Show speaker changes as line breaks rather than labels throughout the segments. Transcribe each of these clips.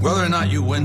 Whether or not you win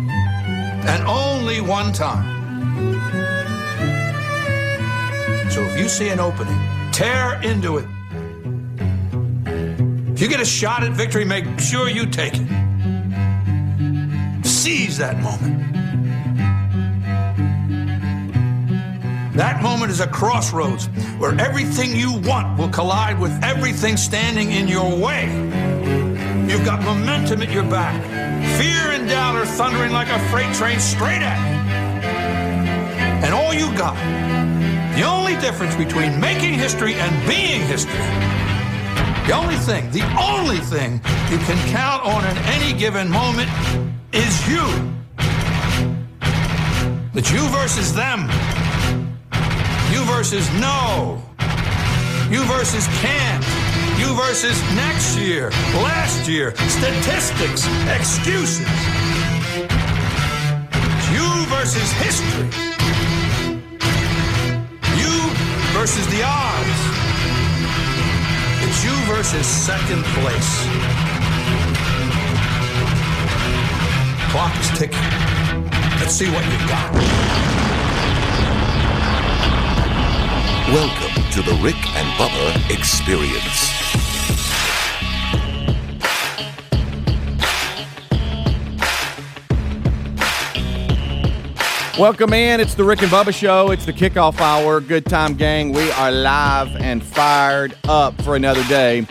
and only one time. So if you see an opening, tear into it. If you get a shot at victory, make sure you take it. Seize that moment. That moment is a crossroads where everything you want will collide with everything standing in your way. You've got momentum at your back. Fear and doubt are thundering like a freight train straight at you. And all you got, the only difference between making history and being history, the only thing, the only thing you can count on in any given moment is you. It's you versus them. You versus no. You versus can't. You versus next year, last year, statistics, excuses. You versus history. You versus the odds. It's you versus second place. Clock is ticking. Let's see what you've got.
Welcome to the Rick and Bubba Experience.
Welcome in. It's the Rick and Bubba Show. It's the kickoff hour. Good time, gang. We are live and fired up for another day.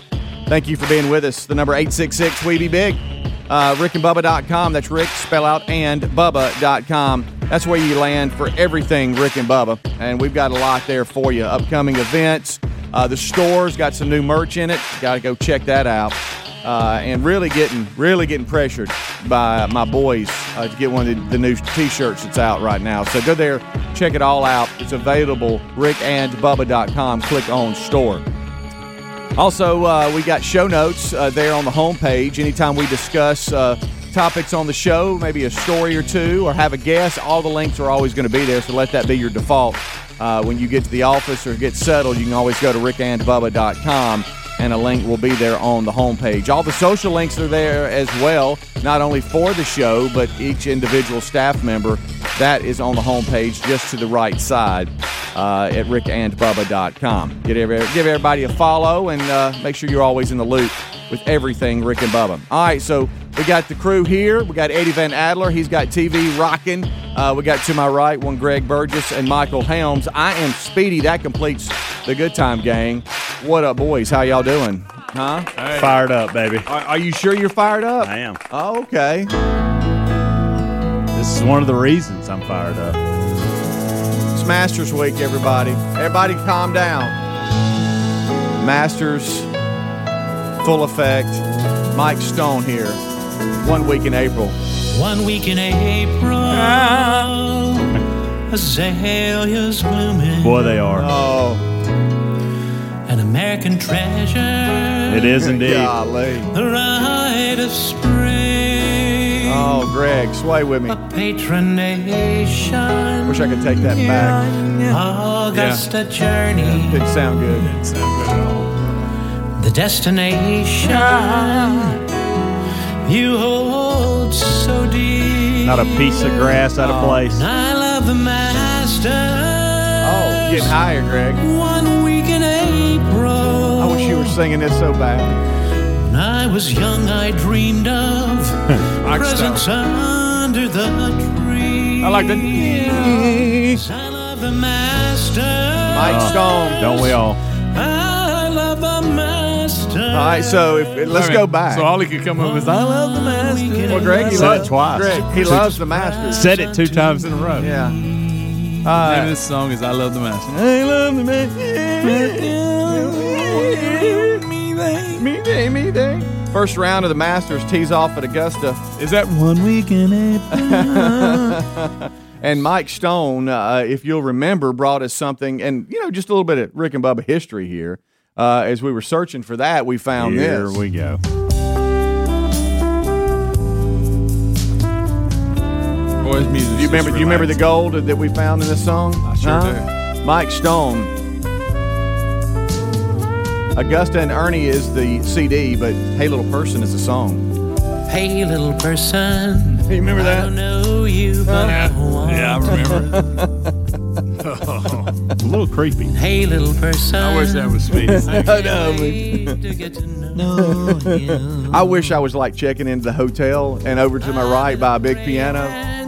Thank you for being with us. The number 866 We Be Big. Uh, RickandBubba.com. That's Rick, spell out, and Bubba.com. That's where you land for everything Rick and Bubba. And we've got a lot there for you. Upcoming events. Uh, the store's got some new merch in it. Got to go check that out uh, and really getting really getting pressured by my boys uh, to get one of the, the new T-shirts that's out right now. So go there, check it all out. It's available rickandbubba.com. Click on store. Also, uh, we got show notes uh, there on the homepage. Anytime we discuss uh, topics on the show, maybe a story or two, or have a guest, all the links are always going to be there. So let that be your default. Uh, when you get to the office or get settled, you can always go to rickandbubba.com and a link will be there on the homepage. All the social links are there as well, not only for the show, but each individual staff member. That is on the homepage just to the right side uh, at rickandbubba.com. Get every, give everybody a follow and uh, make sure you're always in the loop with everything Rick and Bubba. All right, so we got the crew here. We got Eddie Van Adler. He's got TV rocking. Uh, we got to my right one Greg Burgess and Michael Helms. I am Speedy. That completes the Good Time Gang. What up, boys? How y'all doing? Huh?
Fired up, baby.
Are, are you sure you're fired up?
I am.
Oh, okay.
This is one of the reasons I'm fired up.
It's Masters Week, everybody. Everybody, calm down. Masters, full effect. Mike Stone here. One week in April.
One week in April, azaleas blooming,
Boy, they are.
Oh,
an American treasure,
It is indeed.
golly.
the rite of spring,
Oh, Greg, sway with me.
a patronation.
Wish I could take that back.
Augusta journey,
Didn't sound good.
the destination you hold so dear.
Not a piece of grass out of place.
And I love the
Oh,
master.
getting higher, Greg.
One week in April.
I wish you were singing this so bad.
When I was young, I dreamed of presents
uh,
under the tree.
I like that.
I love the master.
Mike
Uh,
Stone.
Don't we all?
I love the master.
All right, so if, let's go back.
So all he could come up with is, I love the master.
well, Greg, he
Said it
loves,
twice.
Greg, he loves the Masters.
Said it two times in a row.
Yeah.
And
Uh,
this song is I love the master.
I love the Masters. Me day, me day. First round of the Masters tees off at Augusta,
Is that one week in April?
and Mike Stone, uh, if you'll remember, brought us something, and you know, just a little bit of Rick and Bubba history here. Uh, as we were searching for that, we found
Here
this.
we go.
Boys, music.
Do you remember? Do you remember the gold that we found in this song? I
sure
do. Mike Stone. Augusta and Ernie is the CD, but Hey Little Person is the song.
Hey, little person.
You remember
I don't know you, but I want.
Oh, Yeah, I remember. it.
A little creepy.
Hey, little person.
I wish that was speedy.
I know. to get to know you.
I wish I was like checking into the hotel and over to my right by a big piano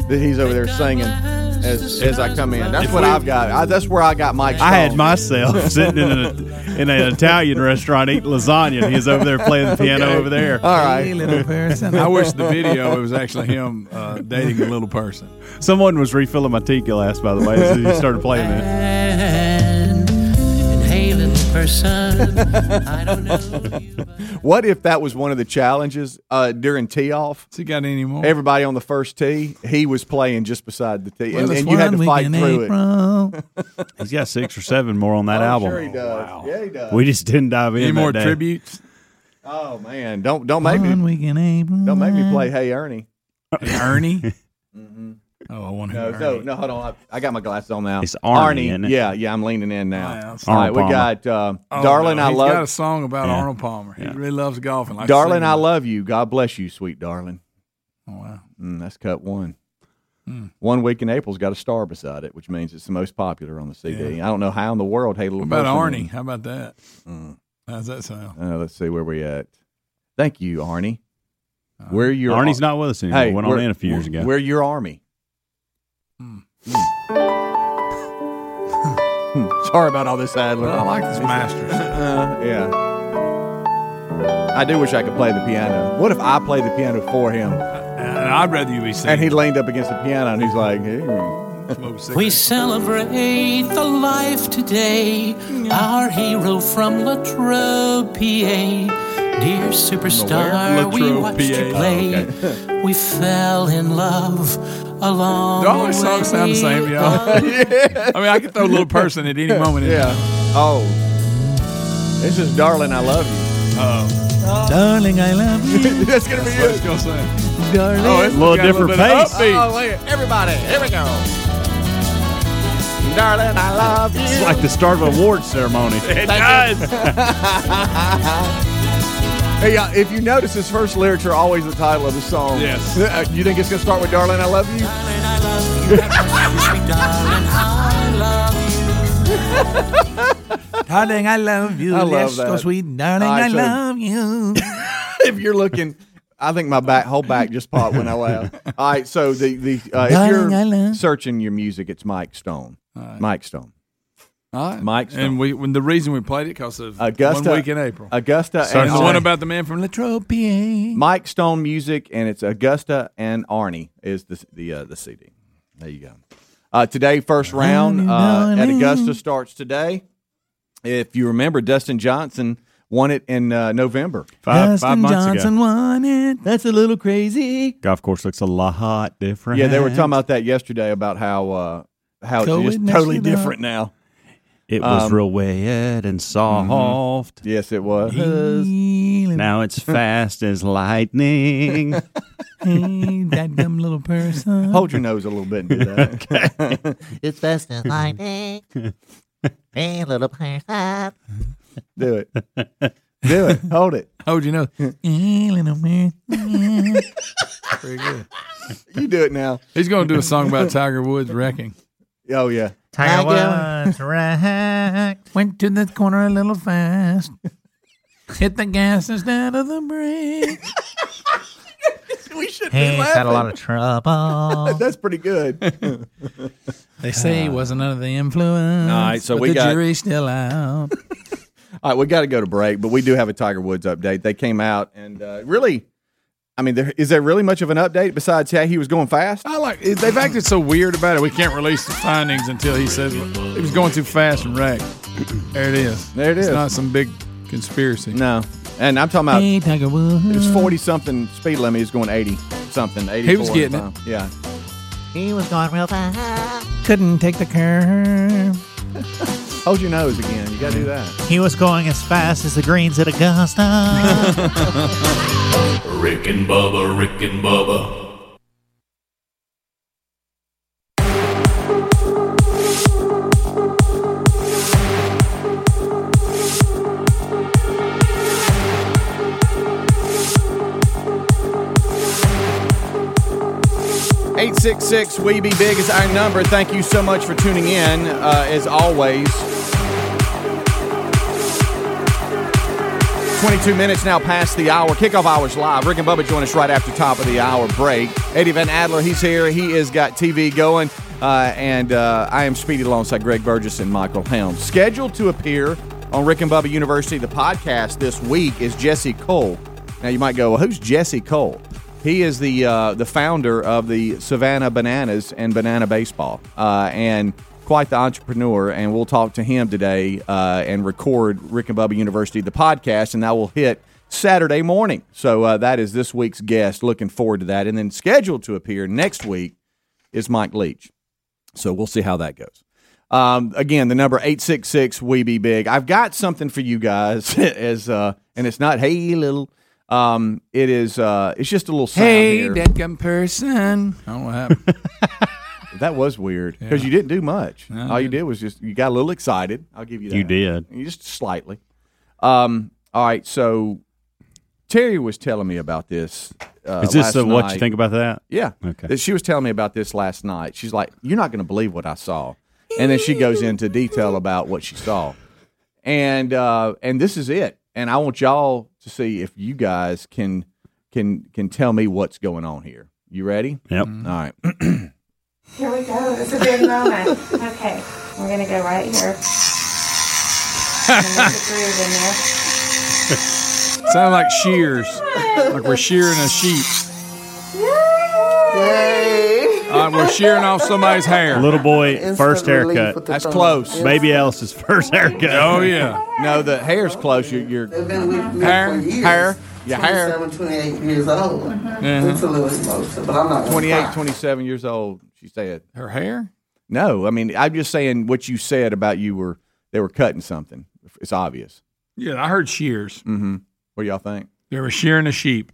that he's over there singing as, as I come in. That's what I've got. I, that's where I got Mike. Stone.
I had myself sitting in, a, in an Italian restaurant eating lasagna. and He's over there playing the piano over there.
All
Hey,
right.
little person. I wish the video it was actually him uh, dating a little person.
Someone was refilling my tea glass, by the way, as he started playing that.
And, and hey, little person. I don't know you, but
What if that was one of the challenges uh, during tee off?
Has he got any more?
Everybody on the first tee, he was playing just beside the tee,
Well,
and,
it's
and you had
one
to
week
fight
in
through it.
April.
He's got six or seven more on that
Oh,
album.
Sure he does. Yeah, he does.
We just didn't dive in.
Any
that
more
day.
tributes?
oh man, don't don't make me
week in April.
don't make me play. Hey Ernie. Mm-hmm.
Ernie. Oh, I want to
No,
hear
no,
Ernie.
no. Hold on, I, I got my glasses on now.
It's Arnie, isn't it?
Yeah, yeah. I'm leaning in now.
Oh, yeah, that's
All right, we
Arnold Palmer.
got uh,
Oh,
darling.
no,
I
he's got a
love
song about
Yeah.
Arnold Palmer. He
Yeah.
really loves golf and likes to
darling.
sing
I
it.
love you. God bless you, sweet darling.
Oh, wow. Hmm.
Mm, that's cut one. One week in April's got a star beside it, which means it's the most popular on the CD. I don't know how in the world. Hey, little
What about
person- Mm.
Arnie? How about that? How's that sound?
Uh, let's see where we at. Thank you, Arnie.
Uh,
Where your
Arnie's not with us anymore.
Hey,
Went on
we're-
in a few years ago.
We're your army. Hmm. Sorry about all this Adler.
Well, I like this Masters.
Uh, yeah. I do wish I could play the piano. What if I played the piano for
Uh,
him
And I'd rather you be singing.
and he leaned up against the piano and he's like, hey.
Smoke cigarettes.
We celebrate the life today. Our hero from Latrobe, PA. Dear
From
superstar,
where?
we
Latrobe, Oh,
watched you
PA.
play. We fell in love along
Do all his songs sound the same, y'all? I mean, I could throw a little person at any moment. in
Yeah. Oh. This is darling, I love you.
Darling, I love you.
That's gonna be
Let's
you.
go sing.
Darling.
Oh, it's
A little
got
different
bit of
pace.
upbeat.
Oh, wait. Everybody, here we go. Darling, I love you.
It's like the start of an awards ceremony.
It does.
Hey, uh, if you notice, his first lyrics are always the title of the song.
Yes.
Uh, you think it's going to start with Darling, I Love You?
Darling, I love you. Sweet darling, I love you.
Darling, I love you.
I love Yes, so that. sweet.
Darling,
I I should- love
you.
if you're looking, I think my back whole back just popped when I laughed. All right, so the the uh, if
Darling, I
you're
love-
searching your music, it's Mike Stone. Mike Stone. Mike Stone.
And we, when the reason we played it because of
Augusta.
one week in April.
Augusta
Search
and
and the one
Arnie.
about the man from Latrobe, PA.
Mike Stone music, and it's Augusta and Arnie is the the uh, the CD. There you go. Uh, today, first round uh, at Augusta starts today. If you remember, Dustin Johnson won it in uh, November.
Five, five months ago.
won it. That's a little crazy.
Golf course looks a lot different.
Yeah, they were talking about that yesterday about how uh, how
Go
it's
with
just
next
totally
it up.
different now.
It was
Um, mhm. Mm-hmm.
real wet and soft.
Yes, it was.
Now it's fast as lightning.
that dumb little person.
Hold your nose a little bit and do that.
It's best in lightning. Hey, little person.
do it. Do it. Hold it.
How would you know? Eh, little man.
You do it now.
He's going to do a song about Tiger Woods wrecking.
Oh yeah.
Tiger
was right. Went to the corner a little fast. Hit the gas instead of the brake.
He's had a lot of
uh,
trouble.
That's pretty good.
They say he wasn't under the influence.
All right, so
but
we
the
got-
jury's still out.
All right, we got to go to break, but we do have a Tiger Woods update. They came out and uh, really, I mean, there, is there really much of an update besides yeah, he was going fast?
I like. They've acted so weird about it. We can't release the findings until he says he was going too fast and wrecked. There it is.
There it
It's
is.
not some big conspiracy.
No, and I'm talking about
hey, Tiger Woods.
it was 40 something speed limit. He was going 80 something. 84
He was getting
at the time. Yeah,
he was going real fast.
Couldn't take the curve.
hold your nose again. You got to do that.
He was going as fast as the greens at Augusta.
Rick and Bubba, Rick and Bubba.
Eight six six we be big is our number. Thank you so much for tuning in. Uh, as always. 22 minutes now past the hour. Kickoff hours live. Rick and Bubba join us right after top of the hour break. Eddie Van Adler, he's here. He has got TV going. Uh, and uh, I am Speedy alongside Greg Burgess and Michael Helms. Scheduled to appear on Rick and Bubba University, the podcast this week, is Jesse Cole. Now you might go, well, who's Jesse Cole? He is the uh, the founder of the Savannah Bananas and Banana Baseball, uh, and quite the entrepreneur. And we'll talk to him today uh, and record Rick and Bubba University the podcast, and that will hit Saturday morning. So uh, that is this week's guest. Looking forward to that, and then scheduled to appear next week is Mike Leach. So we'll see how that goes. Um, again, the number eight six six we be big. I've got something for you guys as uh, and it's not hey little. Um, it is uh, it's just a little sound
Hey,
here.
dead person. I don't know what happened.
That was weird because you didn't do much. All you did was just you got a little excited. I'll give you that.
You did.
You just slightly. Um. All right. So Terry was telling me about this. Uh,
Is this
last
uh, what
night.
you think about that?
Yeah.
Okay.
That She was telling me about this last night. She's like, "You're not going to believe what I saw," and then she goes into detail about what she saw, and uh, and this is it. And I want y'all to see if you guys can can can tell me what's going on here. You ready?
Yep.
All right.
Here we go. It's a big moment. Okay, we're gonna go right here. And there's a groove in there.
Sound like shears. Like we're shearing a sheep. Uh, we're shearing off somebody's hair.
Little boy, first haircut.
That's close.
Baby Alice's first haircut.
Oh yeah.
No, the hair's close. You're, you're
been with me
Hair,
for years.
hair, your hair.
27, 28 years old.
Uh-huh.
It's a little emotional, but I'm not. gonna
28,
cry.
27 years old. She said,
Her hair.
"No, I mean, I'm just saying what you said about you were they were cutting something. It's obvious.
Yeah, I heard shears.
What do y'all think?
They were shearing a sheep.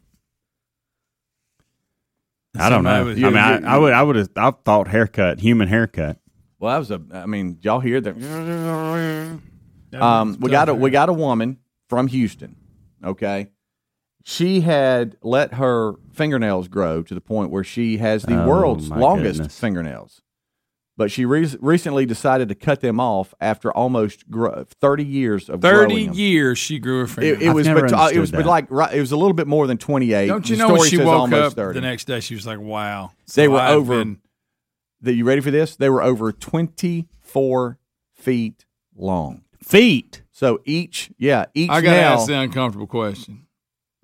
I don't know. I
Somebody
mean,
was-
I, I would, I would have, I thought haircut, human haircut.
Well, that was a. I mean, y'all hear that? Um, we got a we got a woman from Houston. Okay, she had let her fingernails grow to the point where she has the
Oh,
world's
my
longest
goodness.
fingernails, but she re- recently decided to cut them off after almost gro- thirty years of growing
Thirty
them.
years she grew her finger.
It, it
I've
was,
never
but uh, it
understood
was, but
that.
like, right, it was a little bit more than twenty eight.
Don't you know when
story
she
says
woke
almost
up
30.
the next day? She was like, "Wow."
They
So
were
I've
over-
been-
That you ready for this? They were over twenty four feet long.
Feet.
So each, yeah, each
I got to
nail
ask the uncomfortable question.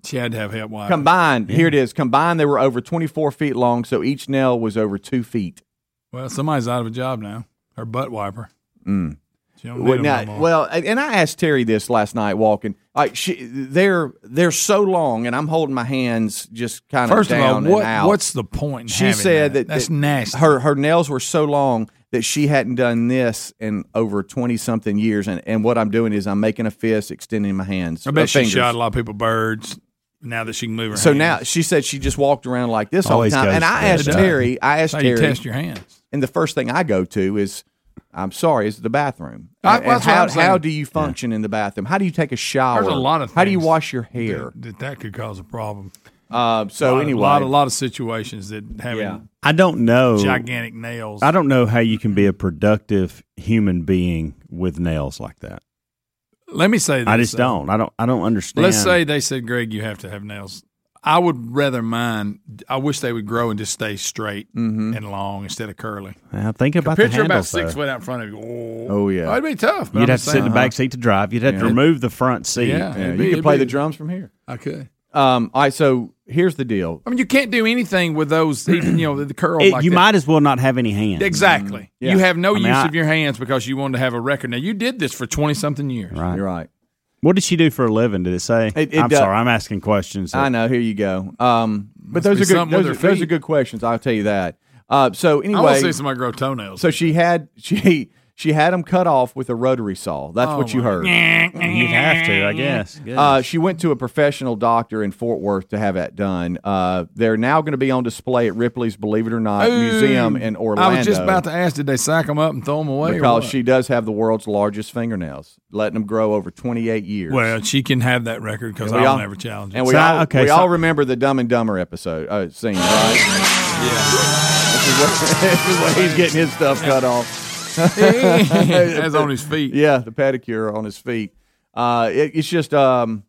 She had to have help. Why?
combined. Here it is. Combined, they were over twenty four feet long. So each nail was over two feet.
Well, somebody's out of a job now. Her butt wiper.
Mm.
She don't need
Well,
'em
now-
no more.
well, and and I asked Terry this last night walking. Like she, they're they're so long, and I'm holding my hands just kind of
first of all,
down
what,
and out.
what's the point? in
she
having
said that,
that's
that
nasty.
Her her nails were so long that she hadn't done this in over twenty something years, and, and what I'm doing is I'm making a fist, extending my hands.
I bet
uh,
she
fingers.
shot a lot of people birds. Now that she can move her.
So
hands.
now she said she just walked around like this all the
Always
time,
goes
and I
there.
asked
It does.
Terry, I asked
That's how you
Terry,
test your hands.
and the first thing I go to is I'm sorry, it's the bathroom.
I-
And
Uh, that's what
how,
I'm saying.
how do you function in the bathroom? How do you take a shower?
There's a lot of
How do you
things
wash your hair?
That, that could cause a problem.
Uh, so
lot,
anyway.
a lot, a lot of situations that having
I don't know.
gigantic nails.
I don't know how you can be a productive human being with nails like that.
Let me say this.
I just
though.
don't. I don't. I don't understand.
Let's say they said, Greg, you have to have nails. I would rather mine. I wish they would grow and just stay straight
Mm-hmm.
and long instead of curly.
I think about the
picture about
handles,
six
though.
foot out in front of you. Oh,
Oh, yeah.
that'd be tough. but
You'd
I'm
have to
just
sit in the
saying-
back seat to drive. You'd have to
Yeah.
remove the front seat.
Yeah,
Yeah,
it'd
you
be-
could play the
it'd be-
drums from here.
I could.
Um, all right, so here's the deal.
I mean, you can't do anything with those. Even you know the curl.
It-
like
you
that.
might as well not have any hands.
Exactly.
Mm-hmm.
Yeah.
You have no
I mean,
use
I-
of your hands because you wanted to have a record. Now you did this for twenty something years.
Right. You're
right.
What did she do for a living? Did it say?
It- it
I'm
does-
sorry. I'm asking questions. that-
I know. Here you go. Um, but
Must
those
be
are good.
something with
Those are,
her
those are
feet.
good questions. I'll tell you that. Uh, so
I want
anyway,
to see somebody grow toenails.
so she had she she had them cut off with a rotary saw. That's
Oh
what you
my-
heard.
You'd have to, I guess.
Uh, she went to a professional doctor in Fort Worth to have that done. Uh, they're now going to be on display at Ripley's Believe It or Not
Ooh.
Uh, Museum in Orlando.
Oh, I was just about to ask, did they sack them up and throw them away? or
because
what?
she does have the world's largest fingernails, letting them grow over 28 years.
Well, she can have that record because
And we
I'll
all-
never challenge it.
And we
So,
all
okay,
we
so-
all remember the Dumb and Dumber episode uh, scene, right? Yeah. This is where, this is where he's getting his stuff cut off.
That's on his feet.
Yeah, the pedicure on his feet. Uh, it, it's just um,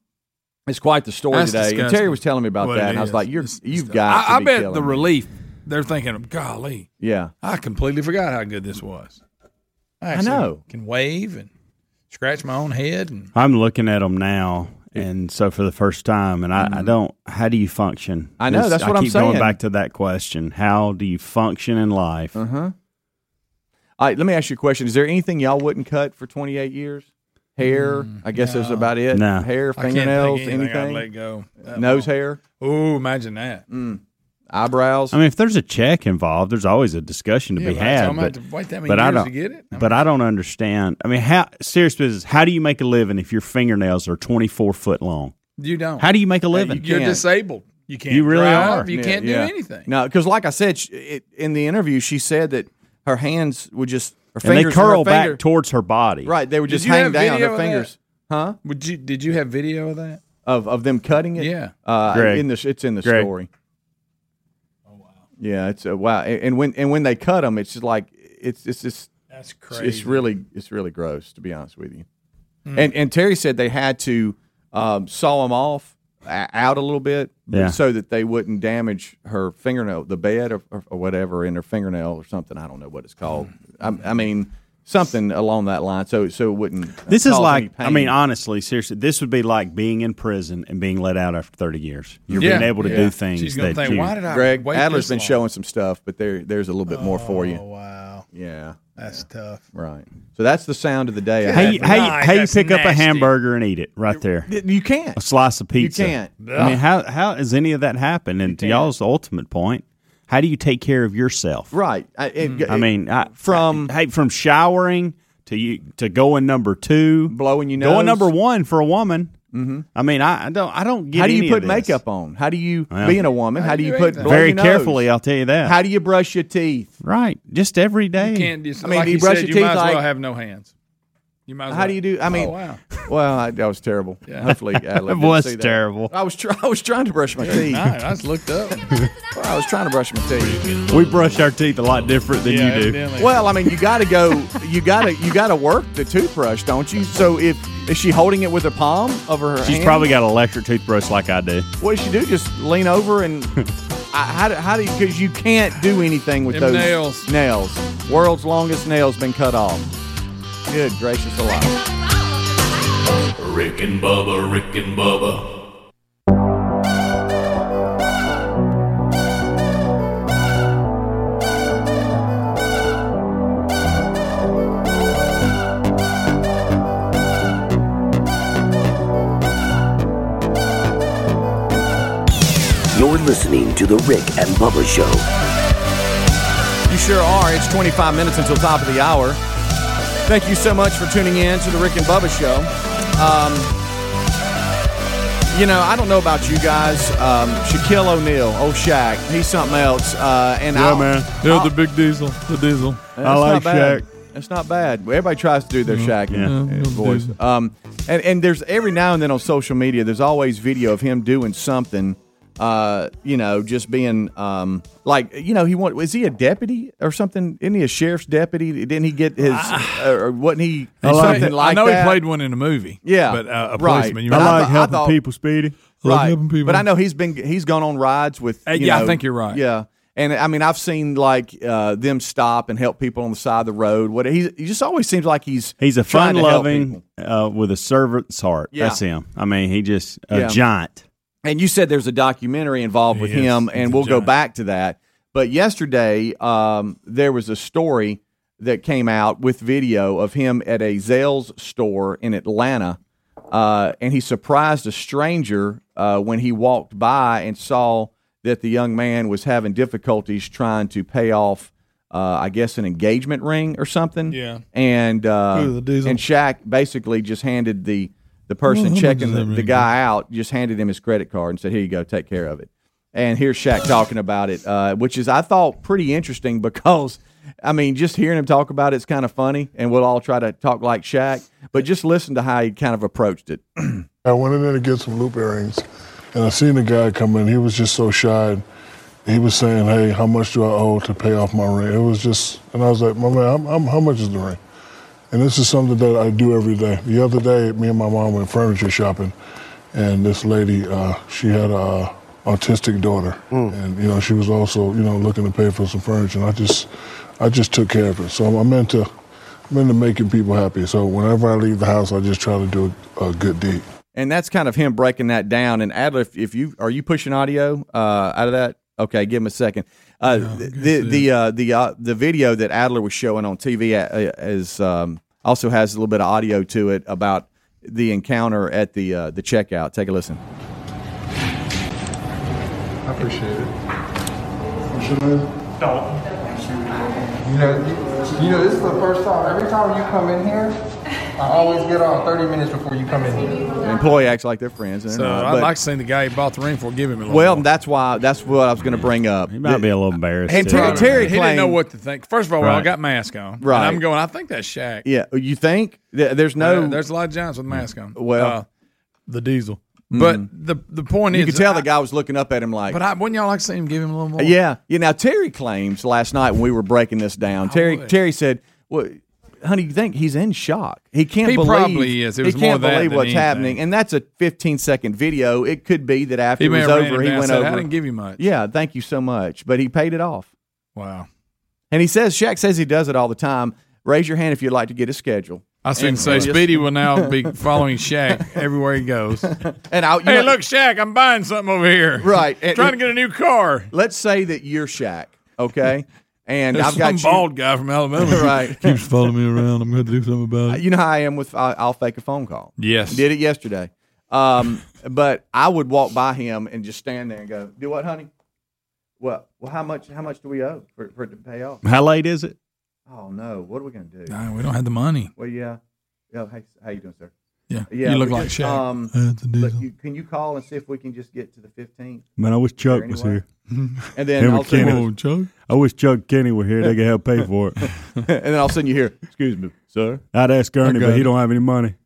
it's quite the story
That's
today. And
disgusting.
Terry was telling me about
What
that,
it
and I was
is.
like, "You're you've got." to
I, I
be
bet
killing
the
me.
relief they're thinking, golly,
Yeah.
I completely forgot how good this was. I, actually
know.
Can wave and scratch my own head and
I'm looking at them now, and so for the first time, and I, I don't. How do you function?
Mm-hmm. I know, that's what
I
I'm
keep Going
saying.
back to that question, how do you function in life? Uh
huh. All right, let me ask you a question. Is there anything y'all wouldn't cut for 28 years? Hair, I guess that's about it.
No.
Hair,
Mm, I can't think
fingernails,
of anything I'd
anything.
let go. That
Nose
long.
hair,
Ooh, imagine that.
Mm. eyebrows.
I mean, if there's a check involved, there's always a discussion to
Yeah,
be
but that's
had.
how I'm
But,
gonna have to wait that many
but I
years to
don't
get it. I
But I don't understand. I mean, how serious business? How do you make a living if your fingernails are 24 foot long?
You don't.
How do you make a living?
You're
can't.
disabled. You can't.
You really
drive.
are.
You
Yeah,
can't do
yeah.
anything.
No, because like I said she, it, in the interview, she said that her hands would just her
and they
fingers her
curl
finger-
back towards her body.
right. They would
Did
just
you
hang
have
down
video
her
of that?
fingers, huh?
Would you? Did you have video of that?
Of of them cutting it.
Yeah.
uh,
Greg.
in the it's in the
Greg.
story. Oh wow. Yeah, it's a wow. And and when and when they cut them, it's just like it's it's just
That's
it's- It's really it's really gross to be honest with you. And and Terry said they had to um, saw them off a- out a little bit
Yeah.
so that they wouldn't damage her fingernail, the bed or, or, or whatever in her fingernail or something. I don't know what it's called. I, I mean something along that line. So so it wouldn't. uh,
This is
cause
like,
any
I mean,
pain.
honestly, seriously, this would be like being in prison and being let out after 30 years. You're being able to do things
She's gonna
that
think,
you.
why did I
Greg
wait
Adler's
this
been
long?
showing some stuff, but there there's a little bit more for
Oh
you.
wow,
Yeah,
that's tough.
right. So that's the sound of the day. I
how
had
you,
for
how
you.
you,
Nice,
how you
that's
pick up a
nasty.
hamburger and eat it right there?
you can't.
A slice of pizza.
can't.
I mean, how how does any of that happen? And to y'all's ultimate point, how do you take care of yourself?
Right. I, it-
Hmm.
I
Mm-hmm.
it-
mean, I,
From-
I- hey, from showering to you to going number two,
blowing your nose.
going number one for a woman. Mm-hmm. I mean, I, I don't I don't get
How do you
any of
put
this.
makeup on? How do you
Well,
being a woman? How do you put blow
very
your nose?
carefully? I'll tell you that.
How do you brush your teeth?
right, just every day.
You can't. Just,
Hmm. I mean,
like
you
you,
brush
said,
your
you might
teeth
as
like-
well have no hands. You might. As
How
well.
do you do? I mean,
oh, wow.
well, I, that was terrible. Hopefully, that
That was terrible.
I was try, I was trying to brush my teeth.
Nice. I just looked up.
Well, I was trying to brush my teeth.
We brush our teeth a lot different than
Yeah,
you do.
evidently.
Well, I mean, you got to go. You got to you got to work the toothbrush, don't you? So if is she holding it with her palm over her?
She's
hand?
probably got an electric toothbrush like I do.
What does she do? Just lean over and I, how do how do you because you can't do anything with
Them
those
nails.
Nails. World's longest nails been cut off. Good gracious alive.
Rick and Bubba, Rick and Bubba.
You're listening to The Rick and Bubba Show.
You sure are. It's 25 minutes until top of the hour. Thank you so much for tuning in to the Rick and Bubba Show. Um, you know, I don't know about you guys. Um, Shaquille O'Neal, oh Shaq, he's something else. Uh, and I'll-
man.
I'll-
big diesel. The diesel.
That's not bad. That's not bad. Everybody tries to do their shacking
Yeah.
uh, voice. Um, and, and there's every now and then on social media, there's always video of him doing something. Uh, you know, just being um, like, you know, he want is he a deputy or something? Isn't he a sheriff's deputy? Didn't he get his or wasn't he
I like
something
that.
like
I know
that?
he played one in a movie.
Yeah,
but uh, a
right.
policeman. You
I
remember?
like I helping thought- people,
Speedy.
right. But I know he's been he's gone on rides with.
Uh,
you
yeah, I
know,
think you're right.
Yeah, and I mean I've seen like uh, them stop and help people on the side of the road. What he, he just always seems like he's
He's a
trying
fun
to help
loving uh, with a servant's heart.
Yeah.
That's him. I mean, he just a
Yeah.
giant.
And you said there's a documentary involved with
Yes,
him,
he's
and
a
we'll go
giant.
back to that. But yesterday, um, there was a story that came out with video of him at a Zales store in Atlanta, uh, and he surprised a stranger uh, when he walked by and saw that the young man was having difficulties trying to pay off, uh, I guess, an engagement ring or something.
Yeah.
and uh,
Ooh, the diesel.
and Shaq basically just handed the the person
Well, how much
checking
is
the,
that
the
ring?
guy out just handed him his credit card and said, "Here you go, take care of it." And here's Shaq talking about it, uh, which is I thought pretty interesting because I mean, just hearing him talk about it's kind of funny, and we'll all try to talk like Shaq, but just listen to how he kind of approached it.
I went in there to get some loop earrings, and I seen the guy come in. He was just so shy. He was saying, "Hey, how much do I owe to pay off my ring?" It was just, and I was like, "My man, I'm, I'm, how much is the ring?" And this is something that I do every day. The other day, me and my mom went furniture shopping, and this lady, uh, she had a uh, autistic daughter, and you know she was also, you know, looking to pay for some furniture. And I just, I just took care of it. So I'm, I'm into, I'm into making people happy. So whenever I leave the house, I just try to do a, a good deed.
And that's kind of him breaking that down. And Adler, if, if you are you pushing audio uh, out of that, okay, give him a second. Uh, the the uh, the uh, the video that Adler was showing on TV a- a- is um, also has a little bit of audio to it about the encounter at the uh, the checkout. Take a listen.
I appreciate it.
What's your name?
Dalton.
You know, you, you know, this is the first time. Every time you come in here, I always get on 30 minutes before you come in here.
The employee acts like they're friends. and they're
So
not,
I'd
but-
like to see the guy he bought the ring for give him a little.
well, that's why that's what I was going to bring up. He
might be a little embarrassed.
And
too.
Terry, Terry
he didn't know
claimed-
what to think. First of all, well, I
Right.
got mask on.
Right.
And I'm going. I think that's Shaq.
Yeah, you think There- there's no
Yeah, there's a lot of giants with mask on.
Well, Mm-hmm.
Uh, the diesel. But the the point
you
is,
could tell
I-
the guy was looking up at him like.
But I, wouldn't y'all like to see him give him a little more?
Yeah. You know, Terry claims last night when we were breaking this down, Terry
would.
Terry said, Well, honey, you think he's in shock. He can't
He
believe
probably is. It was
he
more
can't
that
believe
than
what's
anything.
happening. And that's a fifteen second video. It could be that after
He
it
may
was
have ran
over,
it
he
down,
went
said,
over.
"I didn't give you much."
Yeah, thank you so much. But he paid it off.
Wow.
And he says Shaq says he does it all the time. Raise your hand if you'd like to get his schedule.
I was going
And-
to say,
and just-
Speedy will now be following Shaq everywhere he goes.
And I,
hey, look, Shaq, I'm buying something over here.
Right.
Trying to get a new car.
Let's say that you're Shaq, okay? And
There's
I've got
some
you-
bald guy from Alabama.
right.
Keeps following me around. I'm going to do something
Uh,
about it.
You know how I am with I, I'll fake a phone call.
Yes.
did it yesterday. Um, but I would walk by him and just stand there and go, "Do what, honey? Well, well, how much? How much do we owe for, for it to pay off?
How late is it?
Oh no, what are we gonna do?
Nah, we don't have the money.
Well, yeah, yeah. Hey, how you doing, sir?
Yeah, you look
we
like
just,
Shaq.
Um,
That's a
but
diesel.
you, can you call and see if we can just get to the fifteenth?
Man, I wish Chuck was here.
And then
Him
I'll
Kenny.
send you-
I wish Chuck Kenny were here. They could help pay for it.
and then I'll send you here. Excuse me, sir.
I'd ask Ernie,
got
but he
it.
don't have any money.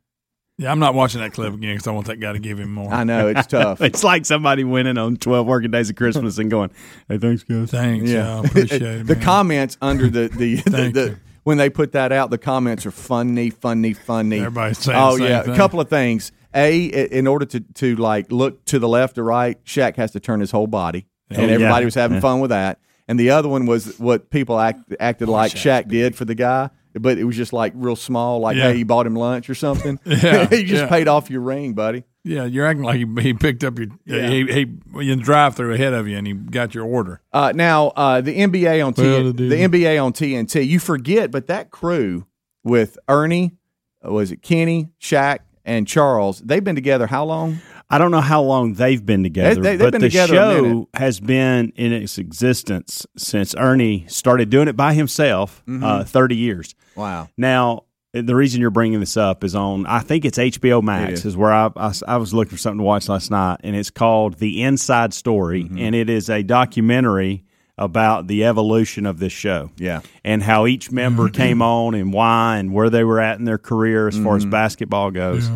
Yeah, I'm not watching that clip again because I want that guy to give him more.
it's like somebody winning on 12 working days of Christmas and going, hey, thanks, guys.
Thanks.
the comments under the the, the, the when they put that out, the comments are funny, funny, funny.
Everybody's saying
Oh
the same
yeah,
thing.
a couple of things. A, i- in order to to like look to the left or right, Shaq has to turn his whole body,
Oh,
and
yeah.
everybody was having
Yeah.
fun with that. And the other one was what people act, acted like Shaq did for the guy, but it was just like real small, like
Yeah.
hey, you bought him lunch or something.
Yeah,
he just
yeah.
paid off your ring, buddy.
Yeah, you're acting like he, he picked up your he, he, he in the drive through ahead of you and he got your order.
Uh, now uh, the NBA on
Well,
TN-
it
the
is.
NBA on TNT. You forget, but that crew with Ernie, uh, was it Kenny, Shaq, and Charles? They've been together how long?
I don't know how long they've been together,
they- they've
but
been
the
together a minute.
show has been in its existence since Ernie started doing it by himself
Mhm.
uh, 30 years.
Wow.
Now, the reason you're bringing this up is on, I think it's HBO
It is.
Max, is where I, I, I was looking for
Mm-hmm.
something to watch last night, and it's called The Inside Story, and it is a documentary about the evolution of this show.
Yeah.
And how each member
Mm-hmm.
came on and why and where they were at in their career as far as basketball goes.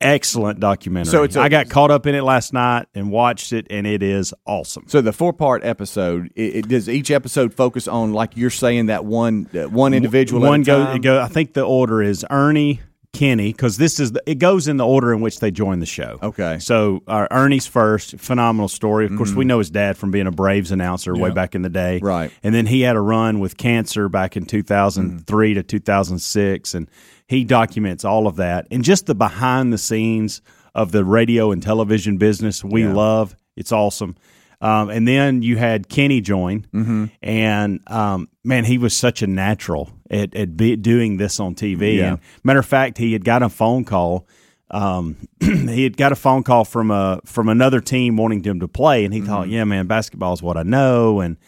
Excellent documentary.
Mm-hmm. So
So
it's
it's
a-
I got caught up in it last night and watched it, and it is awesome.
So the four part episode, it, it- does each episode focus on like you're saying that one that one individual?
One
at a
go,
time?
go. I think the order is Ernie, Kenny, because this is the, it goes in the order in which they join the show. Okay. So uh, Ernie's first, phenomenal story. Of course,
Mhm.
we know his dad from being a Braves announcer way
Yeah.
back in the day, right? And then he had a run with cancer back in 2003
Mm.
to 2006, and he documents all of that and just the behind the scenes of the radio and television business. We love. It's awesome. Um, and then you had Kenny join,
Mm-hmm.
and um, man, he was such a natural at, at be, doing this on TV.
Yeah.
And matter of fact, he had got a phone call. Um, he had got a phone call from a from another team wanting him to play, and he thought, "Yeah, man, basketball is what I know, and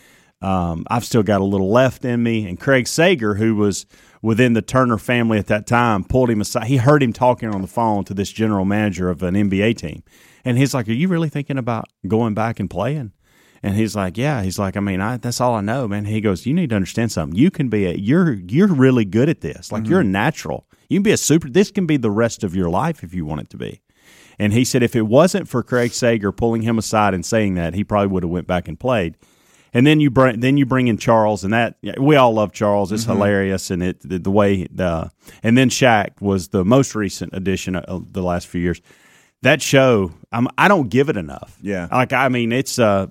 um, I've still got a little left in me." And Craig Sager, who was within the Turner family at that time, pulled him aside. He heard him talking on the phone to this general manager of an NBA team, and he's like, "Are you really thinking about going back and playing?" And he's like, yeah. He's like, I mean, I, that's all I know, man. He goes, you need to understand something. You can be a you're you're really good at this. Like you're a natural. You can be a super. This can be the rest of your life if you want it to be. And he said, if it wasn't for Craig Sager pulling him aside and saying that, he probably would have went back and played. And then you bring then you bring in Charles, and that yeah, we all love Charles. It's
Mhm.
hilarious, and it the, the way the and then Shaq was the most recent addition of- of the last few years. That show, I'm, I don't give it enough.
Yeah.
Like I mean, it's uh,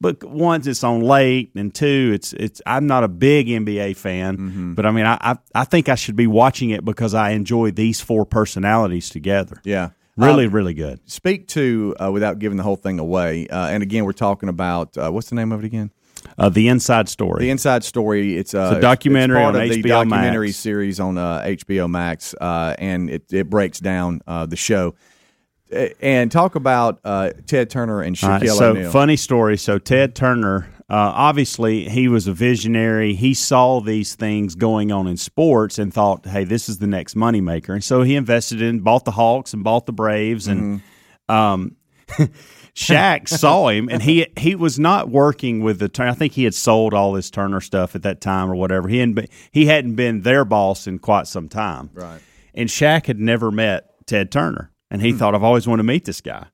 but once it's on late, and two, it's it's. I'm not a big NBA fan,
Mm-hmm.
but I mean, I, I I think I should be watching it because I enjoy these four personalities together.
Yeah.
Really,
Um,
really good.
Speak to uh, without giving the whole thing away. Uh, and again, we're talking about uh, what's the name of it again?
Uh, the Inside Story.
The Inside Story. It's, uh,
It's a documentary
part
on
of the
HBO Max.
documentary series on uh, HBO Max, uh, and it, it breaks down uh, the show. A- And talk about uh, Ted Turner and
All right,
Shaquille
so
O'Neal.
funny story. So Ted Turner, uh, obviously, he was a visionary. He saw these things going on in sports and thought, "Hey, this is the next moneymaker." And so he invested in, bought the Hawks and bought the Braves, and um, Shaq saw him, and he he was not working with the Turner. I think he had sold all his Turner stuff at that time or whatever. He hadn't been, he hadn't been their boss in quite some time. Right. And Shaq had never met Ted Turner, and he thought, "I've always wanted to meet this guy."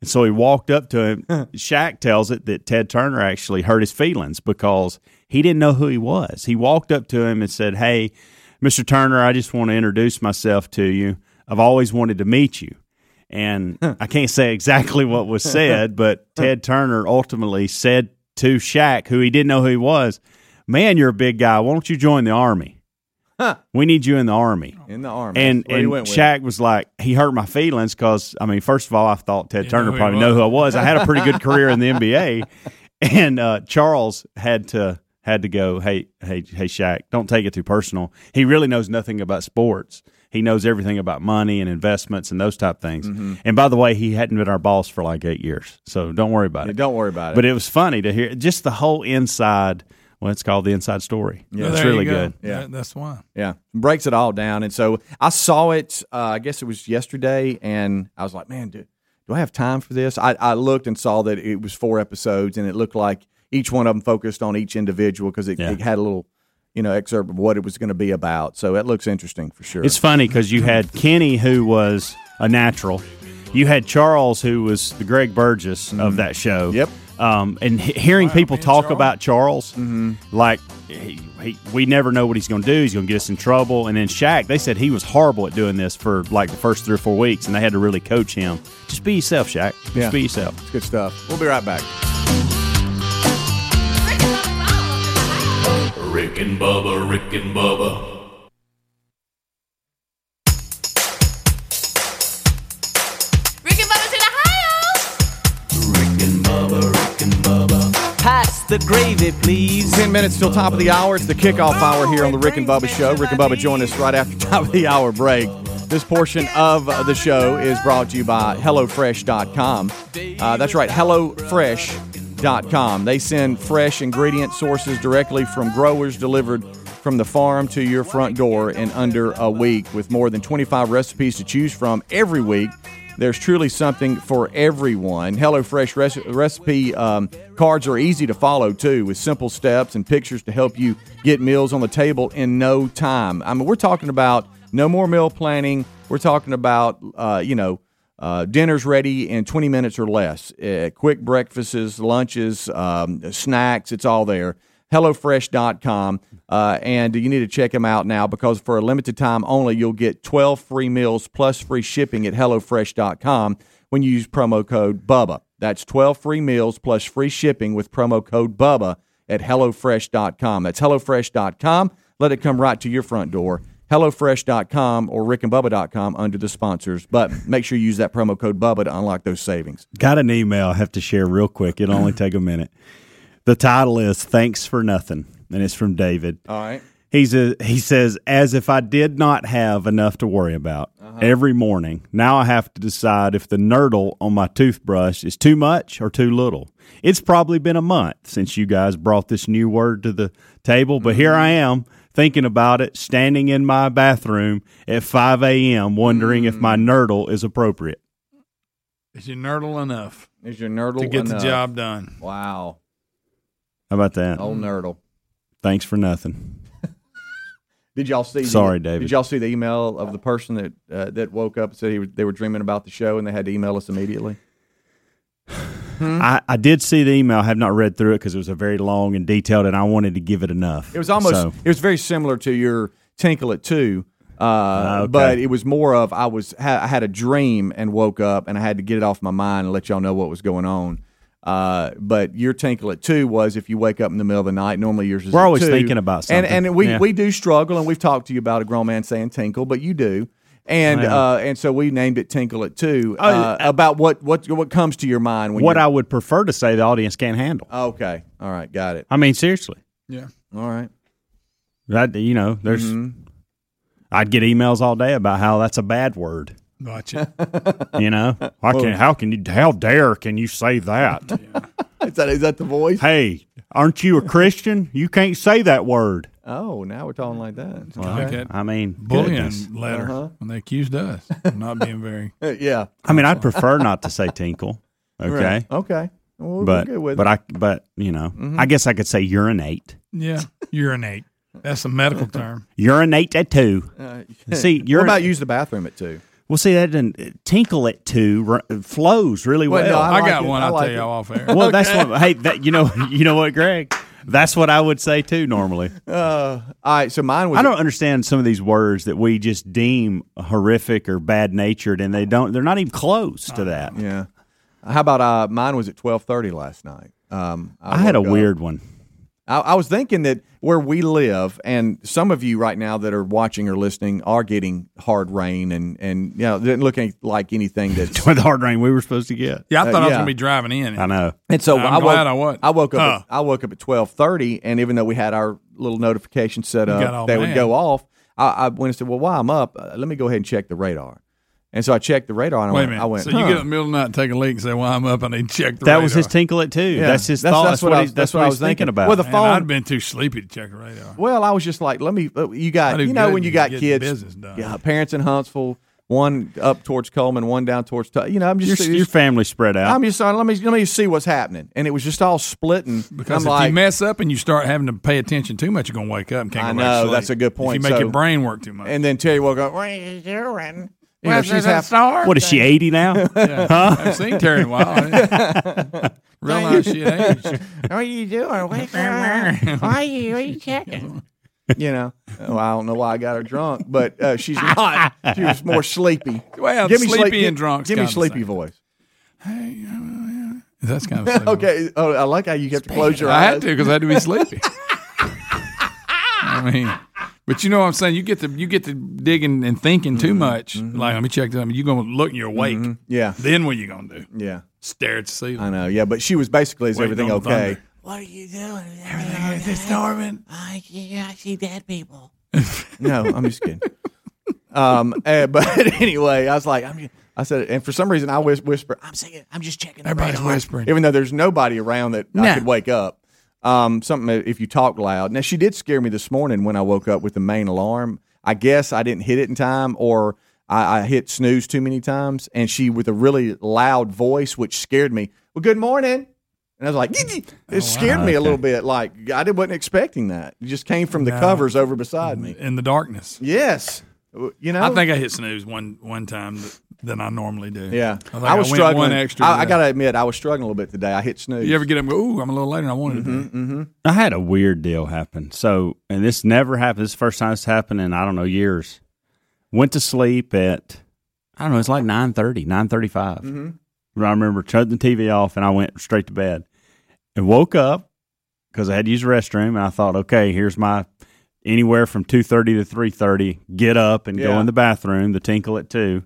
And so he walked up to him. Shaq tells it that Ted Turner actually hurt his feelings because he didn't know who he was. He walked up to him and said, "Hey, Mr. Turner, I just want to introduce myself to you. I've always wanted to meet you." And I can't say exactly what was said, but Ted Turner ultimately said to Shaq, who he didn't know who he was, "Man, you're a big guy. Why don't you join the army? We need you in the army."
in the army.
And
That's where he
and
went with
Shaq was like, he hurt my feelings because I mean, first of all, I thought Ted
know
Turner
who he
probably
was.
knew who I was. I had a pretty good career in the NBA, and uh, Charles had to had to go. Hey, hey, hey, Shaq, don't take it too personal. He really knows nothing about sports. He knows everything about money and investments and those type things.
Mhm.
And by the way, he hadn't been our boss for like eight years, so don't worry about
Yeah,
it.
don't worry about it.
But it was funny to hear just the whole inside. Well, it's called the inside story.
Yeah.
it's
There you
really
go.
good.
Yeah.
That- that's why.
Yeah, breaks it all down. And so I saw it. Uh, I guess it was yesterday, and I was like, "Man, do, do I have time for this?" I, I looked and saw that it was four episodes, and it looked like each one of them focused on each individual because it, it had a little, you know, excerpt of what it was going to be about. So it looks interesting for sure.
It's funny because you had Kenny, who was a natural. You had Charles, who was the Greg Burgess
Mm-hmm.
of that show. Yep. Um, and he- hearing people talk about Charles,
Mm-hmm.
like he, he, we never know what he's going to do. He's going to get us in trouble. And then Shaq, they said he was horrible at doing this for like the first three or four weeks, and they had to really coach him. Just be yourself, Shaq. Just
Yeah.
be yourself.
It's good stuff. We'll be right back.
Rick and Bubba, Rick and Bubba,
Rick and Bubba's in Ohio.
Pass the gravy, please. Ten minutes till top of the hour. It's the kickoff hour here on the Rick and Bubba Show. Rick and Bubba join us right after top of the hour break. This portion of the show is brought to you by HelloFresh.com. Uh, that's right, HelloFresh.com. They send fresh ingredient sources directly from growers delivered from the farm to your front door in under a week with more than 25 recipes to choose from every week There's truly something for everyone. HelloFresh res- recipe um, cards are easy to follow too, with simple steps and pictures to help you get meals on the table in no time. I mean, we're talking about no more meal planning. We're talking about uh, you know uh, dinner's ready in 20 minutes or less. Uh, quick breakfasts, lunches, um, snacks, it's all there. HelloFresh.com. Uh, and you need to check them out now because for a limited time only, you'll get 12 free meals plus free shipping at HelloFresh.com when you use promo code BUBBA. That's 12 free meals plus free shipping with promo code BUBBA at HelloFresh.com. That's HelloFresh.com. Let it come right to your front door. HelloFresh.com or RickandBubba.com under the sponsors. But make sure you use that promo code Bubba to unlock those savings.
Got an email I have to share real quick. It'll only take a minute. The title is Thanks for Nothing, and it's from David.
All right.
He's a, he says, as if I did not have enough to worry about
Uh-huh.
every morning. Now I have to decide if the nurdle on my toothbrush is too much or too little. It's probably been a month since you guys brought this new word to the table, but here
Mm-hmm.
I am thinking about it, standing in my bathroom at 5 a.m., wondering
Mm.
if my nurdle is appropriate.
Is your nerdle enough?
Is your nerdle
to get
enough?
the job done?
Wow.
How about that?
Old nerdle.
Thanks for nothing.
Did y'all see?
Sorry,
the,
David.
Did y'all see the email of the person that uh, that woke up and said he was, they were dreaming about the show and they had to email us immediately? Hmm?
I, I did see the email. I have not read through it because it was a very long and detailed, and I wanted to give it enough.
It was almost.
So,
It was very similar to your tinkle it too, uh,
Ah, okay.
but it was more of I was ha- I had a dream and woke up and I had to get it off my mind and let y'all know what was going on. Uh, but your tinkle it too was if you wake up in the middle of the night. Normally yours is
We're
at
always
two.
thinking about something.
and and we
Yeah.
we do struggle and we've talked to you about a grown man saying tinkle, but you do. And
Yeah.
uh, and so we named it Tinkle It Too
Oh,
uh, about what, what what comes to your mind when
what
you're-
I would prefer to say the audience can't handle.
okay all right got it
I mean, seriously,
Yeah.
all right
that you know, there's.
Mhm.
I'd get emails all day about how that's a bad word.
Watch it.
You know, I
Well-
can. How can you? How dare can you say that?
is that is that the voice?
hey, aren't you a Christian? You can't say that word.
Oh, now we're talking like that. Uh-huh.
Well,
Like that
I mean,
bullying
goodness.
letter when they accused us of not being very.
yeah.
I mean, I'd prefer not to say tinkle. Okay.
Right. Okay. Well, we're
but
good with
but
it. Mm-hmm.
I but you know I guess I could say urinate
Yeah, urinate. That's a medical term.
urinate at two.
Uh,
see,
What
you're
about use the bathroom at two?
Well, see that didn't tinkle at two r- flows really well.
Well, no, I
I,
like
got
it.
one.
I
I'll
like
tell
it.
you off air.
well, that's what. Hey, that you know you know what, Greg. That's what I would say too. Normally,
Uh, all right. So mine was.
I don't understand some of these words that we just deem horrific or bad natured, and they don't. They're not even close to that.
Yeah. How about uh, mine was at twelve thirty last night. Um,
I, had a
woke up-
weird one.
I, I was thinking that where we live, and some of you right now that are watching or listening are getting hard rain, and and you know it didn't look any- like anything that
the hard rain we were supposed to get.
Yeah, I
Uh,
thought I was
yeah.
gonna be driving in.
I know.
And so
I'm
I woke,
glad I wasn't.
woke up.
Huh.
At, I woke up at twelve thirty, and even though we had our little notification set
You got all
up, they would
mad.
go off. I, I went and said, "Well, while I'm up, uh, let me go ahead and check the radar." And so I checked the radar, and I
Wait a
went.
minute.
I went.
so
huh.
you get up in the middle of the night, and take a leak, and say, "Well, I'm up. I need to check the."
That was his
radar."
tinkle at two.
Yeah.
That's his
That's-
thought.
that's
That's,
what
what,
I
he-
was-
that's what I was thinking, about.
Well, the
Man,
phone-
I'd been too sleepy to check the radar.
Well, I was just like, let me. uh, You got,
I do
you know,
good
when you
to
got
get
kids,
business done.
yeah, parents in Huntsville, one up towards Coleman, one down towards, Tu- you know, I'm
your,
just,
your family spread out.
I'm just, uh, let me, let me see what's happening, and it was just all splitting.
Because
I'm
if
like,
you mess up and you start having to pay attention too much, you're gonna wake up and can't
I
go back to
know
sleep.
that's a good
If you
point.
make
So-
your brain work too much.
and then Terry woke up. "Wait,
urine.
You know, she's half-
what is she eighty now?
Yeah. I've seen Terry in a while. I didn't realize she had aged.
What are you doing? What's going on? Why are you, why are you checking?
you know, well, I don't know why I got her drunk, but uh, she's not. She was more sleepy.
Well,
sleep-
sleepy
gi-
and drunk's
Give me
kinda the
sleepy
same.
voice.
That's kind of sleepy.
okay. Oh, I like how you have to close your
I
eyes.
had to because I had to be sleepy. I mean, but you know what I'm saying. You get to you get to digging and thinking too much. Like, let me check that. I mean, you're gonna look and you're awake.
Mm-hmm. Yeah.
Then what you gonna do?
Yeah.
Stare at the ceiling.
I know. Yeah, but she was basically is
Wait,
everything
don't
okay?
thunder.
What are you doing? Is
Everything is disturbing.
I, yeah, I see dead people.
No, I'm just kidding. um, eh, but anyway, I was like, I'm. just- I said, and for some reason, I whis- whisper, I'm singing. I'm just checking. the
Everybody's
radar."
whispering.
even though there's nobody around that I
No.
could wake up. Um, something if you talk loud. Now she did scare me this morning when I woke up with the main alarm. I guess I didn't hit it in time, or I, I hit snooze too many times, and she with a really loud voice, which scared me. Well, good morning. And I was like, "Gee, gee."
Oh,
it scared me a little bit. Like I didn't, wasn't expecting that. It just came from the
No.
covers over beside me.
in the darkness.
Yes, you know.
I think I hit snooze one one time th- than I normally do.
Yeah,
I,
I,
think I
was
went
struggling.
One extra
I, I
today.
gotta admit, I was struggling a little bit today. I hit snooze.
You ever get up and go, ooh, I'm a little later than I wanted to be.
Mm-hmm.
I had a weird deal happen. So, and this never happened. This is the first time it's happened in I don't know years. Went to sleep at I don't know. It's like 930, 935.
Mm.
Mhm.
But I remember shutting the TV off and I went straight to bed and woke up because I had to use the restroom. And I thought, okay, here's my anywhere from two thirty to three thirty. Get up and go
Yeah.
in the bathroom. The tinkle at two.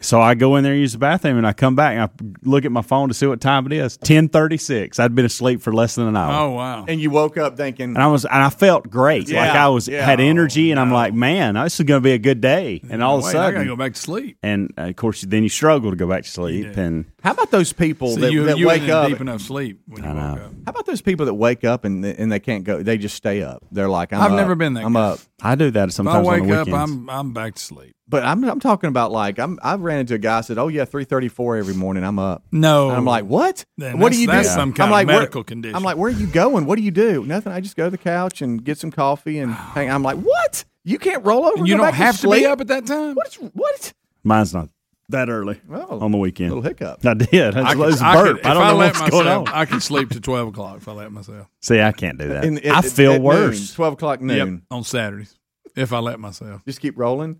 So I go in there, use the bathroom, and I come back and I look at my phone to see what time it is. Ten thirty six. I'd been asleep for less than an
Oh.
hour.
Oh, wow!
And you woke up thinking,
Oh. And I was, and I felt great.
Yeah,
like I was
yeah.
had energy, and I'm like, man, this is going to be a good day. And all of a
Wait, I
sudden,
gotta go back to sleep.
and uh, of course, then you struggle to go back to sleep. And
How about those people
So
that,
you-
that
you
wake
ain't in
up?
deep enough sleep when
I know.
How about those people that wake up and and they can't go? They just stay up. They're like, I'm
I've
up.
never been that
I'm
guy.
up.
I do that
If I
sometimes on
wake
the
up,
weekends.
I'm I'm back to sleep.
But I'm I'm talking about like I'm I ran into a guy said, oh yeah, three thirty four every morning. I'm up.
No.
And I'm like, what?
Then
what
that's-
do you do?
that's some kind
I'm
of
like, where-
medical condition.
I'm like, where are you going? What do you do? Nothing. I just go to the couch and get some coffee and hang. I'm like, what? You can't roll over.
you
and go
don't
back
have
to,
to be
sleep?
up at that time.
What's what?
Mine's not that early
Well,
on the weekend.
Oh, little hiccup.
I did. I,
could-
was a
could-
burp.
if
I don't know
let
what's going
myself-
on.
I can sleep to twelve o'clock if I let myself.
See, I can't do that.
In-
I
at-
feel
at noon,
worse.
12 o'clock
Yep,
noon.
on Saturdays if I let myself.
Just keep rolling,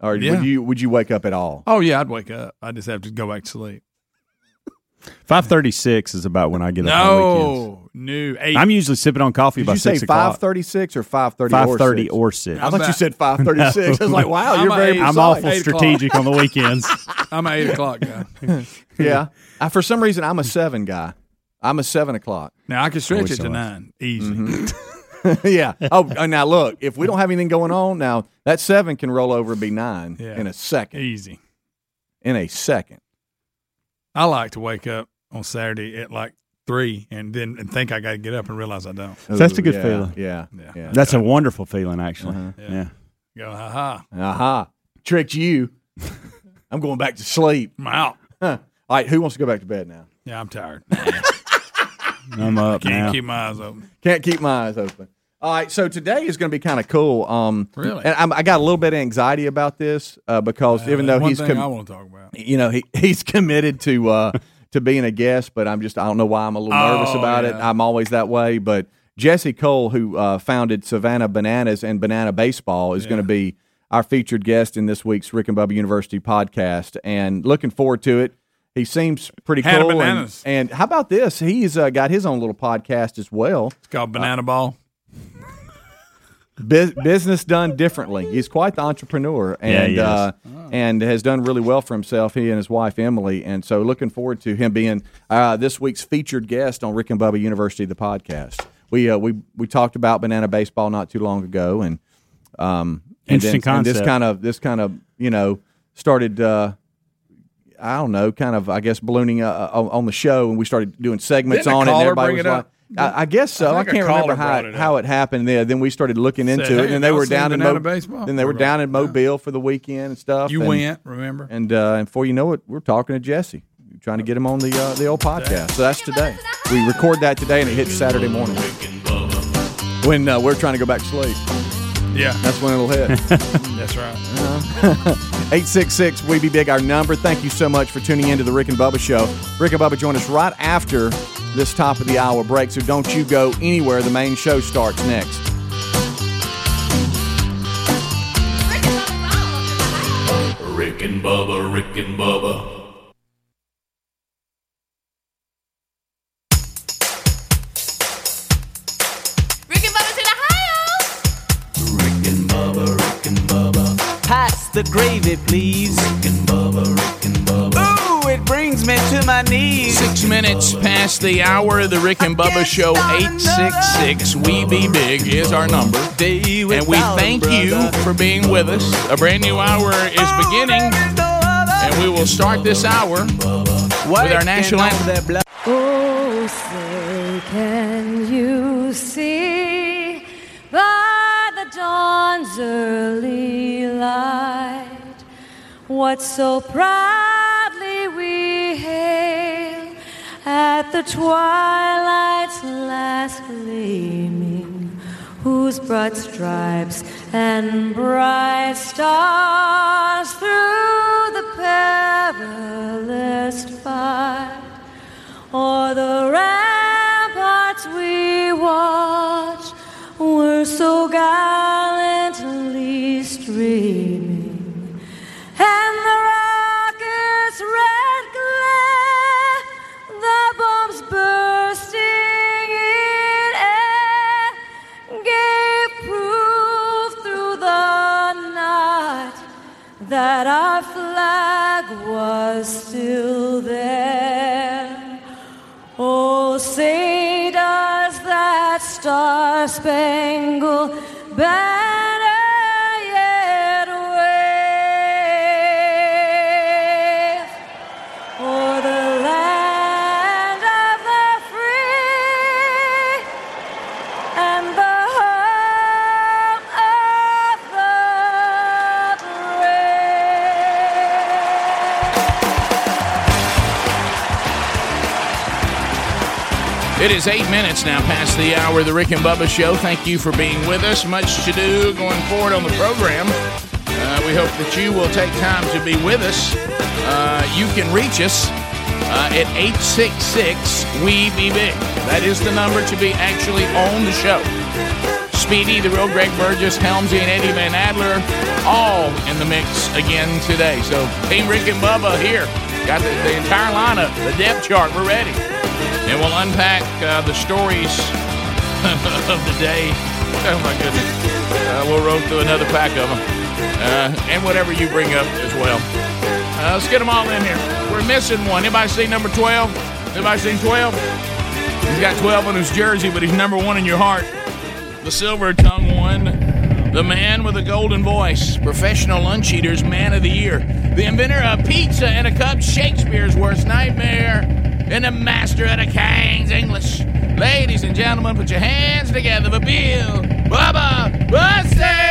or
Yeah.
would you would you wake up at all?
Oh yeah, I'd wake up. I just have to go back to sleep.
Five thirty six is about when I get up. on the weekends.
No, no, eight.
I'm usually sipping on coffee
Did
by
you say
six o'clock.
five thirty six or five thirty?
Five thirty or six.
I thought you said five thirty six. I was like, wow,
I'm
you're
a
very.
eight-
I'm
precise.
awful strategic on the weekends.
I'm an eight o'clock guy.
yeah, I, for some reason I'm a seven guy. I'm a seven o'clock.
Now I can
I
stretch
wish
it
I
to
was.
nine easy.
Mm-hmm.
yeah. Oh, and now look, if we don't have anything going on now, that seven can roll over and be nine
Yeah.
in a second.
Easy.
In a second.
I like to wake up on Saturday at like three and then and think I got to get up and realize I don't.
So that's a good
yeah,
feeling.
Yeah.
Yeah.
That's a wonderful feeling, actually. Yeah.
Go ha ha.
Aha. Uh-huh. Tricked you. I'm going back to sleep.
I'm out.
Huh. All right. Who wants to go back to bed now?
Yeah, I'm tired.
I'm up
Can't
now.
keep my eyes open.
Can't keep my eyes open. All right, so today is going to be kind of cool. Um,
Really?
and I'm, I got a little bit of anxiety about this uh, because even though
one
he's
thing
com-
I want to talk about.
you know he, he's committed to uh, to being a guest, but I'm just I don't know why I'm a little nervous
Oh,
about it.
yeah.
I'm always that way, but Jesse Cole, who uh, founded Savannah Bananas and Banana Baseball, is going to be our featured guest in this week's Rick and Bubba University podcast, and looking forward to it. He seems pretty
Hannah
cool. and-
Bananas.
And, how about this? He's uh, got his own little podcast as well.
It's called Banana Ball.
Bu- business done differently. He's quite the entrepreneur,
Yeah,
and
he is.
uh,
Oh.
and has done really well for himself. He and his wife Emily, and so looking forward to him being uh, this week's featured guest on Rick and Bubba University, the podcast. We uh, we we talked about banana baseball not too long ago, and um, and,
Interesting
then- and this
concept.
kind of this kind of you know started. Uh, I don't know, kind of, I guess, ballooning uh, on on the show, and we started doing segments
Didn't a
on it. And
caller
everybody
bring
was
it
like,
up?
I, I guess so. I,
I think a
can't remember
caller
how
brought
it,
it
how it happened. There, then we started looking into it,
"Hey,
and they
y'all
were
seen
down in Mo-
Banana Baseball?"
Then they were
Right.
down in Mobile for the weekend and stuff.
You
and,
went, remember?
and uh, and before you know it, we're talking to Jesse, trying to get him on the uh, the old podcast. So that's today. We record that today, and it hits Saturday morning when uh, we're trying to go back to sleep.
Yeah.
That's when it'll hit. Uh-huh.
That's right.
866 We Be Big, our number. Thank you so much for tuning in to the Rick and Bubba Show. Rick and Bubba join us right after this top of the hour break, so don't you go anywhere. The main show starts next.
Rick and Bubba, Rick and Bubba,
Rick and Bubba's in Ohio.
Pass the gravy, please. Rick and Bubba, Rick and Bubba. Ooh, it brings me to my knees.
Six minutes past the hour of the Rick and Bubba Show. 866 We Be Big is our number. And we thank you for being with us. A brand new hour is beginning. And we will start this hour with our national anthem.
Oh, say, can you see by the dawn's early light
what so proudly we hail at the twilight's last gleaming, whose broad stripes and bright stars through the perilous fight o'er the ramparts we watch were so gallantly streaming, and the rocket's red glare, the bombs bursting in air, gave proof through the night that our flag was still there. Oh, say does that star spangled banner yet wave o'er the land of the free and the home of the brave?
It is eight minutes now past the hour of the Rick and Bubba Show. Thank you for being with us. Much to do going forward on the program. Uh, we hope that you will take time to be with us. Uh, you can reach us uh, at 866 We Be Big. That is the number to be actually on the show. Speedy, the real Greg Burgess, Helmsy, and Eddie Van Adler, all in the mix again today. So, Team Rick and Bubba here. Got the, the entire lineup, the depth chart. We're ready. And we'll unpack uh, the stories of the day. Oh my goodness. Uh, we'll roll through another pack of them. Uh, and whatever you bring up as well. Uh, let's get them all in here. We're missing one. Anybody see number 12? Anybody seen 12? He's got 12 on his jersey, but he's number one in your heart. The silver tongue one. The man with a golden voice. Professional lunch eaters, man of the year. The inventor of pizza and a cup, Shakespeare's worst nightmare. And the master of the king's English. Ladies and gentlemen, put your hands together for Bill Bubba Bussey!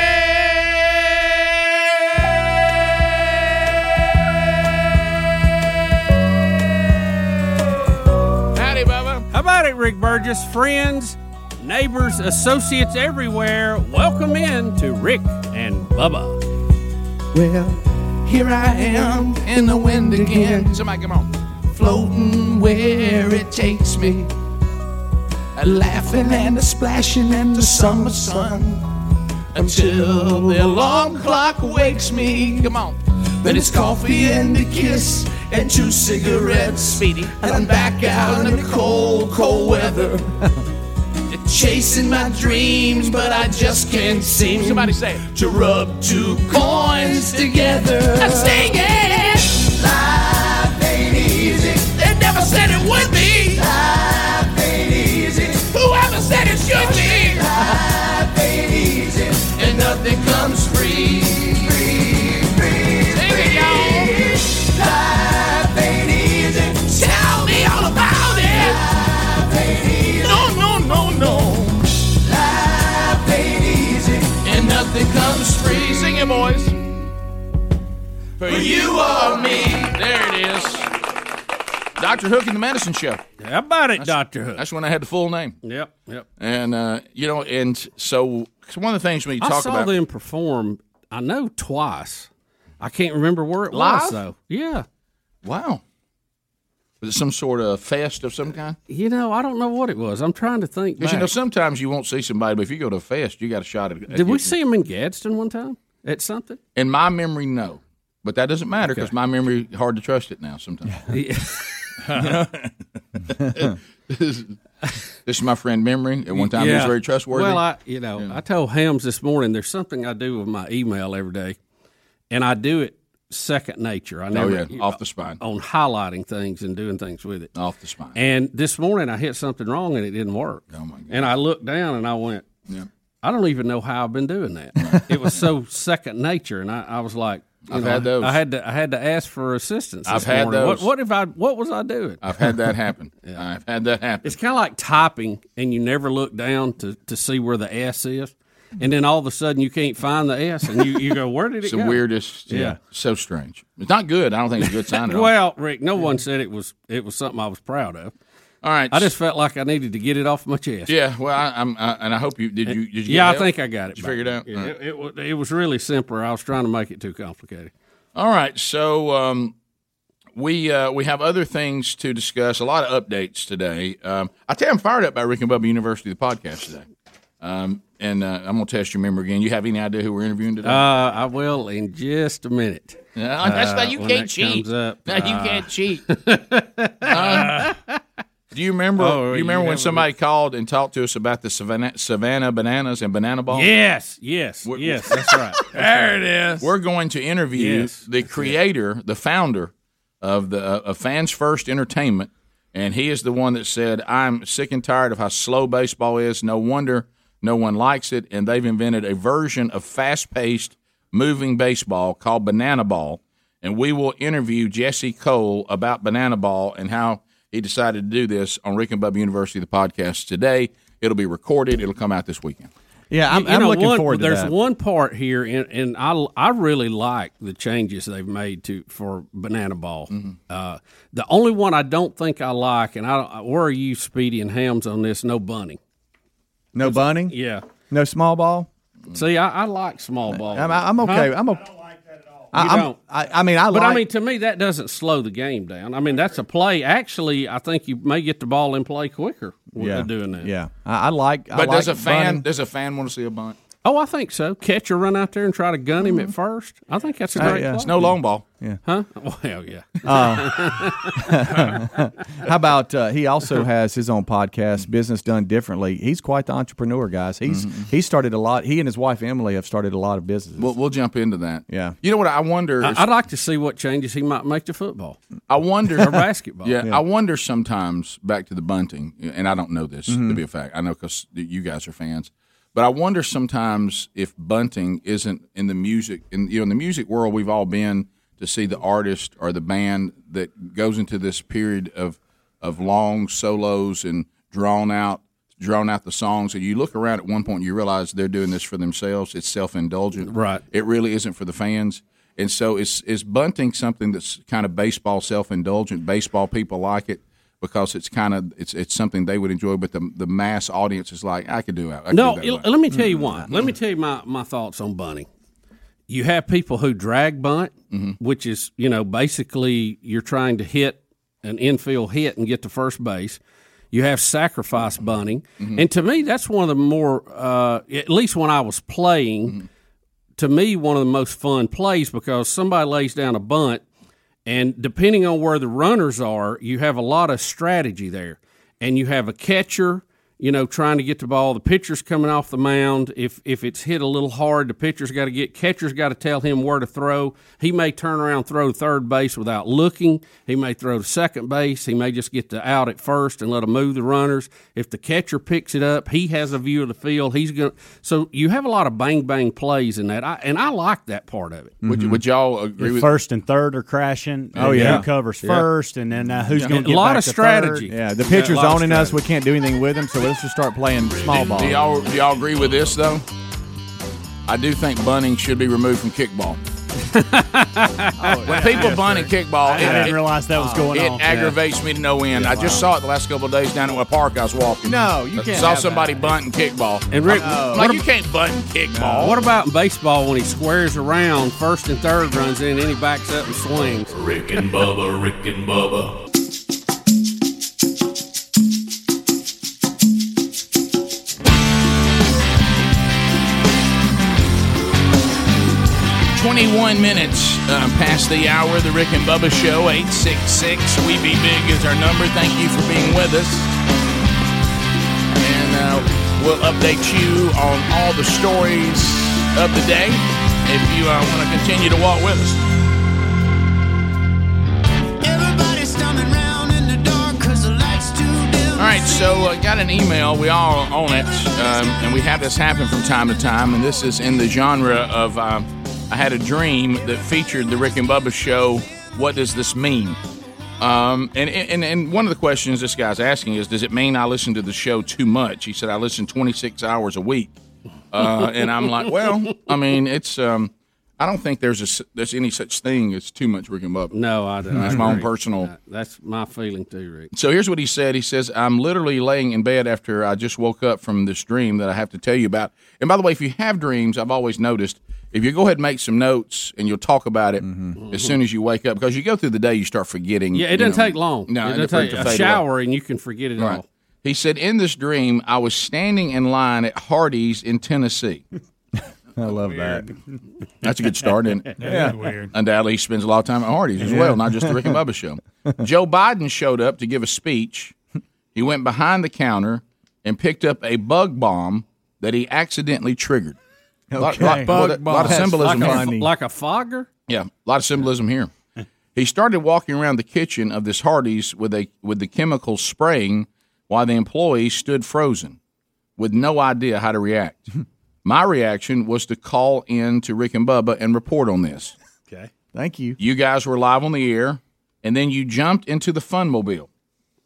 Howdy, Bubba.
How about it, Rick Burgess? Friends, neighbors, associates everywhere, welcome in to Rick and Bubba.
Well, here I am in the wind again.
Somebody come on.
Floating where it takes me. A laughing and a splashing in the summer sun. Until the alarm clock wakes me. Come on. Then it's coffee and a kiss and two cigarettes. Speedy. And I'm back out in the cold, cold weather. Chasing my dreams, but I just can't seem Somebody
say
to rub two coins together. I sing it. Life ain't easy.
They never said it would be.
Life ain't easy.
Whoever said it should be.
Life ain't easy, and nothing comes free. Free, free, free. Life ain't easy.
Tell me all about it. No, no, no, no.
Life ain't easy, and nothing comes free.
Sing it, boys.
For you or me.
There it is. Dr. Hook and the Medicine Show.
How about it, Dr. Hook?
That's when I had the full name.
Yep, yep.
And, uh, you know, and so 'cause one of the things we
I
talk
saw
about.
them perform, I know, twice. I can't remember where it
Live?
was, though. Yeah.
Wow. Was it some sort of fest of some kind?
You know, I don't know what it was. I'm trying to think.
Because, you know,
back.
sometimes you won't see somebody, but if you go to a fest, you got a shot at it.
Did we see them in Gadsden one time at something?
In my memory, no. But that doesn't matter because my memory hard to trust it now sometimes.
Yeah.
You know? this is my friend memory. At one time, he was very trustworthy.
Well, I you know I told Hams this morning there's something I do with my email every day, and I do it second nature. I
oh
never
yeah, off the spine,
on highlighting things and doing things with it.
off the spine.
And this morning I hit something wrong and it didn't work. Oh my god! And I looked down and I went,
Yeah.
I don't even know how I've been doing that. it was so second nature, and I, I was like. you
I've had those.
I had to. I had to ask for assistance. this
I've had
morning. What,
those.
what if I? What was I doing?
I've had that happen. I've had that happen.
It's kind of like typing, and you never look down to, to see where the S is. and then all of a sudden you can't find the S, and you, you go, where did it
It's
go?
the weirdest. Yeah.
Yeah.
So strange. It's not good. I don't think it's a good sign at all.
Well, Rick, no one said it was it was something I was proud of.
All right.
I just felt like I needed to get it off my chest.
Yeah. Well, I, I'm, I, and I hope you did. You did you? get
yeah, I
help?
think I got it.
Did you
back.
figured out.
Yeah, It, it, wa- it was really simpler. I was trying to make it too complicated.
All right, so um, we uh, we have other things to discuss. A lot of updates today. Um, I tell you, I'm fired up by Rick and Bubba University, the podcast today. Um, and uh, I'm going to test your memory again. You have any idea who we're interviewing
Uh,
today?
I will in just a minute.
Uh, that's why you
when
can't
that
cheat.
comes up,
No, you
uh,
can't cheat. Uh, do you remember?
Oh,
you
you
remember when
have a-
somebody called and talked to us about the Savannah, Savannah bananas and banana balls?
Yes, yes, yes. That's right.
There it is. We're going to interview
Yes.
the creator, the founder of the uh, of Fans First Entertainment, and he is the one that said, "I'm sick and tired of how slow baseball is. No wonder no one likes it." And they've invented a version of fast-paced, moving baseball called banana ball. And we will interview Jesse Cole about banana ball and how he decided to do this on Rick and Bubba University, the podcast today. It'll be recorded. It'll come out this weekend.
Yeah, I'm,
You
I'm
know,
looking
one-
forward to
there's
that.
one part here, and, and I I really like the changes they've made to for banana ball.
Mm-hmm.
Uh, the only one I don't think I like, and I don't- uh, where are you, Speedy and Hams on this? No bunting.
No bunting.
Yeah.
No small ball.
See, I, I like small
Oh.
ball.
I'm, I'm okay.
Huh?
I'm okay.
You
I, am
don't.
I, I mean, I
but
like.
I mean, to me, that doesn't slow the game down. I mean, that's a play. Actually, I think you may get the ball in play quicker with
Yeah.
doing that.
Yeah, I, I like. I
But does
like
a fan
bunting.
does a fan want to see a bunt?
Oh, I think so. Catcher run out there and try to gun him at first. I think that's a
Uh,
great
yeah.
play.
It's
No long ball.
Yeah.
Huh? Well, yeah. Uh,
Uh, how about uh, he also has his own podcast, Business Done Differently. He's quite the entrepreneur, guys. He's he started a lot. He and his wife Emily have started a lot of businesses.
Mm-hmm. We'll, we'll jump into that.
Yeah,
You know what? I wonder.
I, would like to see what changes he might make to football
I wonder.
or basketball.
yeah, I wonder sometimes back to the bunting, and I don't know this to be a fact. I know because you guys are fans, but I wonder sometimes if bunting isn't in the music in you know in the music world we've all been to see the artist or the band that goes into this period of of long solos and drawn out drawn out the songs and you look around at one point and you realize they're doing this for themselves it's self-indulgent
Right.
it really isn't for the fans and so is is bunting something that's kind of baseball self-indulgent baseball people like it because it's kind of it's it's something they would enjoy but the the mass audience is like i could do that I could
No,
do that
l- let me tell you why. Let me tell you my, my thoughts on bunting. You have people who drag bunt,
Mm-hmm.
which is, you know, basically you're trying to hit an infield hit and get to first base. You have sacrifice bunting.
Mm-hmm.
And to me, that's one of the more, uh, at least when I was playing,
Mm-hmm.
to me, one of the most fun plays because somebody lays down a bunt and depending on where the runners are, you have a lot of strategy there. And you have a catcher, you know, trying to get the ball. The pitcher's coming off the mound. If if it's hit a little hard, the pitcher's got to get catcher's got to tell him where to throw. He may turn around, throw to third base without looking. He may throw to second base. He may just get the out at first and let him move the runners. If the catcher picks it up, he has a view of the field. He's going to so you have a lot of bang bang plays in that. I, and I like that part of it.
would, you, would y'all
Mm-hmm.
agree
If
with
first and third are crashing.
Oh,
and
yeah.
who covers
Yeah.
first, and then uh, who's
Yeah.
going
A
to get
lot
back
of
to
strategy.
third?
yeah, the
Yeah,
pitcher's
a lot of
owning us. We can't do anything with him, so let's just start playing small ball.
Do y'all do y'all agree with this though? I do think bunting should be removed from kickball. when people
yes,
bunt and kickball,
I didn't realize that was going
it
on.
It aggravates me to no end. I just saw it the last couple of days down at a park I was walking.
No, you
I
can't
Saw
have
somebody bunt and kickball.
And Rick,
I'm
what
like you can't bunt and kickball.
What about in baseball when he squares around, first and third runs in, and he backs up and swings?
Rick and Bubba, Rick and Bubba.
Twenty-one minutes uh, past the hour. The Rick and Bubba Show. Eight six six. We be big is our number. Thank you for being with us. and uh, we'll update you on all the stories of the day if you uh, want to continue to walk with us.
Everybody's stumbling round in the dark 'cause the light's too dim.
All right, so uh, got an email. We all own it, um, and we have this happen from time to time. And this is in the genre of uh, I had a dream that featured the Rick and Bubba show. What does this mean? Um, and, and and one of the questions this guy's asking is, does it mean I listen to the show too much? He said I listen 26 hours a week. Uh, and I'm like, well, I mean, it's. Um, I don't think there's a, s- there's any such thing as too much Rick and Bubba.
No, I don't.
That's
I
my own
agree.
personal.
That's my feeling too, Rick.
So here's what he said. He says, I'm literally laying in bed after I just woke up from this dream that I have to tell you about. And by the way, if you have dreams, I've always noticed if you go ahead and make some notes and you'll talk about it as soon as you wake up, because you go through the day, you start forgetting.
Yeah, it
you
doesn't
know.
take long.
No,
it doesn't take
to
a
fade
shower and you can forget it
away. Right.
all.
He said, In this dream, I was standing in line at Hardee's in Tennessee.
I love that.
That's a good start, isn't it?
That is weird.
Undoubtedly, he spends a lot of time at Hardee's as well,
Yeah.
not just the Rick and Bubba show. Joe Biden showed up to give a speech. He went behind the counter and picked up a bug bomb that he accidentally triggered. Lot- lot- lot, of- lot of symbolism
like a,
here.
like a fogger.
Yeah, a lot of symbolism here. He started walking around the kitchen of this Hardee's with a with the chemical spraying, while the employees stood frozen, with no idea how to react. My reaction was to call in to Rick and Bubba and report on this.
Okay. Thank you.
You guys were live on the air, and then you jumped into the fun mobile.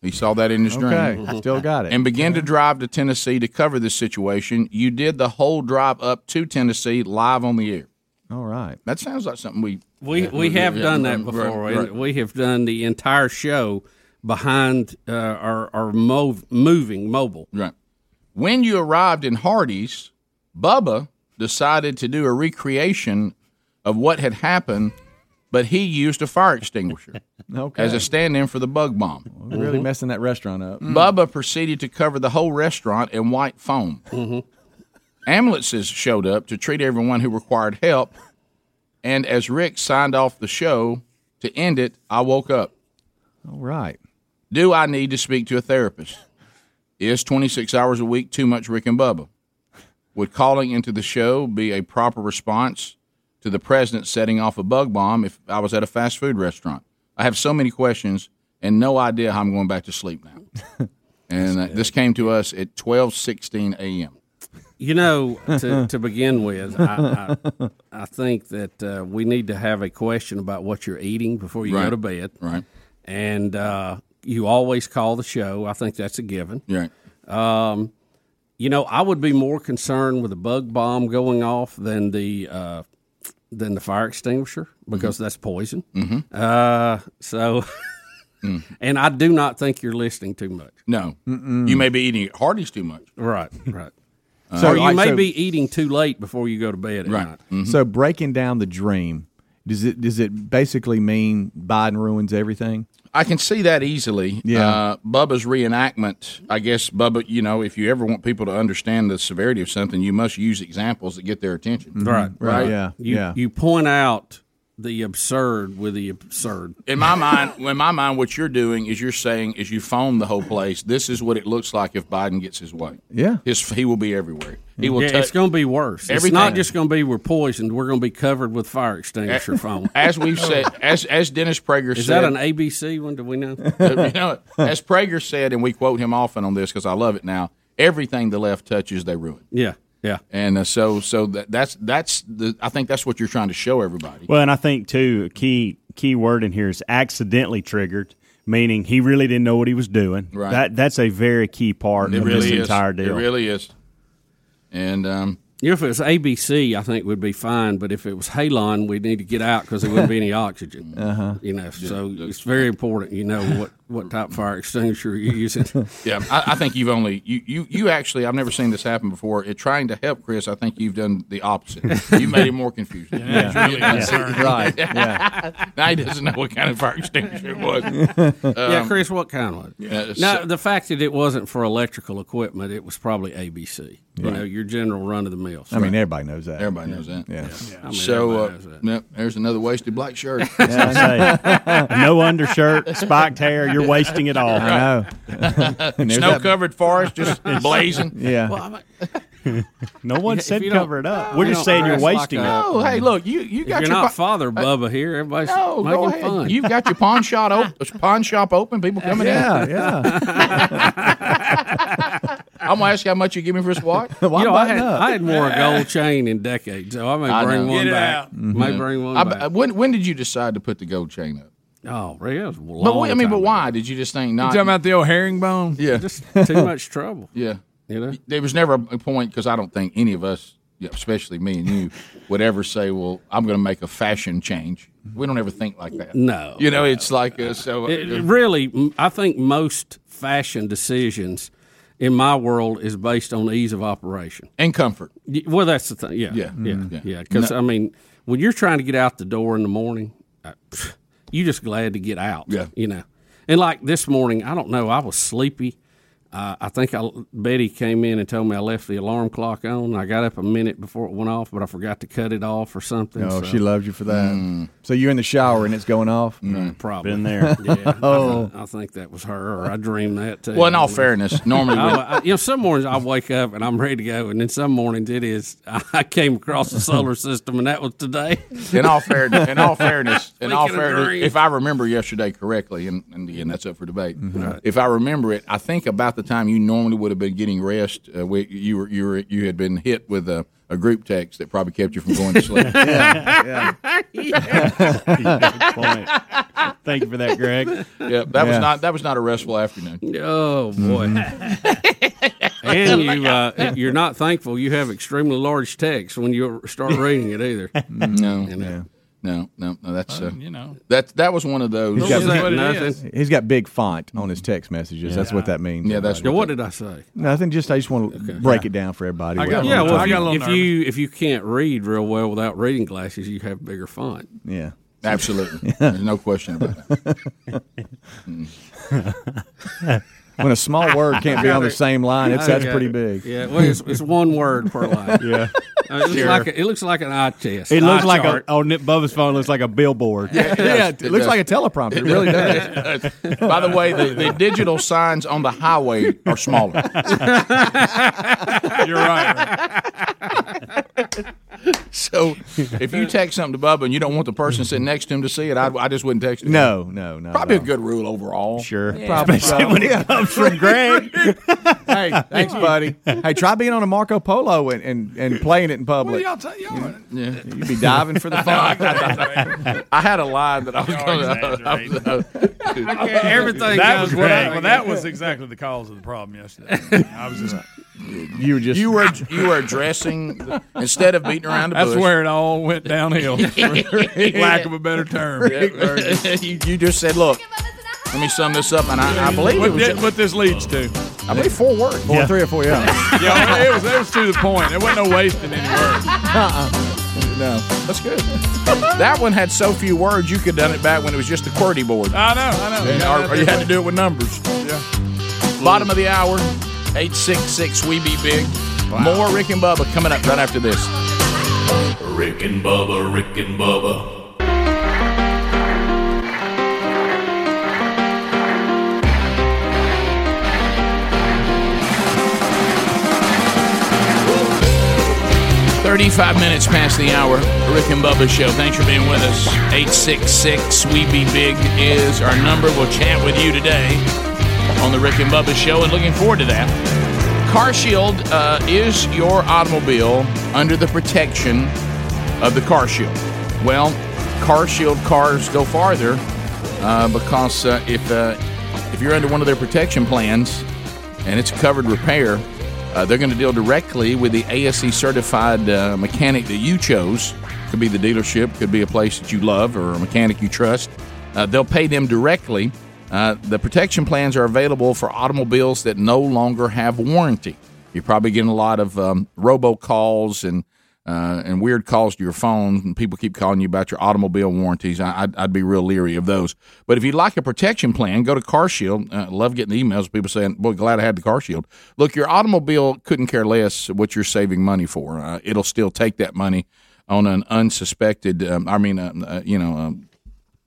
He saw that in his dream.
Okay, still got it.
And began to drive to Tennessee to cover this situation. You did the whole drive up to Tennessee live on the air.
All right.
That sounds like something we
We we have
Mm-hmm. yeah,
done that
right,
before.
right.
and We have done the entire show behind uh, our our mov- moving mobile.
Right. When you arrived in Hardy's, Bubba decided to do a recreation of what had happened, but he used a fire extinguisher
Okay.
as a stand-in for the bug bomb.
We're really messing that restaurant up.
Mm-hmm. Bubba proceeded to cover the whole restaurant in white foam.
Mm-hmm.
Ambulances showed up to treat everyone who required help. And as Rick signed off the show to end it, I woke up.
All right.
Do I need to speak to a therapist? Is 26 hours a week too much Rick and Bubba? Would calling into the show be a proper response to the president setting off a bug bomb if I was at a fast food restaurant? I have so many questions and no idea how I'm going back to sleep now. and uh, this came to us at 12:16 a.m.
You know, to, to begin with, I, I, I think that uh, we need to have a question about what you're eating before you
Right.
go to bed.
Right.
And uh, you always call the show. I think that's a given.
Right.
Um, you know, I would be more concerned with a bug bomb going off than the uh, than the fire extinguisher
Mm-hmm.
because that's poison.
Mhm.
Uh, so, and I do not think you're listening too much.
Mm. No,
Mm-mm.
you may be eating at Hardee's too much.
Right, right.
Uh,
so you
like,
may
so-
be eating too late before you go to bed at
Right. Mm-hmm.
night.
So breaking down the dream, does it does it basically mean Biden ruins everything?
I can see that easily.
Yeah.
Uh, Bubba's reenactment, I guess, Bubba, you know, if you ever want people to understand the severity of something, you must use examples that get their attention.
Mm-hmm. Right, right. You,
You-
You point out the absurd with the absurd.
in my mind, in my mind, what you're doing is you're saying is you phone the whole place. This is what it looks like if Biden gets his way.
Yeah.
His, he will be everywhere. He will.
Mm-hmm. Yeah,
touch-
it's going to be worse. It's
Everything.
not just going to be we're poisoned. We're going to be covered with fire extinguisher foam.
As we've said, as as Dennis Prager
Is
said,
that an ABC one? Do we know?
you know, as Prager said, and we quote him often on this because I love it now. Everything the left touches, they ruin.
Yeah, yeah.
And uh, so, so that, that's that's the. I think that's what you're trying to show everybody.
Well, and I think too, a key key word in here is accidentally triggered, meaning he really didn't know what he was doing.
Right.
That that's a very key part
It
of
really
this
is.
entire deal.
It really is. And um,
You know, if it was ABC, I think we'd be fine. But if it was Halon, we'd need to get out because there wouldn't be any oxygen.
Uh-huh.
You know, so it's very important. You know what what type of fire extinguisher you're using.
yeah, I, I think you've only you, you you actually. I've never seen this happen before. It trying to help Chris. I think you've done the opposite. You made him more confused.
Yeah, that's really concerning. Right,
yeah.
now he doesn't know what kind of fire extinguisher it was.
yeah,
Um,
Chris, what kind was it?
yeah, it's-
now, the fact that it wasn't for electrical equipment, it was probably ABC. You
Right.
know, your general run of the mill.
I mean, everybody knows that.
Everybody knows that.
Yeah.
I mean,
so uh,
everybody knows
yep, there's another wasted black shirt.
Yeah, I say. No undershirt, spiked hair, you're wasting it all.
Right.
I know.
Snow covered forest just blazing.
Yeah.
Well,
no one said
you don't-
cover it up.
no,
We're
you
just
don't
saying you're
dress like
wasting
a-
it.
No, hey, look, you you
If
got
you're
your
not
pa- uh,
Father Bubba here. Everybody's
No,
making
go ahead.
fun.
You've got your pawn shop open. Pawn shop open. People coming in. I'm gonna ask you how much you give me for this watch.
you know, I, had, I hadn't worn a gold chain in decades, so I may
I
bring
know.
one
Get it
back.
out.
Mm-hmm.
May
Mhm.
bring one
I-
back.
I- when when did you decide to put the gold chain up?
oh, really? That was a long
But wait, I mean,
time
but
ago.
why did you just think not?
talking about the old herringbone?
Yeah,
Just too much trouble.
Yeah,
You know?
There was never a point because I don't think any of us, yeah, especially me and you, would ever say, "Well, I'm going to make a fashion change." We don't ever think like that.
No.
you know, it's like uh, so.
It,
uh,
it really, m- I think most fashion decisions in my world is based on ease of operation
and comfort.
Well, that's the thing. Yeah,
Yeah.
yeah,
Mhm.
yeah. Because I mean, when you're trying to get out the door in the morning, I- pff, you're just glad to get out.
Yeah.
you know. And like this morning, I don't know. I was sleepy. Uh, I think I, Betty came in and told me I left the alarm clock on. I got up a minute before it went off, but I forgot to cut it off or something.
Oh,
so-
she loved you for that. So you're in the shower and it's going off.
Probably
Been there.
Yeah,
Mm. Oh.
I, I think that was her, or I dreamed that too.
Well, in all fairness, normally
I,
when-
I- you know, some mornings I wake up and I'm ready to go, and then some mornings it is I came across the solar system, and that was today.
In all fairness, in all fairness, in all
Speaking of
fairness,
dreams.
if I remember yesterday correctly, and, and again that's up for debate.
Mm-hmm.
Right.
If I remember it, I think about the time you normally would have been getting rest, uh, we, you were you were you had been hit with a, a group text that probably kept you from going to sleep.
Thank you for that, Greg. Yeah,
that was not that was not a restful afternoon. Mm-hmm.
Oh boy! and you, uh, you're not thankful. You have extremely large text when you start reading it either.
No,
You know.
no, no, no. That's uh,
Well, you know.
that that was one of those.
He's got, he's got big font on his text messages.
Yeah.
That's what that means.
Yeah, that's
Now, what did I say?
Nothing. Just I just want to break it down for everybody.
yeah. Well, if, you, if you if you can't read real well without reading glasses, you have bigger font.
yeah,
absolutely. There's no question about it. Mm.
when a small word can't be on the same line, it's that's
Okay.
pretty big.
Yeah, well, it's, it's one word per line.
Yeah.
Uh, it, looks
Sure.
like a, it lix like an eye test.
It looks
eye
like
chart.
a, on Nick Bubba's phone. It looks like a billboard.
Yeah, it looks like a teleprompter. It really does.
By the way, the, the digital signs on the highway are smaller.
You're right.
So if you text something to Bubba and you don't want the person sitting next to him to see it, I, I just wouldn't text him.
No, no, no.
Probably a good rule overall.
Sure.
Yeah.
Probably.
Especially when it
Yeah.
comes from Greg.
hey, thanks, buddy. Hey, try being on a Marco Polo and, and, and playing it in public.
y'all tell- y'all- Yeah.
You'd be diving for the phone.
I had a line that I was going to.
everything
That
goes
was what I,
wrong.
well, that was exactly the cause of the problem yesterday. I was just
You were just
you were you were addressing instead of beating around the
That's
bush.
where it all went downhill. Lack of a better term.
you, you just said, "Look, let me sum this up," and I, I believe
what,
it was.
thi- what this leads to.
I believe four words.
Four, three or four, yeah.
yeah, it was, it was to the point. There wasn't no wasting any words.
Uh-uh. No.
That's good. That one had so few words you could have done it back when it was just a QWERTY board.
I know, I know.
And- or, or you had to do it with numbers.
Yeah.
Bottom of the hour, 866 We Be Big. More Rick and Bubba coming up right after this.
Rick and Bubba, Rick and Bubba,
Thirty-five minutes past the hour. Rick and Bubba Show. Thanks for being with us. Eight six six. We be big is our number. We'll chat with you today on the Rick and Bubba Show, and looking forward to that. Car Shield uh, is your automobile under the protection of the Car Shield. Well, Car Shield cars go farther uh, because uh, if uh, if you're under one of their protection plans and it's a covered repair, uh, they're going to deal directly with the ASE certified uh, mechanic that you chose. Could be the dealership, could be a place that you love or a mechanic you trust. Uh, they'll pay them directly. Uh, the protection plans are available for automobiles that no longer have warranty. You're probably getting a lot of um, robocalls and uh, and weird calls to your phone, and people keep calling you about your automobile warranties. I, I'd, I'd be real leery of those. But if you'd like a protection plan, go to CarShield. Uh, love getting emails of people saying, "Boy, glad I had the CarShield." Look, your automobile couldn't care less what you're saving money for. Uh, it'll still take that money on an unsuspected. Um, I mean, uh, uh, you know, um,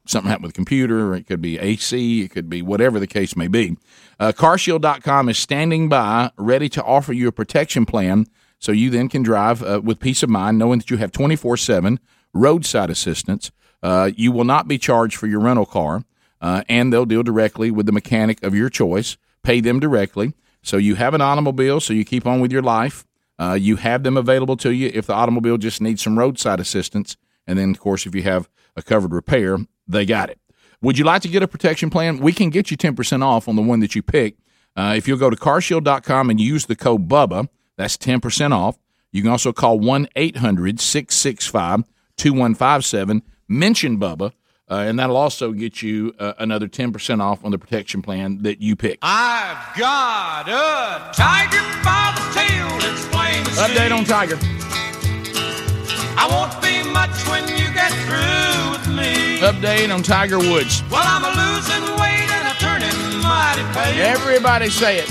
something happened with the computer, or it could be AC, it could be whatever the case may be. Uh, carshield.com is standing by, ready to offer you a protection plan so you then can drive uh, with peace of mind, knowing that you have 24 7 roadside assistance. Uh, you will not be charged for your rental car, uh, and they'll deal directly with the mechanic of your choice. Pay them directly. So you have an automobile, so you keep on with your life. Uh, you have them available to you if the automobile just needs some roadside assistance. And then, of course, if you have a covered repair, they got it. Would you like to get a protection plan? We can get you 10% off on the one that you pick. Uh, if you'll go to carshield.com and use the code BUBBA, that's 10% off. You can also call 1 800 665 2157, mention Bubba, uh, and that'll also get you uh, another 10% off on the protection plan that you pick.
I've got a tiger by the tail that's plain to
Update on Tiger.
I won't be much when you get through with me.
Update on Tiger Woods.
Well, I'm a losing weight and I'm turning mighty pale.
Everybody say it.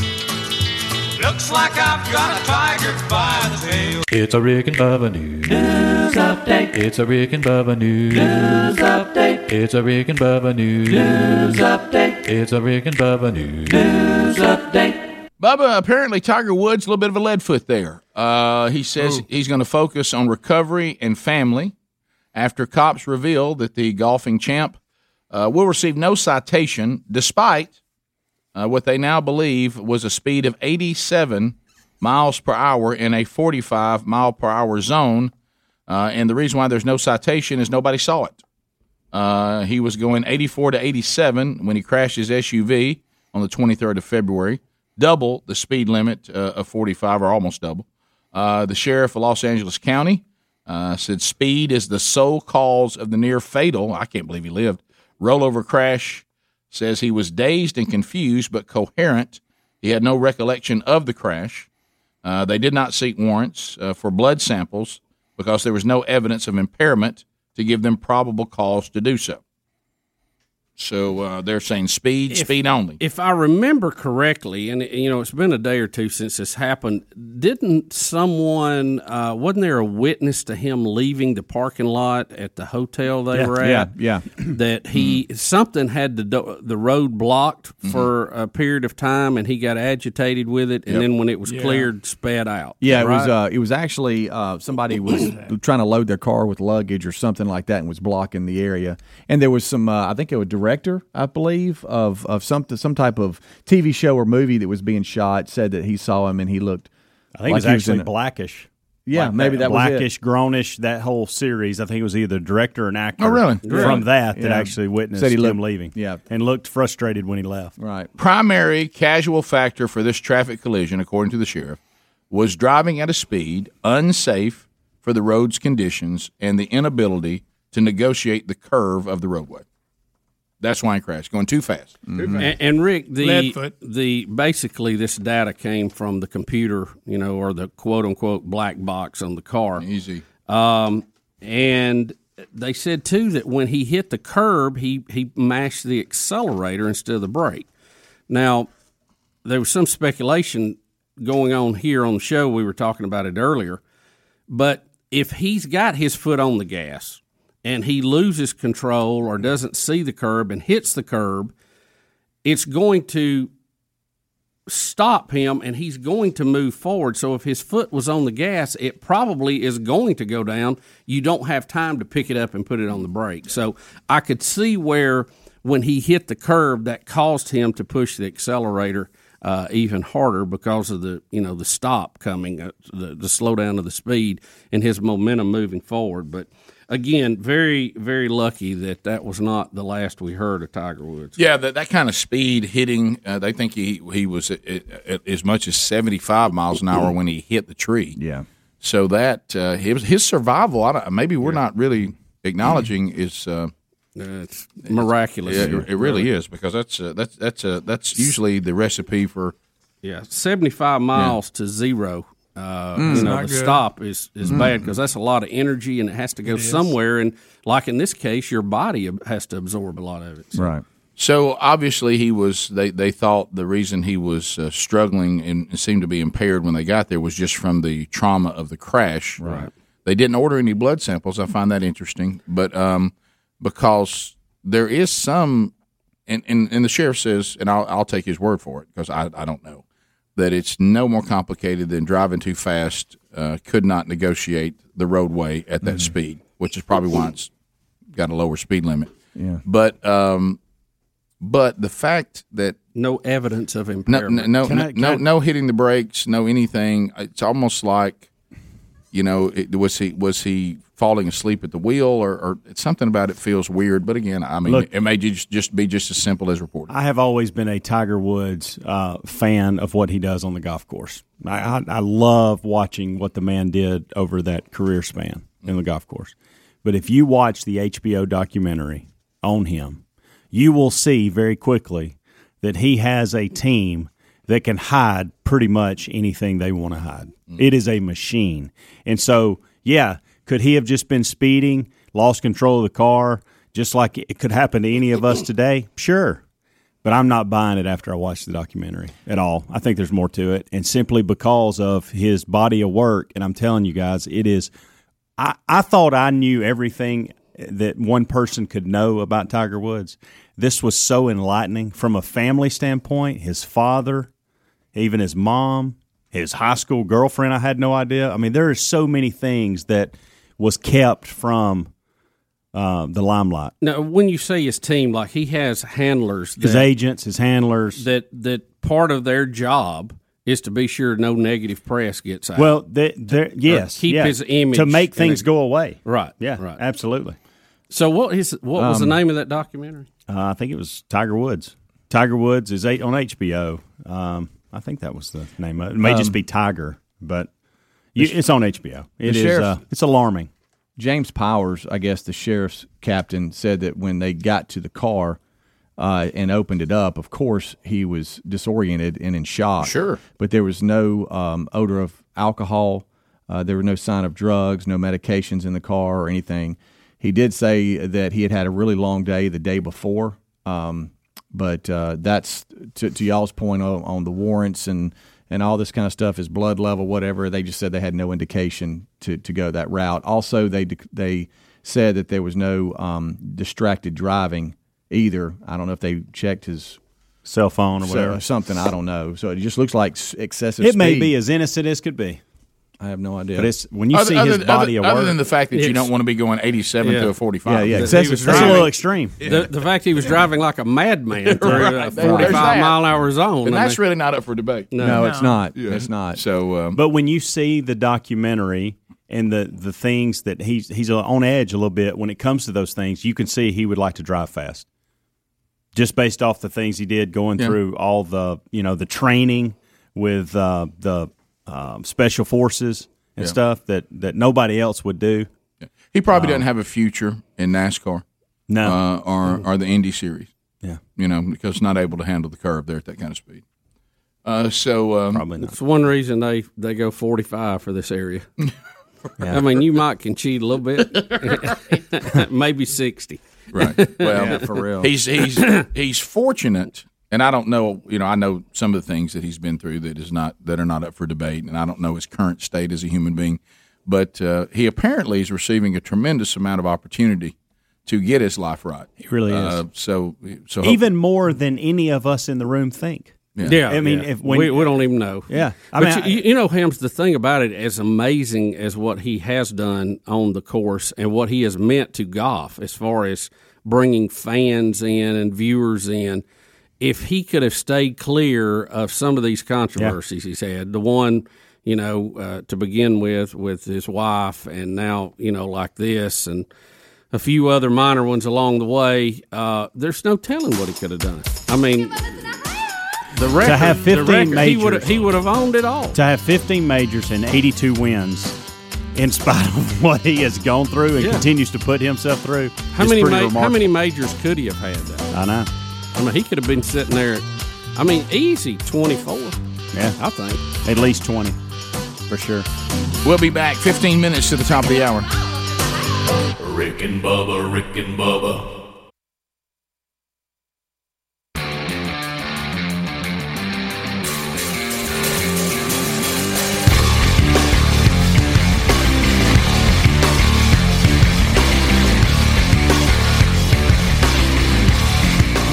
Looks like I've got a tiger by the tail.
It's a Rick and Bubba news. News update. It's a Rick and Bubba news. News update. It's a Rick and Bubba news. News update. It's a Rick and Bubba news. News update.
Bubba, apparently Tiger Woods, a little bit of a lead foot there. Uh, he says he's going to focus on recovery and family after cops reveal that the golfing champ uh, will receive no citation despite uh, what they now believe was a speed of 87 miles per hour in a 45 mile per hour zone. Uh, and the reason why there's no citation is nobody saw it. Uh, he was going 84 to 87 when he crashed his SUV on the 23rd of February, double the speed limit uh, of 45, or almost double. Uh, the sheriff of Los Angeles County uh, said speed is the sole cause of the near fatal, I can't believe he lived, rollover crash. Says he was dazed and confused, but coherent. He had no recollection of the crash. Uh, they did not seek warrants uh, for blood samples because there was no evidence of impairment to give them probable cause to do so. So uh, they're saying speed,
If-
speed only.
If I remember correctly, and you know, it's been a day or two since this happened. Didn't someone? Uh, wasn't there a witness to him leaving the parking lot at the hotel they
Yeah,
were
yeah,
at?
yeah.
That he something had the do- the road blocked
Mm-hmm.
for a period of time, and he got agitated with it, and
Yep.
then when it was
Yeah.
cleared, sped out.
Yeah, it
right?
was. Uh, it was actually uh, somebody was trying to load their car with luggage or something like that, and was blocking the area. And there was some. Uh, I think it was director, I believe, of of some some type of TV show or movie that was being shot. Said that he saw him and he looked.
I think
like
it was
he
actually
in a-
Blackish.
Yeah,
Like
maybe that was it.
Blackish, Grownish, that whole series. I think it was either director and actor.
Oh, really? Really?
From that, that
Yeah.
actually witnessed
Said he
him
looked-
leaving. Yeah, and looked frustrated when he left.
Right.
primary casual factor for this traffic collision, according to the sheriff, was driving at a speed unsafe for the road's conditions and the inability to negotiate the curve of the roadway. That's why he crashed, going too fast.
And, and Rick, the
Leadfoot.
the basically this data came from the computer, you know, or the quote unquote black box on the car.
Easy.
Um, and they said too that when he hit the curb, he he mashed the accelerator instead of the brake. Now, there was some speculation going on here on the show. We were talking about it earlier, but if he's got his foot on the gas and he loses control or doesn't see the curb and hits the curb, it's going to stop him and he's going to move forward. So if his foot was on the gas, it probably is going to go down. You don't have time to pick it up and put it on the brake. So I could see where when he hit the curb that caused him to push the accelerator uh, even harder because of the you know the stop coming, uh, the the slowdown of the speed and his momentum moving forward. But again, very very lucky that that was not the last we heard of Tiger Woods.
Yeah, that, that kind of speed hitting. Uh, they think he he was at, at, at as much as seventy five miles an hour when he hit the tree.
Yeah.
So that uh, his his survival. I don't, maybe we're not really acknowledging is. Uh,
it's miraculous.
Yeah, it, it really is because that's uh, that's that's uh, that's usually the recipe for.
Yeah, seventy-five miles to zero. Uh,
Mm.
you
It's
know,
not
the
good.
stop is is
Mm.
bad because that's a lot of energy and it has to go
It is.
somewhere. And like in this case, your body ab- has to absorb a lot of it.
Right.
So obviously he was. They they thought the reason he was uh, struggling and seemed to be impaired when they got there was just from the trauma of the crash. Right. They didn't order any blood samples. I find that interesting, but um, because there is some, and, and and the sheriff says, and I'll I'll take his word for it because I I don't know that it's no more complicated than driving too fast. Uh, could not negotiate the roadway at that speed, which is probably why it's got a lower speed limit.
Yeah.
But um, but the fact that
no evidence of
no
impairment,
no no no, no hitting the brakes, no anything. It's almost like You know, it, was he was he falling asleep at the wheel or, or something about it feels weird? But again, I mean,
Look-
it may just, just be just as simple as reported.
I have always been a Tiger Woods uh, fan of what he does on the golf course. I, I, I love watching what the man did over that career span in the golf course. But if you watch the HBO documentary on him, you will see very quickly that he has a team that can hide pretty much anything they want to hide. It is a machine. And so, yeah, could he have just been speeding, lost control of the car, just like it could happen to any of us today? Sure. But I'm not buying it after I watched the documentary at all. I think there's more to it. And simply because of his body of work, and I'm telling you guys, it is. I, I thought I knew everything that one person could know about Tiger Woods. This was so enlightening from a family standpoint. His father, even his mom, his high school girlfriend, I had no idea. I mean, there are so many things that was kept from uh, the limelight.
Now, when you say his team, like he has handlers,
His
that-
agents, his handlers.
that that part of their job is to be sure no negative press gets out.
Well, they, they're,
Or
yes,
keep
yeah.
his image
to make
in a-
things go away.
Right.
Yeah.
Right.
Absolutely.
So what his what was
Um,
the name of that documentary?
Uh, I think it was Tiger Woods. Tiger Woods is eight on HBO. Um, I think that was the name of it. It may just
Um,
be Tiger, but you, it's on HBO. It is.
the sheriff-
Uh, it's alarming.
James Powers, I guess the sheriff's captain, said that when they got to the car uh, and opened it up, of course he was disoriented and in shock.
Sure.
But there was no um, odor of alcohol. Uh, there were no sign of drugs, no medications in the car or anything. He did say that he had had a really long day the day before. Um, but uh, that's to, to y'all's point on, on the warrants and, and all this kind of stuff, his blood level, whatever. They just said they had no indication to, to go that route. Also, they dec- they said that there was no um, distracted driving either. I don't know if they checked his
cell phone or whatever.
something. I don't know. So it just looks like s- excessive.
It may
speed.
be as innocent as could be.
I have no idea.
But it's when you see his body
other,
of work.
other than the fact that you
It's-
don't want to be going 87
Yeah.
to a 45.
Yeah, yeah,
That he was driving-
extreme.
The, the fact he was driving like a madman through a
Right. There's
forty-five
that.
mile an hour zone,
And
I
that's
mean-
really not up for debate.
No. No, it's
not.
Yeah.
It's not.
So, um,
But when you see the documentary and the the things that he's he's on edge a little bit when it comes to those things, you can see he would like to drive fast. Just based off the things he did, going
Yeah.
through all the you know the training with uh, the um, special forces and
Yeah.
stuff that that nobody else would do.
He probably
Um,
doesn't have a future in NASCAR.
No.
Uh, or, or the Indy Series.
Yeah.
You know, because not able to handle the curve there at that kind of speed. Uh, so um, probably
It's one reason they, they go 45 for this area. I mean, you might can cheat a little bit, maybe 60.
Right. Well, He's he's he's fortunate, and I don't know. You know, I know some of the things that he's been through that is not that are not up for debate, and I don't know his current state as a human being. But uh, he apparently is receiving a tremendous amount of opportunity to get his life right. He
really is.
Uh, so so hope-
Even more than any of us in the room think.
Yeah.
I mean,
yeah.
if when
we, we don't even know.
Yeah. I
I but
mean,
you, you know, Hams, the thing about it, as amazing as what he has done on the course and what he has meant to golf as far as bringing fans in and viewers in, if he could have stayed clear of some of these controversies he's had, the one, you know, uh, to begin with, with his wife, and now, you know, like this, and a few other minor ones along the way, uh, there's no telling what he could have done. I mean, the record,
To have 15
the record, he would have,
majors.
he would have owned it all.
to have 15 majors and 82 wins in spite of what he has gone through and
Yeah.
continues to put himself through.
How
is
many
pretty
ma- how
remarkable.
many majors could he have had? Though?
I know.
I mean, he could have been sitting there. at- I mean, easy twenty four.
Yeah.
I think.
At least 20, for sure.
We'll be back 15 minutes to the top of the hour.
Rick and Bubba, Rick and Bubba,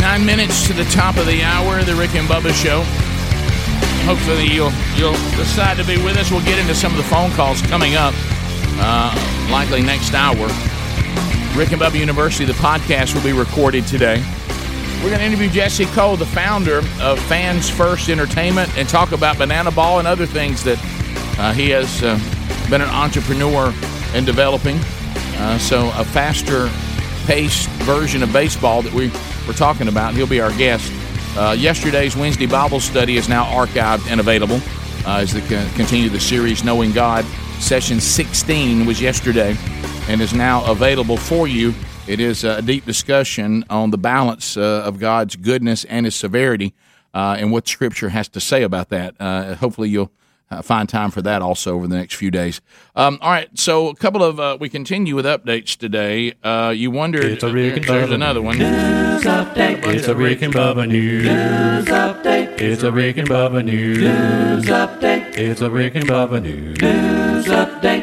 Nine minutes to the top of the hour, the Rick and Bubba Show. Hopefully, you'll you'll decide to be with us. We'll get into some of the phone calls coming up, uh, likely next hour. Rick and Bubba University, the podcast will be recorded today. We're going to interview Jesse Cole, the founder of Fans First Entertainment, and talk about Banana Ball and other things that uh, he has uh, been an entrepreneur in developing. Uh, so a faster paced version of baseball that we were talking about. He'll be our guest. Uh, yesterday's Wednesday Bible study is now archived and available uh, as they con- continue the series Knowing God. Session 16 was yesterday and is now available for you. It is a deep discussion on the balance uh, of God's goodness and his severity uh, and what Scripture has to say about that. Uh, hopefully, you'll uh, find time for that also over the next few days. Um, all right, so a couple of uh, we continue with updates today. Uh, you wondered uh,
It's a Rick and
there's
Bubba
another one.
News update. It's a Rick and Bubba news. News update. It's a Rick and Bubba news. News update. It's a Rick and Bubba news.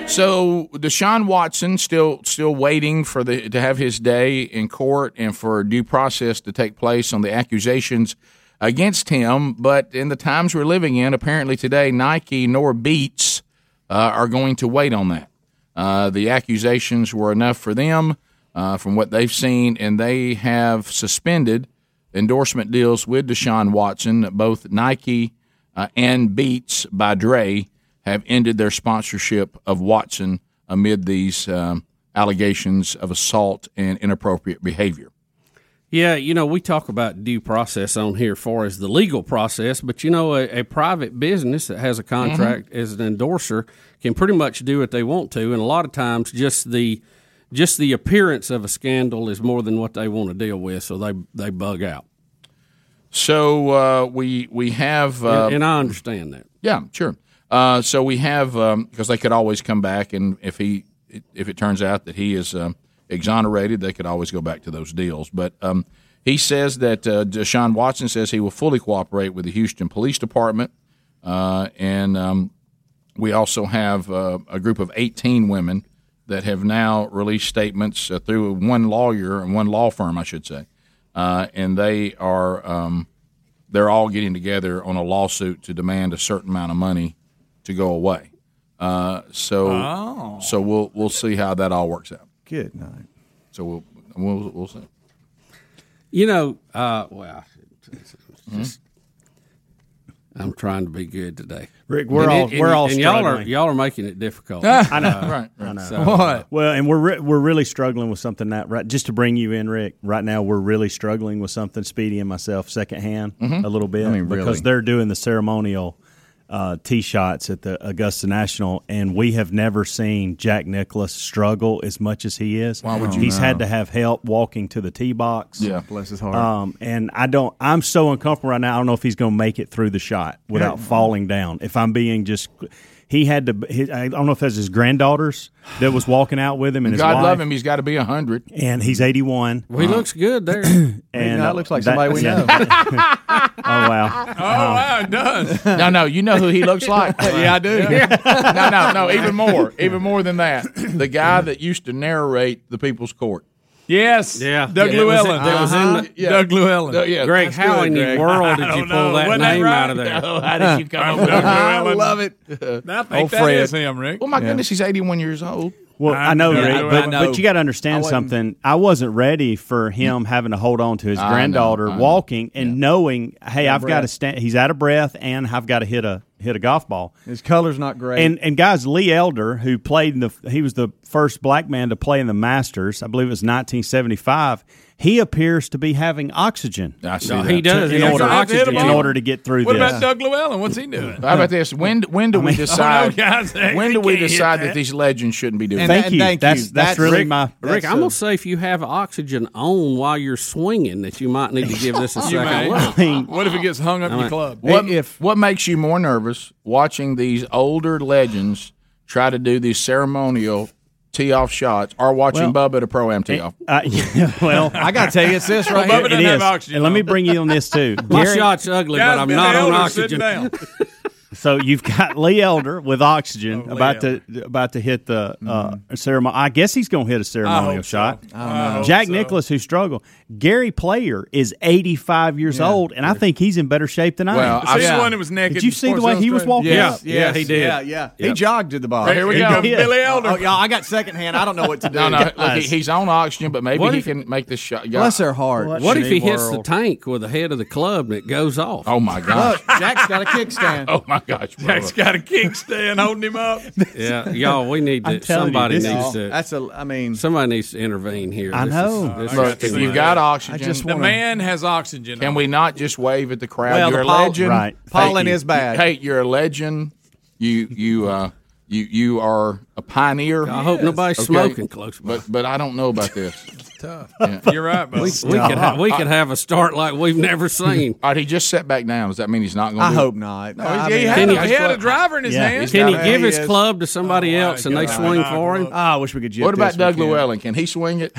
So Deshaun Watson still still waiting for the to have his day in court and for due process to take place on the accusations against him. But in the times we're living in, apparently today Nike nor Beats uh, are going to wait on that. Uh, the accusations were enough for them, uh, from what they've seen, and they have suspended endorsement deals with Deshaun Watson. Both Nike uh, and Beats by Dre have ended their sponsorship of Watson amid these um, allegations of assault and inappropriate behavior.
Yeah, you know, we talk about due process on here far as the legal process, but you know, a, a private business that has a contract as an endorser can pretty much do what they want to, and a lot of times just the just the appearance of a scandal is more than what they want to deal with, so they they bug out.
So uh, we we have, uh,
and, and I understand that.
yeah, sure. Uh, so we have because they could always come back, and if he if it turns out that he is um, exonerated, they could always go back to those deals. But um, he says that uh, Deshaun Watson says he will fully cooperate with the Houston Police Department, uh, and um, we also have uh, a group of 18 women that have now released statements uh, through one lawyer and one law firm, I should say, uh, and they are um, they're all getting together on a lawsuit to demand a certain amount of money to go away. Uh, so
Oh.
so we'll we'll see how that all works out.
Good night.
So we'll we'll, we'll see.
You know, uh, well,
Hmm?
I'm trying to be good today,
Rick, we're
And
all- we're all
and y'all are
struggling.
y'all are making it difficult.
I know.
Uh,
Right, right.
so-
Well, and we're re- we're really struggling with something that right. Just to bring you in, Rick. Right now, we're really struggling with something. Speedy and myself, secondhand,
Mhm.
a little bit,
I mean,
because
really.
they're doing the ceremonial uh, tee shots at the Augusta National, and we have never seen Jack Nicklaus struggle as much as he is. Why
would you?
He's
No.
had to have help walking to the tee box.
Yeah. Bless his heart.
Um, and I don't. I'm so uncomfortable right now. I don't know if he's going to make it through the shot without
Yeah.
falling down. If I'm being just, he had to. He, I don't know if that's his granddaughters that was walking out with him and his
God
wife.
love him. He's got to be hundred.
And he's 81.
Well, he looks good there. and
And, uh, that- oh wow. Oh
wow, it does. No, no, you know who he looks like. yeah, I do. no, no, no. Even more, even more than that. The guy that used to narrate the People's Court.
Yes. Yeah. Doug
Yeah, it was in-
Llewellyn.
it was in the- Uh-huh. yeah.
Doug Llewellyn.
Doug- yeah,
Greg, how in the world did you pull that name out of there?
up
with
that?
that?
I love it. Oh,
I think that is him, Rick.
Well, my
Yeah.
goodness, he's 81 years old.
Well, I, know,
Yeah,
Rick,
I
but,
know.
but you got to
I
understand
wasn't-
something. I wasn't ready for him having to hold on to his
I know,
granddaughter
I know.
walking and knowing, hey,
Out of
I've got to
breath.
stand. He's out of breath, and I've got to hit a hit a golf ball.
His color's not great.
And and guys, Lee Elder, who played in the, he was the first black man to play in the Masters. I believe it was 1975. He appears to be having oxygen.
I
see No, that. he does.
in
He
order,
has oxygen.
in order to get through
What
this.
about Doug Llewellyn? What's he doing?
How about this? When when do we decide?
guys, hey,
when
we
do we
can't hit
decide that.
that.
these legends shouldn't be doing?
And
it?
that- thank
That's- that's really
Rick,
my-
Rick.
that's
I'm
a-
gonna say if you have oxygen on while you're swinging, that you might need to give this a
You
second
may.
look.
What if it gets hung up in
I
the
mean,
club?
What if what makes you more nervous watching these older legends try to do these ceremonial tee off shots, or watching Bubba at a pro am tee off?
Uh, yeah, well,
I gotta tell you, it's this right Well, here. Bubba
It
doesn't have
is.
oxygen,
And let me bring you on this too.
My
Gary-
shot's ugly, but I'm not on oxygen.
So you've got Lee Elder with oxygen about to about to hit the uh, ceremony. I guess he's going to hit a
I
ceremonial
hope so.
shot.
I don't know. I hope
Jack
so.
Nicholas, who struggled, Gary Player is 85 years old, and I think he's in better shape than I am.
Well, See the one that was naked
Did you
in
see the
Sports
way he was
Illustrated?
walking?
Yeah,
up?
yeah, he did.
Yeah, yeah. He
Yep.
jogged to the ball.
Right, here we Here go. go,
He did.
Billy Elder.
Oh, yeah, I got secondhand. I don't know what to do.
No, no. Look, he- he's on oxygen, but maybe
What
he
if-
can make this shot.
What if he hits the tank with the head of the club and it goes off?
Oh my
Look, Jack's got a kickstand.
oh my gosh,
Jack's got a kickstand holding him up.
Yeah, y'all, we need
I'm
to.
telling you,
Somebody
this
needs
is-
to.
That's a. I mean,
somebody needs to intervene here.
I
This
know.
Is, this
Look,
is
if
too
you've
much.
got oxygen,
the man has oxygen.
Can we not just wave at the crowd?
Well,
you're
the
a
poll-
legend.
right. Pollen
you-
is bad.
Hey, you're a legend. You you uh you you are a pioneer.
I hope nobody's smoking close by.
But but I don't know about this.
Tough.
Yeah.
You're right,
We, we could ha- we could have a start like we've never seen.
All right, he just sat back down. Does that mean he's not going?
I
to
hope
not.
No, I he- he mean- had a- he had a driver in his Yeah. hand. Can he give his club to somebody Oh, my else and they God. swing for him?
I wish we could.
What about Doug Llewellyn? Can he swing it?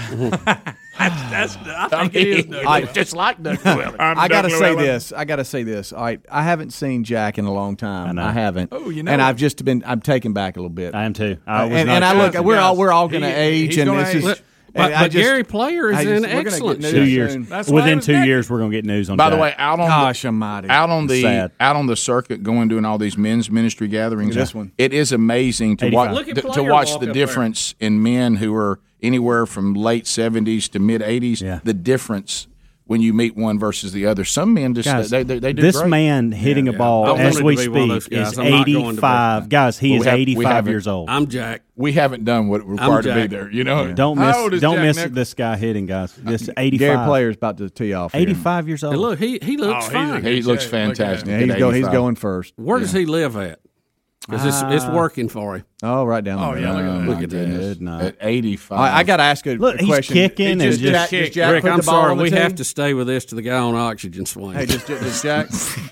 That's, I
think it is Doug Llewellyn. Just like Doug
E.
Llewellyn. I'm
E.
E.
I gotta
Doug
say
Llewellyn.
this. I gotta say this. All right, I haven't seen Jack in a long time. I, haven't.
Oh, you know.
And I've just been. I'm taken back a little bit. I
am too.
I was
and,
not
and I look.
surprised.
We're all we're all
He-
going to
he's
age, and
gonna
this
age.
is.
Look,
and
but-
I
but Gary Player is
I
in
we're gonna get
excellence.
news
two years.
soon.
Within two years, we're going to get news on.
By the
Jack.
way, out on
Gosh
the,
almighty.
out on the
Sad.
out on the circuit, going doing all these men's ministry gatherings.
Look at this one.
it is amazing to
85.
watch
Look at
to, to
Player
watch
walk
the
up there.
difference in men who are anywhere from late seventies to mid eighties. The difference when you meet one versus the other. Some men just
Guys,
they, they, they do
this
great.
man hitting a
I
ball
wanted
as
to
we
be one of
speak
those guys.
is
I'm not going to
85. Guys, he
Well,
is
we have- we
85
haven't-
years old.
I'm Jack.
We haven't done what we're required to be there. You know,
Don't
How
miss
old is
don't
Jack
miss
Nicholson?
this guy hitting, guys. This 85.
Gary Player's about to tee off. here.
85 years old.
And look, he he looks
Oh, he's
fine.
a- He looks look at him. fantastic
Yeah, he's,
at
go, he's
85.
going first.
Where does he live at? 'Cause it's, it's
Ah.
working for him.
Oh, right down. the
Oh,
middle.
yeah, look at that. Look
my
at that.
goodness.
Good night. At
85.
I, I got to ask a,
Look,
a
he's
question.
kicking
Did
and just
Jack, just Jack
Rick,
put
I'm
the ball
sorry,
on the
we
tee?
have to stay with this to the guy on oxygen swing.
Hey, just, just Jack.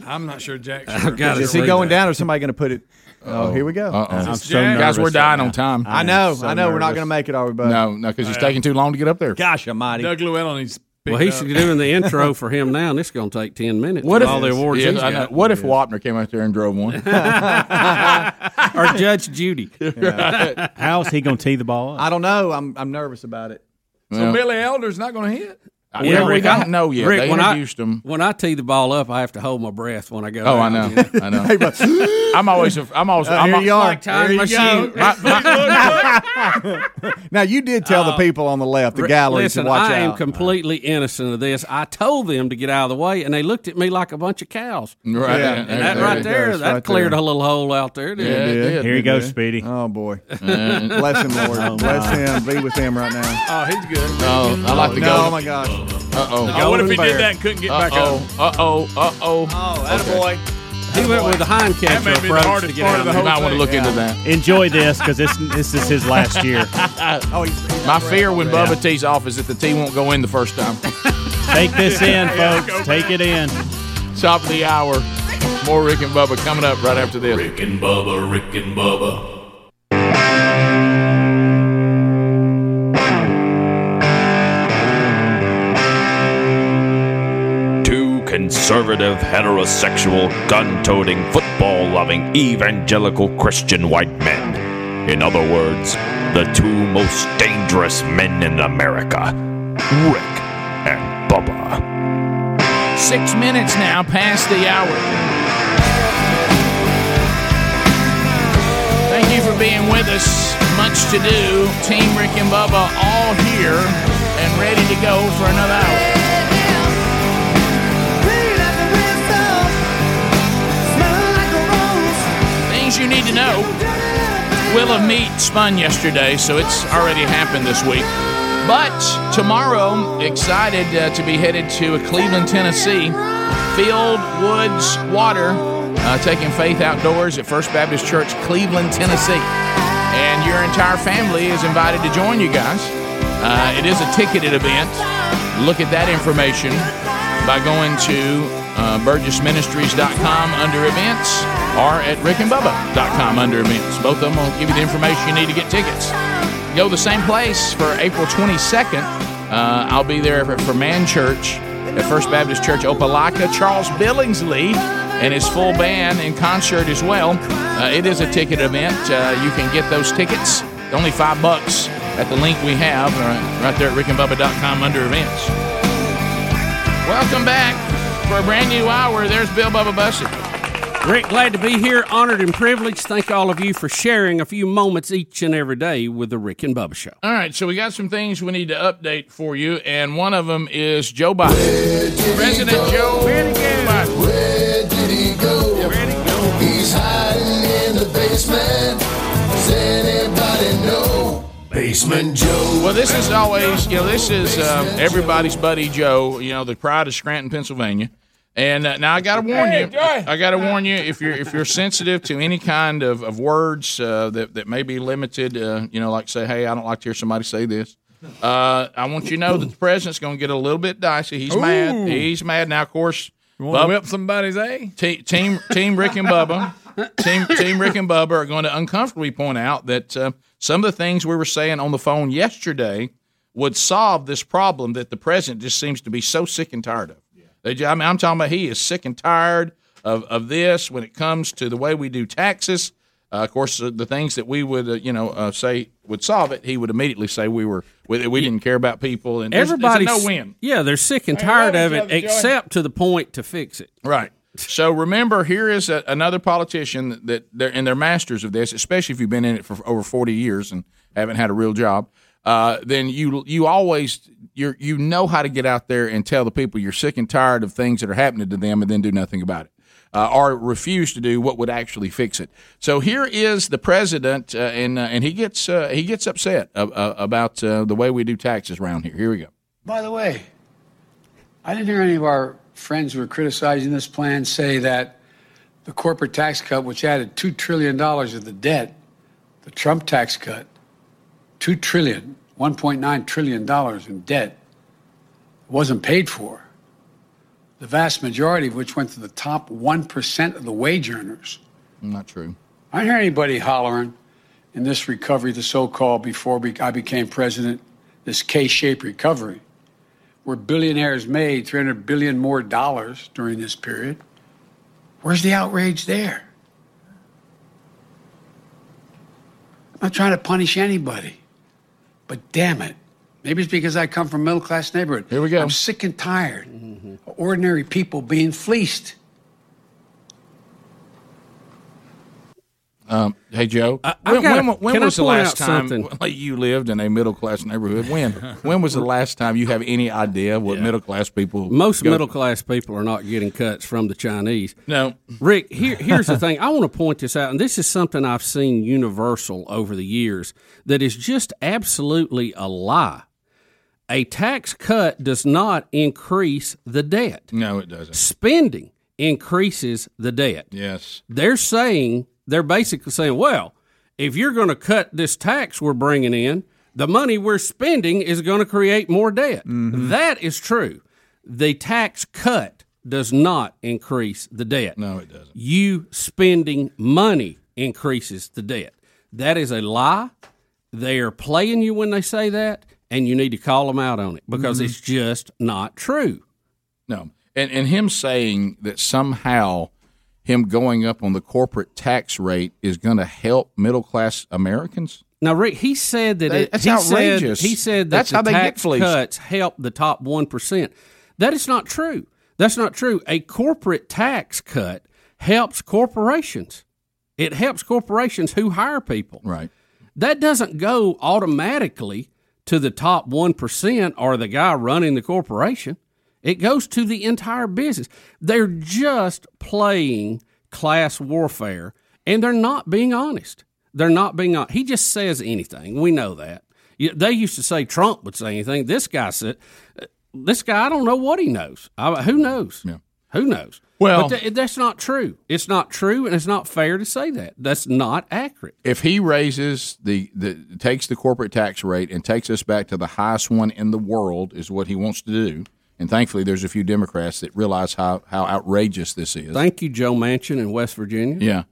I'm not sure Jack.
I got
is he going down, or is somebody going to put it? Oh,
Uh-oh.
here we go.
Uh-oh. I'm so nervous Guys, we're dying right on now. time.
I
I
know.
am so
I know. We're not
nervous.
going to make it, are we, buddy?
No, no, because he's taking too long to get up there.
Gosh, Almighty.
Doug Llewellyn, he's
Well,
picked
he's
up.
doing the intro for him now, and it's going to take ten minutes.
What
with
if
all the awards?
Yeah,
he's
I know.
got.
What if Wapner came out there and drove one?
or Judge Judy?
How's he going to tee the ball up?
I don't know. I'm I'm nervous about it.
So
Well-
Billy Elder's not going to hit.
I- we- we don't know yet. They
when I-
introduced him.
When I tee the ball up, I have to hold my breath when I go.
Oh, I
out,
know.
you know.
I know. I'm always. a- I'm always.
Uh,
I'm
here
al-
you are.
Like time
There you
machine.
go.
My- my-
Now you did tell
Um,
the people on the left, the
Rick,
gallery,
Listen,
to watch
I am
out.
completely innocent of this. I told them to get out of the way, and they looked at me like a bunch of cows.
Right. Yeah,
and
there-
that
there
right
it
there,
goes,
that
right
cleared
there.
a little hole out there. Didn't
Yeah, it
it?
did. Here you go, Didn't it?
Speedy.
Oh boy,
Yeah.
bless him, Lord,
Oh, my.
bless him. Be with him right now.
Oh, he's good.
Oh, I like the
no,
golden-
Oh my gosh.
Uh
Oh,
oh.
what if he did that and couldn't get back up?
Uh oh. Uh oh. Oh,
that a boy.
He went with the hind
That may
catcher
be the
approach to
hardest
get
part
out
of
of
the
there.
whole
I want to look into that.
Enjoy this because this this is his last year.
oh,
My fear when Bubba tees off is that the tee won't go in the first time.
Take this in, folks. Take it in.
Top of the hour. More Rick and Bubba coming up right after this.
Rick and Bubba, Rick and Bubba.
Two conservative, heterosexual, gun toting, football loving, evangelical Christian white men. In other words, the two most dangerous men in America Rick and Bubba.
Six minutes now past the hour. Thank you for being with us. Much to do. Team Rick and Bubba all here and ready to go for another hour. Things you need to know. Will of Meat spun yesterday, so it's already happened this week. But tomorrow, excited uh, to be headed to Cleveland, Tennessee. Field Woods Water, uh, taking faith outdoors at First Baptist Church, Cleveland, Tennessee. And your entire family is invited to join you guys. Uh, it is a ticketed event. Look at that information by going to uh, burgessministries.com under events or at rickandbubba.com under events. Both of them will give you the information you need to get tickets. Go to the same place for April 22nd. Uh, I'll be there for, for Man Church at First Baptist Church Opelika. Charles Billingsley and his full band in concert as well. Uh, it is a ticket event. Uh, you can get those tickets. Only five bucks at the link we have uh, right there at rickandbubba.com under events. Welcome back for a brand new hour. There's Bill Bubba Bussett.
Rick, glad to be here. Honored and privileged. Thank all of you for sharing a few moments each and every day with the Rick and Bubba Show.
All right, so we got some things we need to update for you, and one of them is Joe Biden. President Joe Biden.
Where did he go? He's high everybody know. Basement Joe.
Well, this is always, you know, this is um, everybody's buddy Joe, you know, the pride of Scranton, Pennsylvania. And uh, now I got to warn
Hey,
you.
Joy.
I got to warn you if you're if you're sensitive to any kind of, of words uh, that that may be limited, uh, you know, like say, hey, I don't like to hear somebody say this. Uh, I want you to know that the president's going to get a little bit dicey. He's mad.
Ooh.
He's mad now. Of course,
wanna whip
somebody's a team. Team Rick and Bubba. team Team Rick and Bubba are going to uncomfortably point out that uh, some of the things we were saying on the phone yesterday would solve this problem that the president just seems to be so sick and tired of. They, ju- I mean, I'm talking about he is sick and tired of, of this when it comes to the way we do taxes. Uh, of course, uh, the things that we would, uh, you know, uh, say would solve it, he would immediately say we were we, we didn't care about people and there's- it's a
Everybody's
no-win.
Yeah, they're sick and
Hey,
tired of
love
it,
each other, Joey.
except to the point to fix it.
Right. So remember, here is a, another politician that they're and they're masters of this, especially if you've been in it for over forty years and haven't had a real job. Uh, then you you always you you know how to get out there and tell the people you're sick and tired of things that are happening to them, and then do nothing about it. Uh, or refuse to do what would actually fix it. So here is the president, uh, and uh, and he gets uh, he gets upset uh, uh, about uh, the way we do taxes around here. Here we go.
By the way, I didn't hear any of our friends who were criticizing this plan say that the corporate tax cut, which added $2 trillion of the debt, the Trump tax cut, $2 trillion, $1.9 trillion in debt, wasn't paid for. The vast majority of which went to the top 1% of the wage earners.
Not true.
I didn't hear anybody hollering in this recovery, the so called before we, I became president, this K shaped recovery, where billionaires made 300 billion more dollars during this period. Where's the outrage there? I'm not trying to punish anybody, but damn it. Maybe it's because I come from a middle class neighborhood. Here we go. I'm sick and tired of ordinary people being fleeced.
Um, hey Joe,
I
when,
gotta-
when, when
can I
was the
point
last
out
time
something?
like, you lived in a middle class neighborhood? When when was the last time you have any idea what middle class people?
Most
go-
middle class people are not getting cuts from the Chinese.
No,
Rick. Here, here's the thing. I want to point this out, and this is something I've seen universal over the years that is just absolutely a lie. A tax cut does not increase the debt.
No, it doesn't.
Spending increases the debt.
Yes.
They're saying, they're basically saying, well, if you're going to cut this tax we're bringing in, the money we're spending is going to create more debt.
Mm-hmm.
That is true. The tax cut does not increase the debt.
No, it doesn't.
You spending money increases the debt. That is a lie. They are playing you when they say that, and you need to call them out on it because
Mhm.
it's just not true.
No, and and him saying that somehow him going up on the corporate tax rate is going to help middle class Americans.
Now, Rick, he said that
That-
it,
that's
he
outrageous.
Said, he said that
That's
the
how they get
tax
fleeced.
cuts help the top one percent. That is not true. That's not true. A corporate tax cut helps corporations. It helps corporations who hire people.
Right.
That doesn't go automatically to the top one percent or the guy running the corporation. It goes to the entire business. They're just playing class warfare and they're not being honest. They're not being honest. He just says anything. We know that. You- They used to say Trump would say anything. This guy said, uh, this guy, I don't know what he knows. I, who knows? Who knows?
Well-
but tha- that's not true. It's not true, and it's not fair to say that. That's not accurate.
If he raises the, the takes the corporate tax rate and takes us back to the highest one in the world is what he wants to do. And thankfully, there's a few Democrats that realize how, how outrageous this is.
Thank you, Joe Manchin in West Virginia.
Yeah.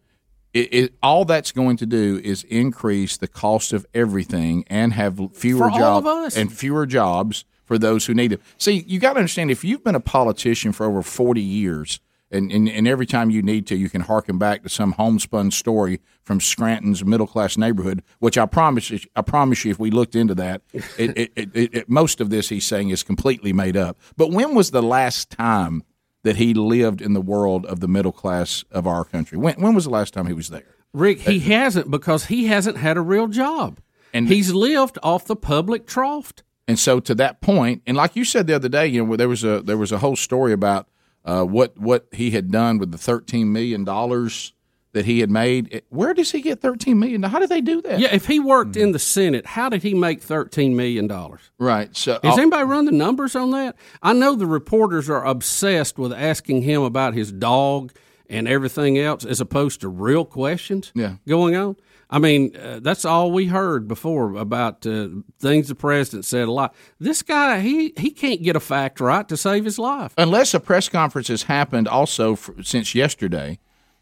It, it, all that's going to do is increase the cost of everything and have fewer
For all
jobs
of us.
and fewer jobs for those who need them. See, you got to understand if you've been a politician for over 40 years and, and, and every time you need to, you can harken back to some homespun story from Scranton's middle class neighborhood, which I promise you- I promise you, if we looked into that, it, it, it, it, it, most of this he's saying is completely made up. But when was the last time that he lived in the world of the middle class of our country? When, when was the last time he was there?
Rick, he hasn't because he hasn't had a real job.
Uh, And
he's lived off the public trough.
And so to that point, and like you said the other day, you know, there was a there was a whole story about uh, what what he had done with the thirteen million dollars that he had made. Where does he get thirteen million? How did they do that?
Yeah, if he worked in the Senate, how did he make thirteen million dollars?
Right. So oh.
Has anybody run the numbers on that? I know the reporters are obsessed with asking him about his dog and everything else, as opposed to real questions
Yeah.
going on. I mean, uh, that's all we heard before about uh, things the president said a lot. This guy, he he can't get a fact right to save his life.
unless a press conference has happened also f since yesterday,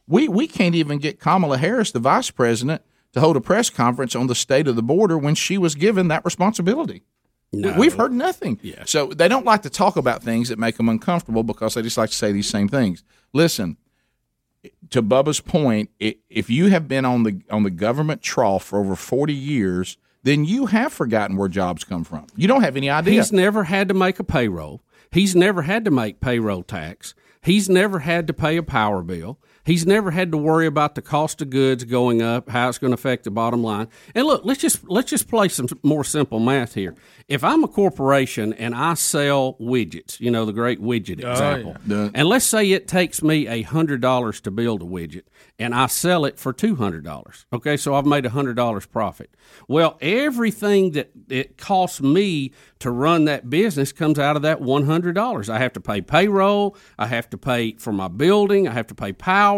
we, we can't even get Kamala Harris, the vice president, to hold a press conference on the state of the border when she was given that responsibility. We- We've heard nothing. So they don't like to talk about things that make them uncomfortable because they just like to say these same things. Listen, to Bubba's point, i- if you have been on the on the government trough for over forty years, then you have forgotten where jobs come from. You don't have any idea.
He's never had to make a payroll. He's never had to make payroll tax. He's never had to pay a power bill. He's never had to worry about the cost of goods going up, how it's going to affect the bottom line. And look, let's just let's just play some more simple math here. If I'm a corporation and I sell widgets, you know the great widget
Oh,
example,
yeah. Yeah.
and let's say it takes me a hundred dollars to build a widget, and I sell it for two hundred dollars. Okay, so I've made a hundred dollars profit. Well, everything that it costs me to run that business comes out of that one hundred dollars. I have to pay payroll. I have to pay for my building. I have to pay power.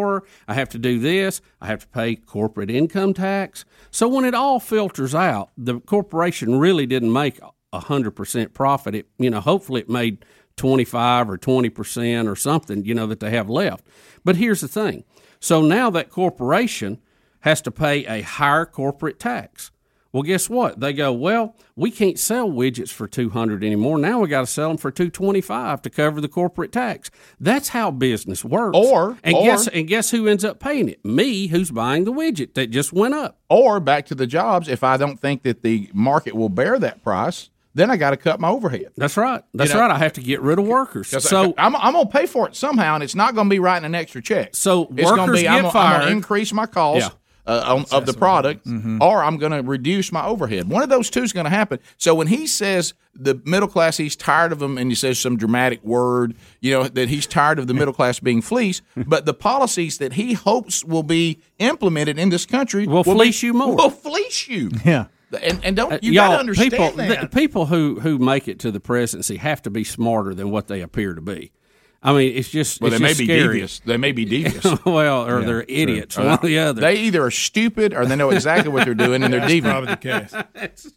I have to do this. I have to pay corporate income tax. So when it all filters out, the corporation really didn't make a hundred percent profit. It you know hopefully it made 25 or 20% or something, you know, that they have left. But here's the thing. So now that corporation has to pay a higher corporate tax. Well, guess what? They go, "Well, we can't sell widgets for 200 anymore. Now we got to sell them for 225 to cover the corporate tax." That's how business works. Or and
or-
guess and guess who ends up paying it? Me, who's buying the widget that just went up.
Or back to the jobs, if I don't think that the market will bear that price, then I got to cut my overhead.
That's right. That's
know-
right. I have to get rid of workers. So
I'm, I'm going to pay for it somehow, and it's not going to be writing an extra check.
So
it's gonna
workers
be
get
I'm, gonna- I'm
fired.
gonna increase my cost.
Yeah. Mm-hmm.
Uh, on, of the product, or I'm going to reduce my overhead. One of those two is going to happen. So when he says the middle class, he's tired of them, and he says some dramatic word, you know, that he's tired of the middle class being fleeced. But the policies that he hopes will be implemented in this country will,
fleece
be,
you more.
Will fleece you.
Yeah.
And, and don't you
Uh, Y'all,
got to understand
people,
that.
th- people who who make it to the presidency have to be smarter than what they appear to be. I mean, it's just
Well,
it's
they may
just
be
scary.
devious. They may be devious.
well, or
Yeah,
they're
true.
idiots,
Or
one or the other.
They either are stupid or they know exactly what they're doing and they're
That's
deviant.
probably the case.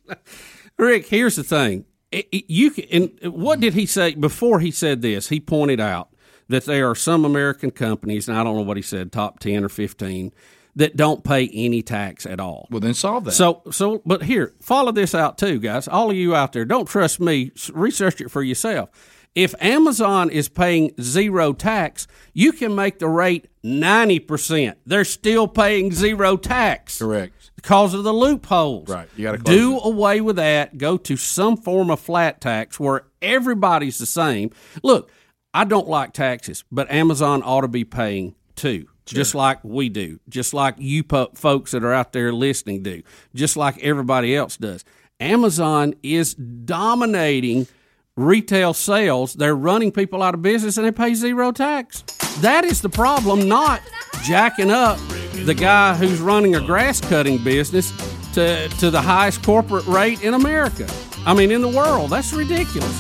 Rick, here's the thing. It- it- you can, and what did he say before he said this? He pointed out that there are some American companies, and I don't know what he said, top ten or fifteen, that don't pay any tax at all.
Well, then solve that.
So, so, but here, follow this out too, guys. All of you out there, don't trust me. S- Research it for yourself. If Amazon is paying zero tax, you can make the rate ninety percent. They're still paying zero tax.
Correct.
Because of the loopholes. Right.
You gotta close
do away with that. Go to some form of flat tax where everybody's the same. Look, I don't like taxes, but Amazon ought to be paying too, just like we do, just like you po- folks that are out there listening do, just like everybody else does. Amazon is dominating retail sales. They're running people out of business and they pay zero tax. That is the problem, not jacking up the guy who's running a grass cutting business to, to the highest corporate rate in America. I mean, in the world. That's ridiculous.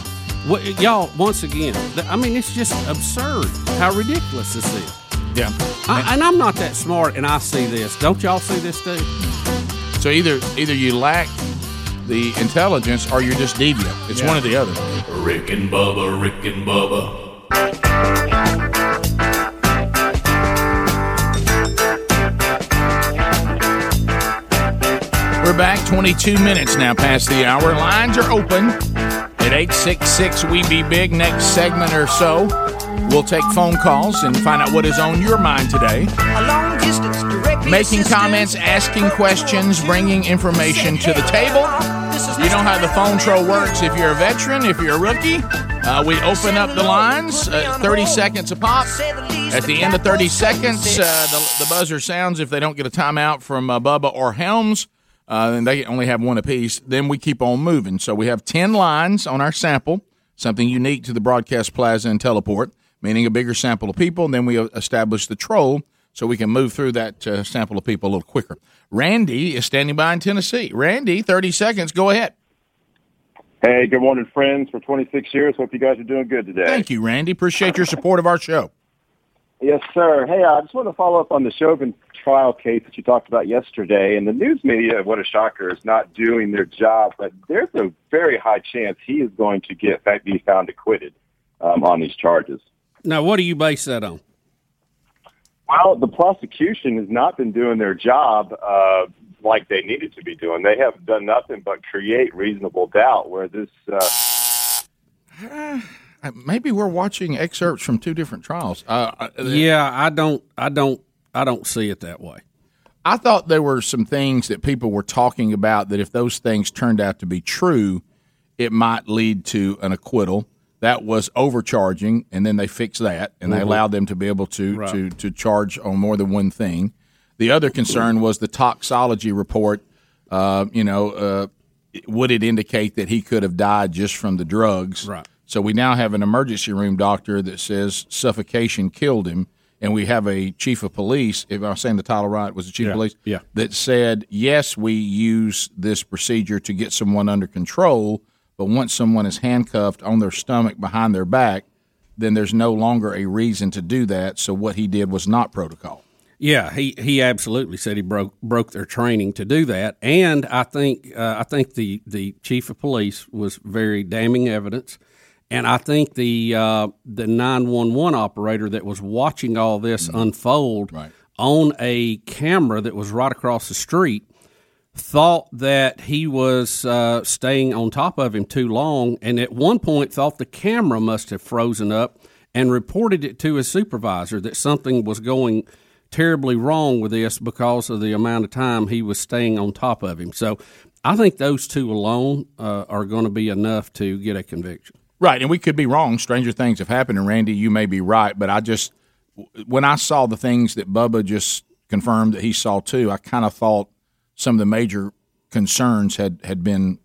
What, y'all, once again, th- I mean, it's just absurd how ridiculous this is.
Yeah.
I, and I'm not that smart, and I see this. Don't y'all see this too?
So either either you lack the intelligence or you're just deviant. It's
Yeah.
one or the other.
Rick and Bubba, Rick and Bubba,
We're back 22 minutes now past the hour. Lines are open at 866 We Be Big. Next segment or so, we'll take phone calls and find out what is on your mind today. Making comments, asking questions, bringing information to the table. You know how the phone troll works. If you're a veteran, if you're a rookie, uh, we open up the lines, uh, 30 seconds a pop. At the end of 30 seconds, uh, the, the buzzer sounds. If they don't get a timeout from uh, Bubba or Helms, uh, then they only have one apiece. Then we keep on moving. So we have 10 lines on our sample, something unique to the broadcast plaza and teleport, meaning a bigger sample of people. And then we uh, establish the troll so we can move through that uh, sample of people a little quicker. Randy is standing by in Tennessee. Randy, 30 seconds. Go ahead.
Hey, good morning, friends. For 26 years, hope you guys are doing good today.
Thank you, Randy. Appreciate your support of our show.
Yes, sir. Hey, I just want to follow up on the Chauvin trial case that you talked about yesterday. And the news media, what a shocker, is not doing their job. But there's a very high chance he is going to get be found acquitted um, on these charges.
Now, what do you base that on?
Well, the prosecution has not been doing their job uh, like they needed to be doing. They have done nothing but create reasonable doubt where this. Uh,
Uh, Maybe we're watching excerpts from two different trials. Uh, uh,
Yeah, I don't, I don't, I don't see it that way.
I thought there were some things that people were talking about that if those things turned out to be true, it might lead to an acquittal. That was overcharging, and then they fixed that, and they
Mhm.
allowed them to be able to,
Right.
to to charge on more than one thing. The other concern was the toxology report. Uh, you know, uh, would it indicate that he could have died just from the drugs? Right. So we now have an emergency room doctor that says suffocation killed him, and we have a chief of police. If I'm saying the title right, was the chief of police?
Yeah.
that said, yes, we use this procedure to get someone under control, but once someone is handcuffed on their stomach behind their back, then there's no longer a reason to do that. So what he did was not protocol.
Yeah, he, he absolutely said he broke broke their training to do that, and I think uh, I think the the chief of police was very damning evidence, and I think the uh, the nine one one operator that was watching all this unfold on a camera that was right across the street thought that he was uh, staying on top of him too long, and at one point thought the camera must have frozen up and reported it to his supervisor that something was going terribly wrong with this because of the amount of time he was staying on top of him. So I think those two alone uh, are going to be enough to get a conviction.
Right, and we could be wrong. Stranger things have happened, and Randy, you may be right, but I just when I saw the things that Bubba just confirmed that he saw too, I kind of thought some of the major concerns had had been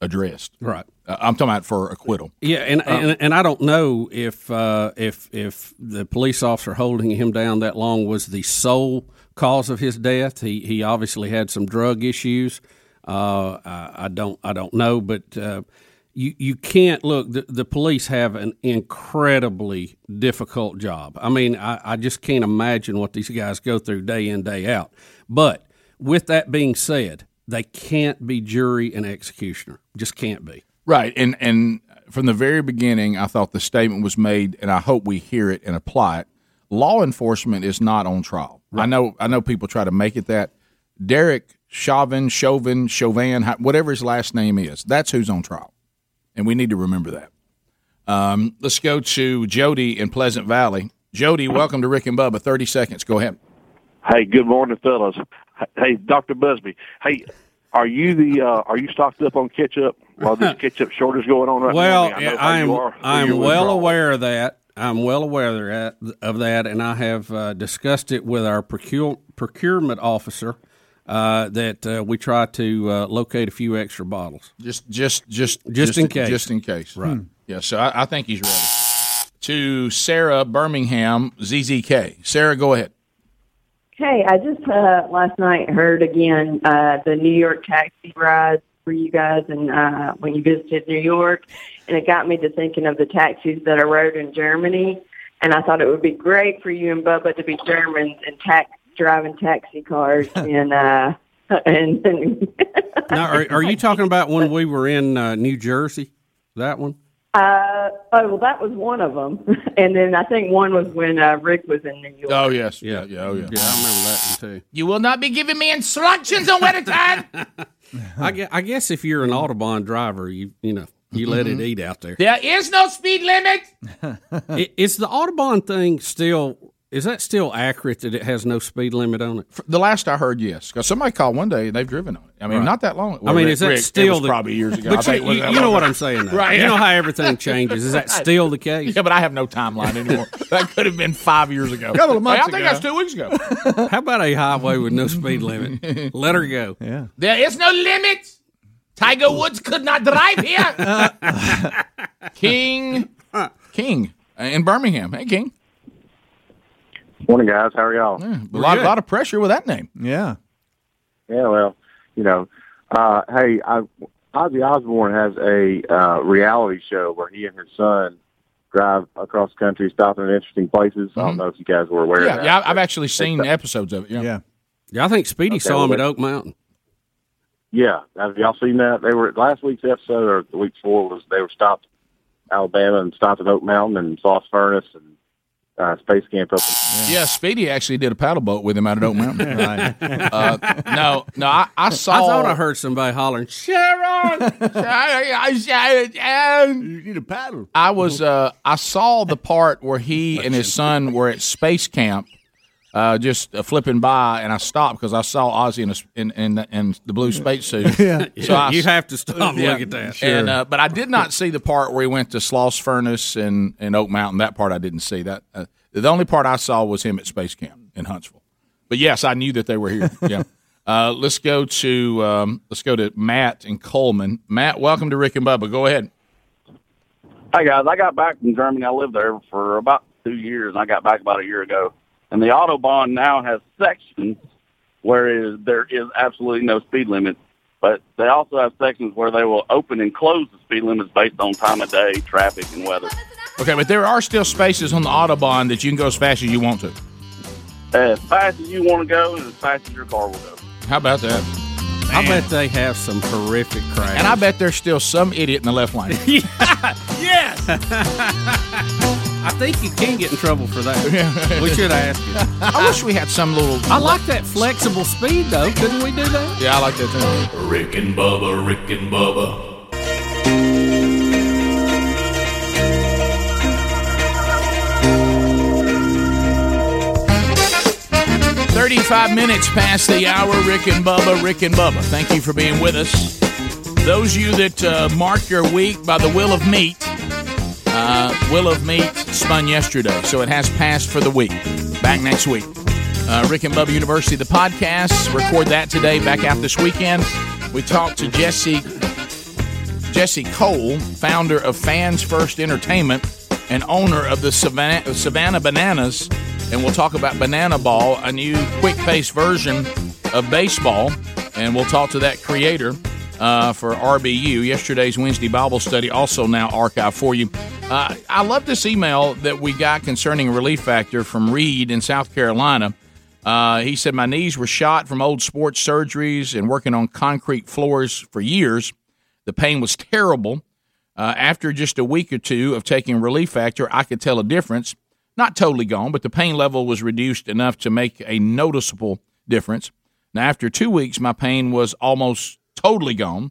addressed.
Right.
Uh, I'm talking about for acquittal.
Yeah, and,
Um,
and and I don't know if uh, if if the police officer holding him down that long was the sole cause of his death. He he obviously had some drug issues. Uh, I, I don't I don't know, but uh, you you can't look. The, the police have an incredibly difficult job. I mean, I, I just can't imagine what these guys go through day in day out. But with that being said, they can't be jury and executioner. Just can't be.
Right, and and from the very beginning, I thought the statement was made, and I hope we hear it and apply it. Law enforcement is not on trial. I know, I know people try to make it that. Derek Chauvin, Chauvin, Chauvin, ho- whatever his last name is, that's who's on trial, and we need to remember that. Um, let's go to Jody in Pleasant Valley. Jody, welcome to Rick and Bubba. Thirty seconds. Go ahead.
Hey, good morning, fellas. Hey, Doctor Busby. Hey, are you the uh, are you stocked up on ketchup? While this ketchup shortage going on right
well,
now,
I am. I am well
aware.
aware of that. I'm well aware of that, of that and I have uh, discussed it with our procure, procurement officer uh, that uh, we try to uh, locate a few extra bottles.
Just, just, just,
just, in case.
Just in case.
Right.
Yeah. So I, I think he's ready. To Sarah Birmingham, ZZK. Sarah, go ahead.
Hey, I just uh, last night heard again uh, the New York taxi rides for you guys, and uh, when you visited New York, and it got me to thinking of the taxis that I rode in Germany, and I thought it would be great for you and Bubba to be Germans and tax driving taxi cars in uh, and, and
Now, are, are you talking about when we were in uh, New Jersey? That one?
uh, oh well, that was one of them, and then I think one was when uh, Rick was in New York.
Oh yes, yeah, yeah, oh yeah. Yeah, I
remember that one too.
You will not be giving me instructions on where to turn.
I, gue- I guess if you're an Audubon driver, you you know you let
Mm-hmm.
it eat out there.
there is no speed limit.
I- is the Audubon thing still? Is that still accurate that it has no speed limit on it?
The last I heard, yes. Because somebody called one day and they've driven on it. I mean,
Right.
not that long.
I mean,
Rick-
is that
Rick, it
still
was
the-
probably years ago?
But
I think
you-
it was-
you- you know what I'm saying, though.
right?
You know how everything changes. Is that still the case?
Yeah, but I have no timeline anymore. that could have been five years ago.
Couple of months
Hey, I think
ago.
that's two weeks ago.
How about a highway with no speed limit? Let her go. Yeah.
There is no limit. Tiger Woods could not drive here. King, King in Birmingham. Hey, King.
Morning, guys. How are y'all?
A lot, lot of pressure with that name.
Yeah.
Yeah, well, you know, uh, hey, I, Ozzy Osbourne has a uh, reality show where he and his son drive across the country, stopping at interesting places. I
Mm-hmm.
don't know if you guys were aware of
Yeah,
that.
yeah. I- I've actually seen episodes of it. Yeah.
Yeah.
Yeah, I think Speedy
Okay,
saw him
well,
at Oak Mountain.
Yeah, have y'all seen that? They were last week's episode or the week before was they were stopped in Alabama and stopped at Oak Mountain and Sauce Furnace and uh, Space Camp up.
Yeah. Speedy actually did a paddle boat with him out at Oak Mountain.
right.
Uh, no, no, I, I saw.
I thought I heard somebody hollering. Sharon,
you
need a paddle.
I was
Mm-hmm.
uh, I saw the part where he and his son were at space camp, uh, just uh, flipping by, and I stopped because I saw Ozzy in, a, s- in in the- in the blue space suit.
Yeah.
so I,
You have to stop and look at that. Sure.
And uh, but I did not see the part where he went to Sloss Furnace and, and Oak Mountain. That part I didn't see. That uh, the only part I saw was him at space camp in Huntsville. But yes, I knew that they were here. yeah. Uh, let's go to um, let's go to Matt and Coleman. Matt, welcome to Rick and Bubba. Go ahead.
Hey guys, I got back from Germany. I lived there for about two years, and I got back about a year ago. And the autobahn now has sections where is, there is absolutely no speed limit, but they also have sections where they will open and close the speed limits based on time of day, traffic, and weather.
Okay, but there are still spaces on the autobahn that you can go as fast as you want to.
As fast as you want to go, and as fast as your car will go.
How about that?
I bet they have some horrific crashes.
And I bet there's still some idiot in the left lane.
yes. I think you can get in trouble for that. we should ask you.
I wish we had some little.
I like that flexible speed though. Couldn't we do that?
Yeah, I like that too.
Rick and Bubba, Rick and Bubba,
Thirty-five minutes past the hour. Rick and Bubba. Rick and Bubba. Thank you for being with us. Those of you that uh, mark your week by the will of meat, uh, will of meat spun yesterday, so it has passed for the week. Back next week. Uh, Rick and Bubba University, the podcast. Record that today. Back out this weekend. We talked to Jesse Jesse Cole, founder of Fans First Entertainment and owner of the Savannah, Savannah Bananas. And we'll talk about Banana Ball, a new quick paced version of baseball. And we'll talk to that creator uh, for RBU. Yesterday's Wednesday Bible study, also now archived for you. Uh, I love this email that we got concerning Relief Factor from Reed in South Carolina. Uh, he said, My knees were shot from old sports surgeries and working on concrete floors for years. The pain was terrible. Uh, after just a week or two of taking Relief Factor, I could tell a difference. Not totally gone, but the pain level was reduced enough to make a noticeable difference. Now, after two weeks, my pain was almost totally gone.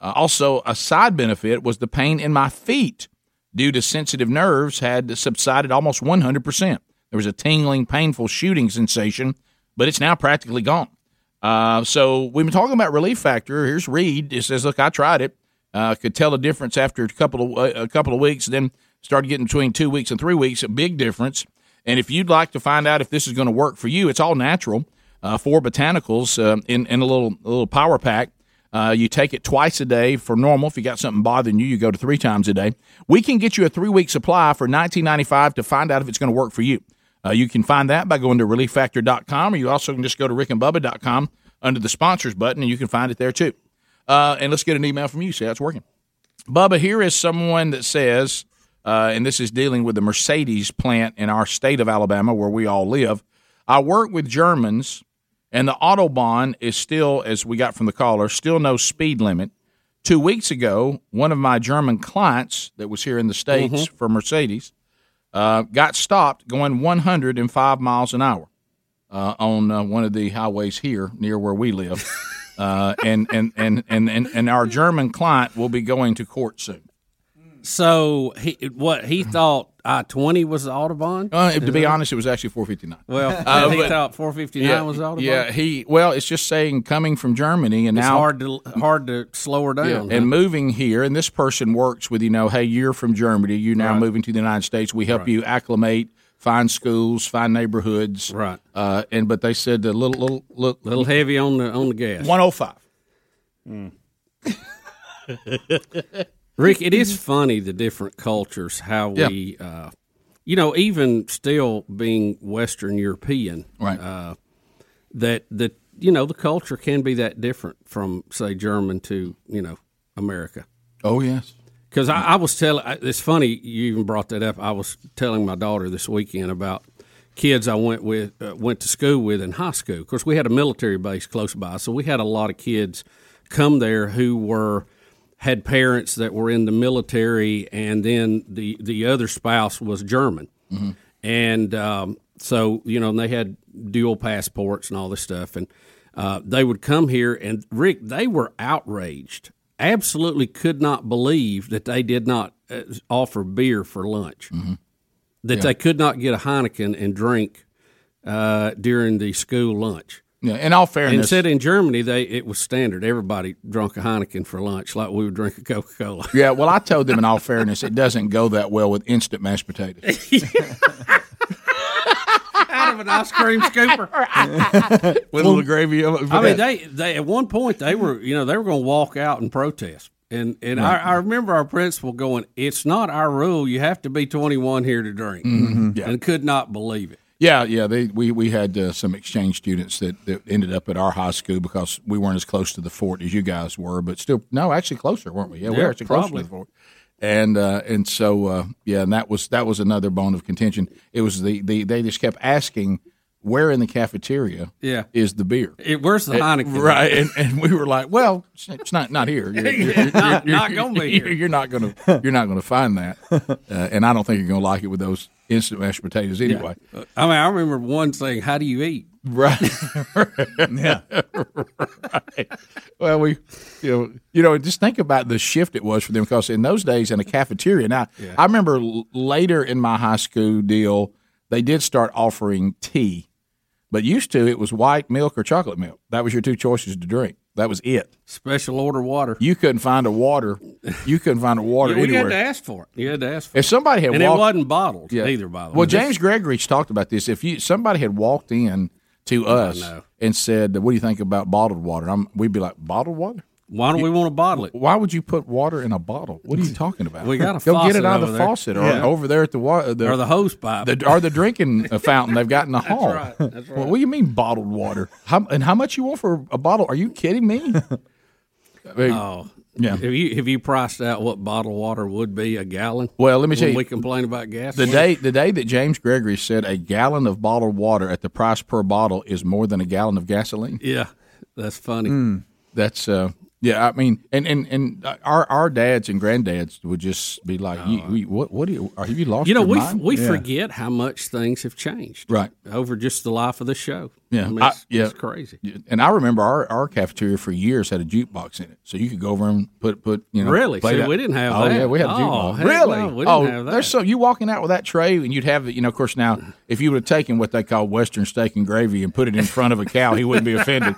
Uh, also, a side benefit was the pain in my feet due to sensitive nerves had subsided almost 100%. There was a tingling, painful shooting sensation, but it's now practically gone. Uh, so we've been talking about relief factor. Here's Reed. It says, "Look, I tried it. Uh, could tell a difference after a couple of uh, a couple of weeks. Then started getting between two weeks and three weeks, a big difference. And if you'd like to find out if this is going to work for you, it's all natural. Uh, four botanicals uh, in in a little a little power pack. Uh, you take it twice a day for normal. If you got something bothering you, you go to three times a day. We can get you a three week supply for nineteen ninety five to find out if it's going to work for you. Uh, you can find that by going to relieffactor.com, or you also can just go to rickandbubba.com under the sponsors button, and you can find it there too. Uh, and let's get an email from you, see how it's working. Bubba, here is someone that says, uh, and this is dealing with the Mercedes plant in our state of Alabama where we all live. I work with Germans, and the Autobahn is still, as we got from the caller, still no speed limit. Two weeks ago, one of my German clients that was here in the States
Mhm.
for Mercedes uh, got stopped going 105 miles an hour uh, on uh, one of the highways here near where we live. Uh, and, and, and, and, and, and our German client will be going to court soon.
So he what he thought I twenty was the autobahn.
Uh, to be honest, it was actually 459.
Well,
Uh,
he
but-
thought four fifty nine
yeah,
was the autobahn.
Yeah, he, well, it's just saying coming from Germany and
it's
now.
hard to hard to slow her down.
Yeah,
huh?
and moving here, and this person works with you know, hey, you're from Germany, you're now moving to the United States. We help you acclimate, find schools, find neighborhoods, right? Uh, and but they said a little, little, little,
little heavy on the on the gas.
one hundred five.
Hmm. Rick, it is funny the different cultures how
Yeah.
we uh, you know, even still being Western European, right? Uh, that that you know the culture can be that different from say German to you know America.
Oh yes,
because I, I was telling. It's funny you even brought that up. I was telling my daughter this weekend about kids I went with uh, went to school with in high school. Of course, we had a military base close by, so we had a lot of kids come there who were had parents that were in the military, and then the the other spouse was German,
Mm-hmm.
and um, so you know, and they had dual passports and all this stuff, and uh, they would come here, and Rick, they were outraged, absolutely could not believe that they did not uh, offer beer for lunch that
Mm-hmm. Yeah.
they could not get a Heineken and drink uh, during the school lunch.
Yeah, in all fairness-
and said in Germany they it was standard. Everybody drunk a Heineken for lunch, like we would drink a Coca Cola.
Yeah, well, I told them in all fairness, it doesn't go that well with instant mashed potatoes.
Out of an ice cream scooper.
With a little gravy. over-
I mean, they, they at one point they were you know they were going to walk out and protest, and and
Right.
I, I remember our principal going, "It's not our rule. You have to be twenty one here to drink,"
Mhm. Yeah.
and could not believe it.
Yeah, yeah. They, we we had uh, some exchange students that, that ended up at our high school because we weren't as close to the fort as you guys were, but still, no, actually closer, weren't we? Yeah, we
Yeah,
were actually closer
probably.
to the fort. And uh, and so uh, yeah, and that was that was another bone of contention. It was the, the they just kept asking where in the cafeteria
Yeah.
is the beer?
It, where's the
And-
Heineken?
Right, and, and we were like, well, it's- it's not not here. You're, you're-
Not-
you're-
not gonna be here.
You're, you're not gonna you're not gonna find that, uh, and I don't think you're gonna like it with those instant mashed potatoes
Yeah. Uh,
anyway.
I mean, I remember one saying, "How do you eat?"
Right. yeah. right. Well, we, you know, you know, just think about the shift it was for them because in those days in a cafeteria. Now,
Yeah.
I remember l- later in my high school deal, they did start offering tea, but used to it was white milk or chocolate milk. That was your two choices to drink. That was it.
Special order water.
You couldn't find a water. You couldn't find a water
Yeah, we
anywhere.
had to ask for it. You had to ask for
If
it.
somebody had
and
walked-
it wasn't bottled
Yeah.
either, by the way.
Well, James Gregorich talked about this. If you somebody had walked in to us and said, "What do you think about bottled water?" I'm, we'd be like, "Bottled water?
Why don't we want to bottle it?
Why would you put water in a bottle? What are you talking about?
We got a
go get
faucet
it out of
over
the
there.
faucet or
Yeah.
over there at the water
Or the hose pipe.
the, or the drinking uh, fountain they've got in the hall."
right. That's
Well, what do you mean bottled water? How, and how much you want for a bottle? Are you kidding me? I mean,
Oh.
Yeah.
Have you have you priced out what bottled water would be a gallon?
Well, let me tell
when
you-
We complain about gas.
The day the day that James Gregory said a gallon of bottled water at the price per bottle is more than a gallon of gasoline.
Yeah, that's funny.
Hmm. That's uh, yeah. I mean, and and and uh, our our dads and granddads would just be like, you, you, "What what are you? Are you
Oh,
lost?
You know,
your
we
mind?
we forget how much things have changed
Right.
over just the life of the show.
Yeah,
I mean,
I-
it's,
yeah.
it's crazy.
And I remember our, our cafeteria for years had a jukebox in it, so you could go over and put put you know
Really?
play
See,
that-
we didn't have
oh
that.
yeah we had a
Oh,
jukebox
heck
really
no, we didn't
oh
have that.
there's so you walking out with that tray and you'd have it you know of course now if you would have taken what they call Western steak and gravy and put it in front of a cow he wouldn't be offended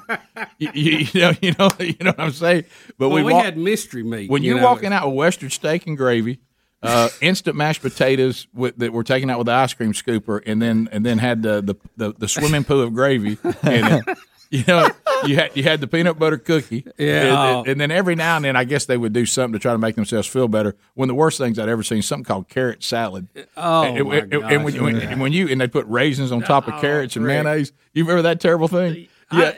you, you, you know you know you know what I'm saying but
well,
we
we
walk-
had mystery meat.
when
you
you're
know,
walking out with Western steak and gravy, uh, instant mashed potatoes with, that were taken out with the ice cream scooper, and then and then had the the, the, the swimming pool of gravy, and then, you know you had you had the peanut butter cookie,
Yeah. Oh.
and, and then every now and then I guess they would do something to try to make themselves feel better. One of the worst things I'd ever seen something called carrot salad.
Oh,
and, and-
my
and- and when,
gosh. Oh,
you- and when you and they put raisins on top of carrots and mayonnaise, you remember that terrible thing?
I-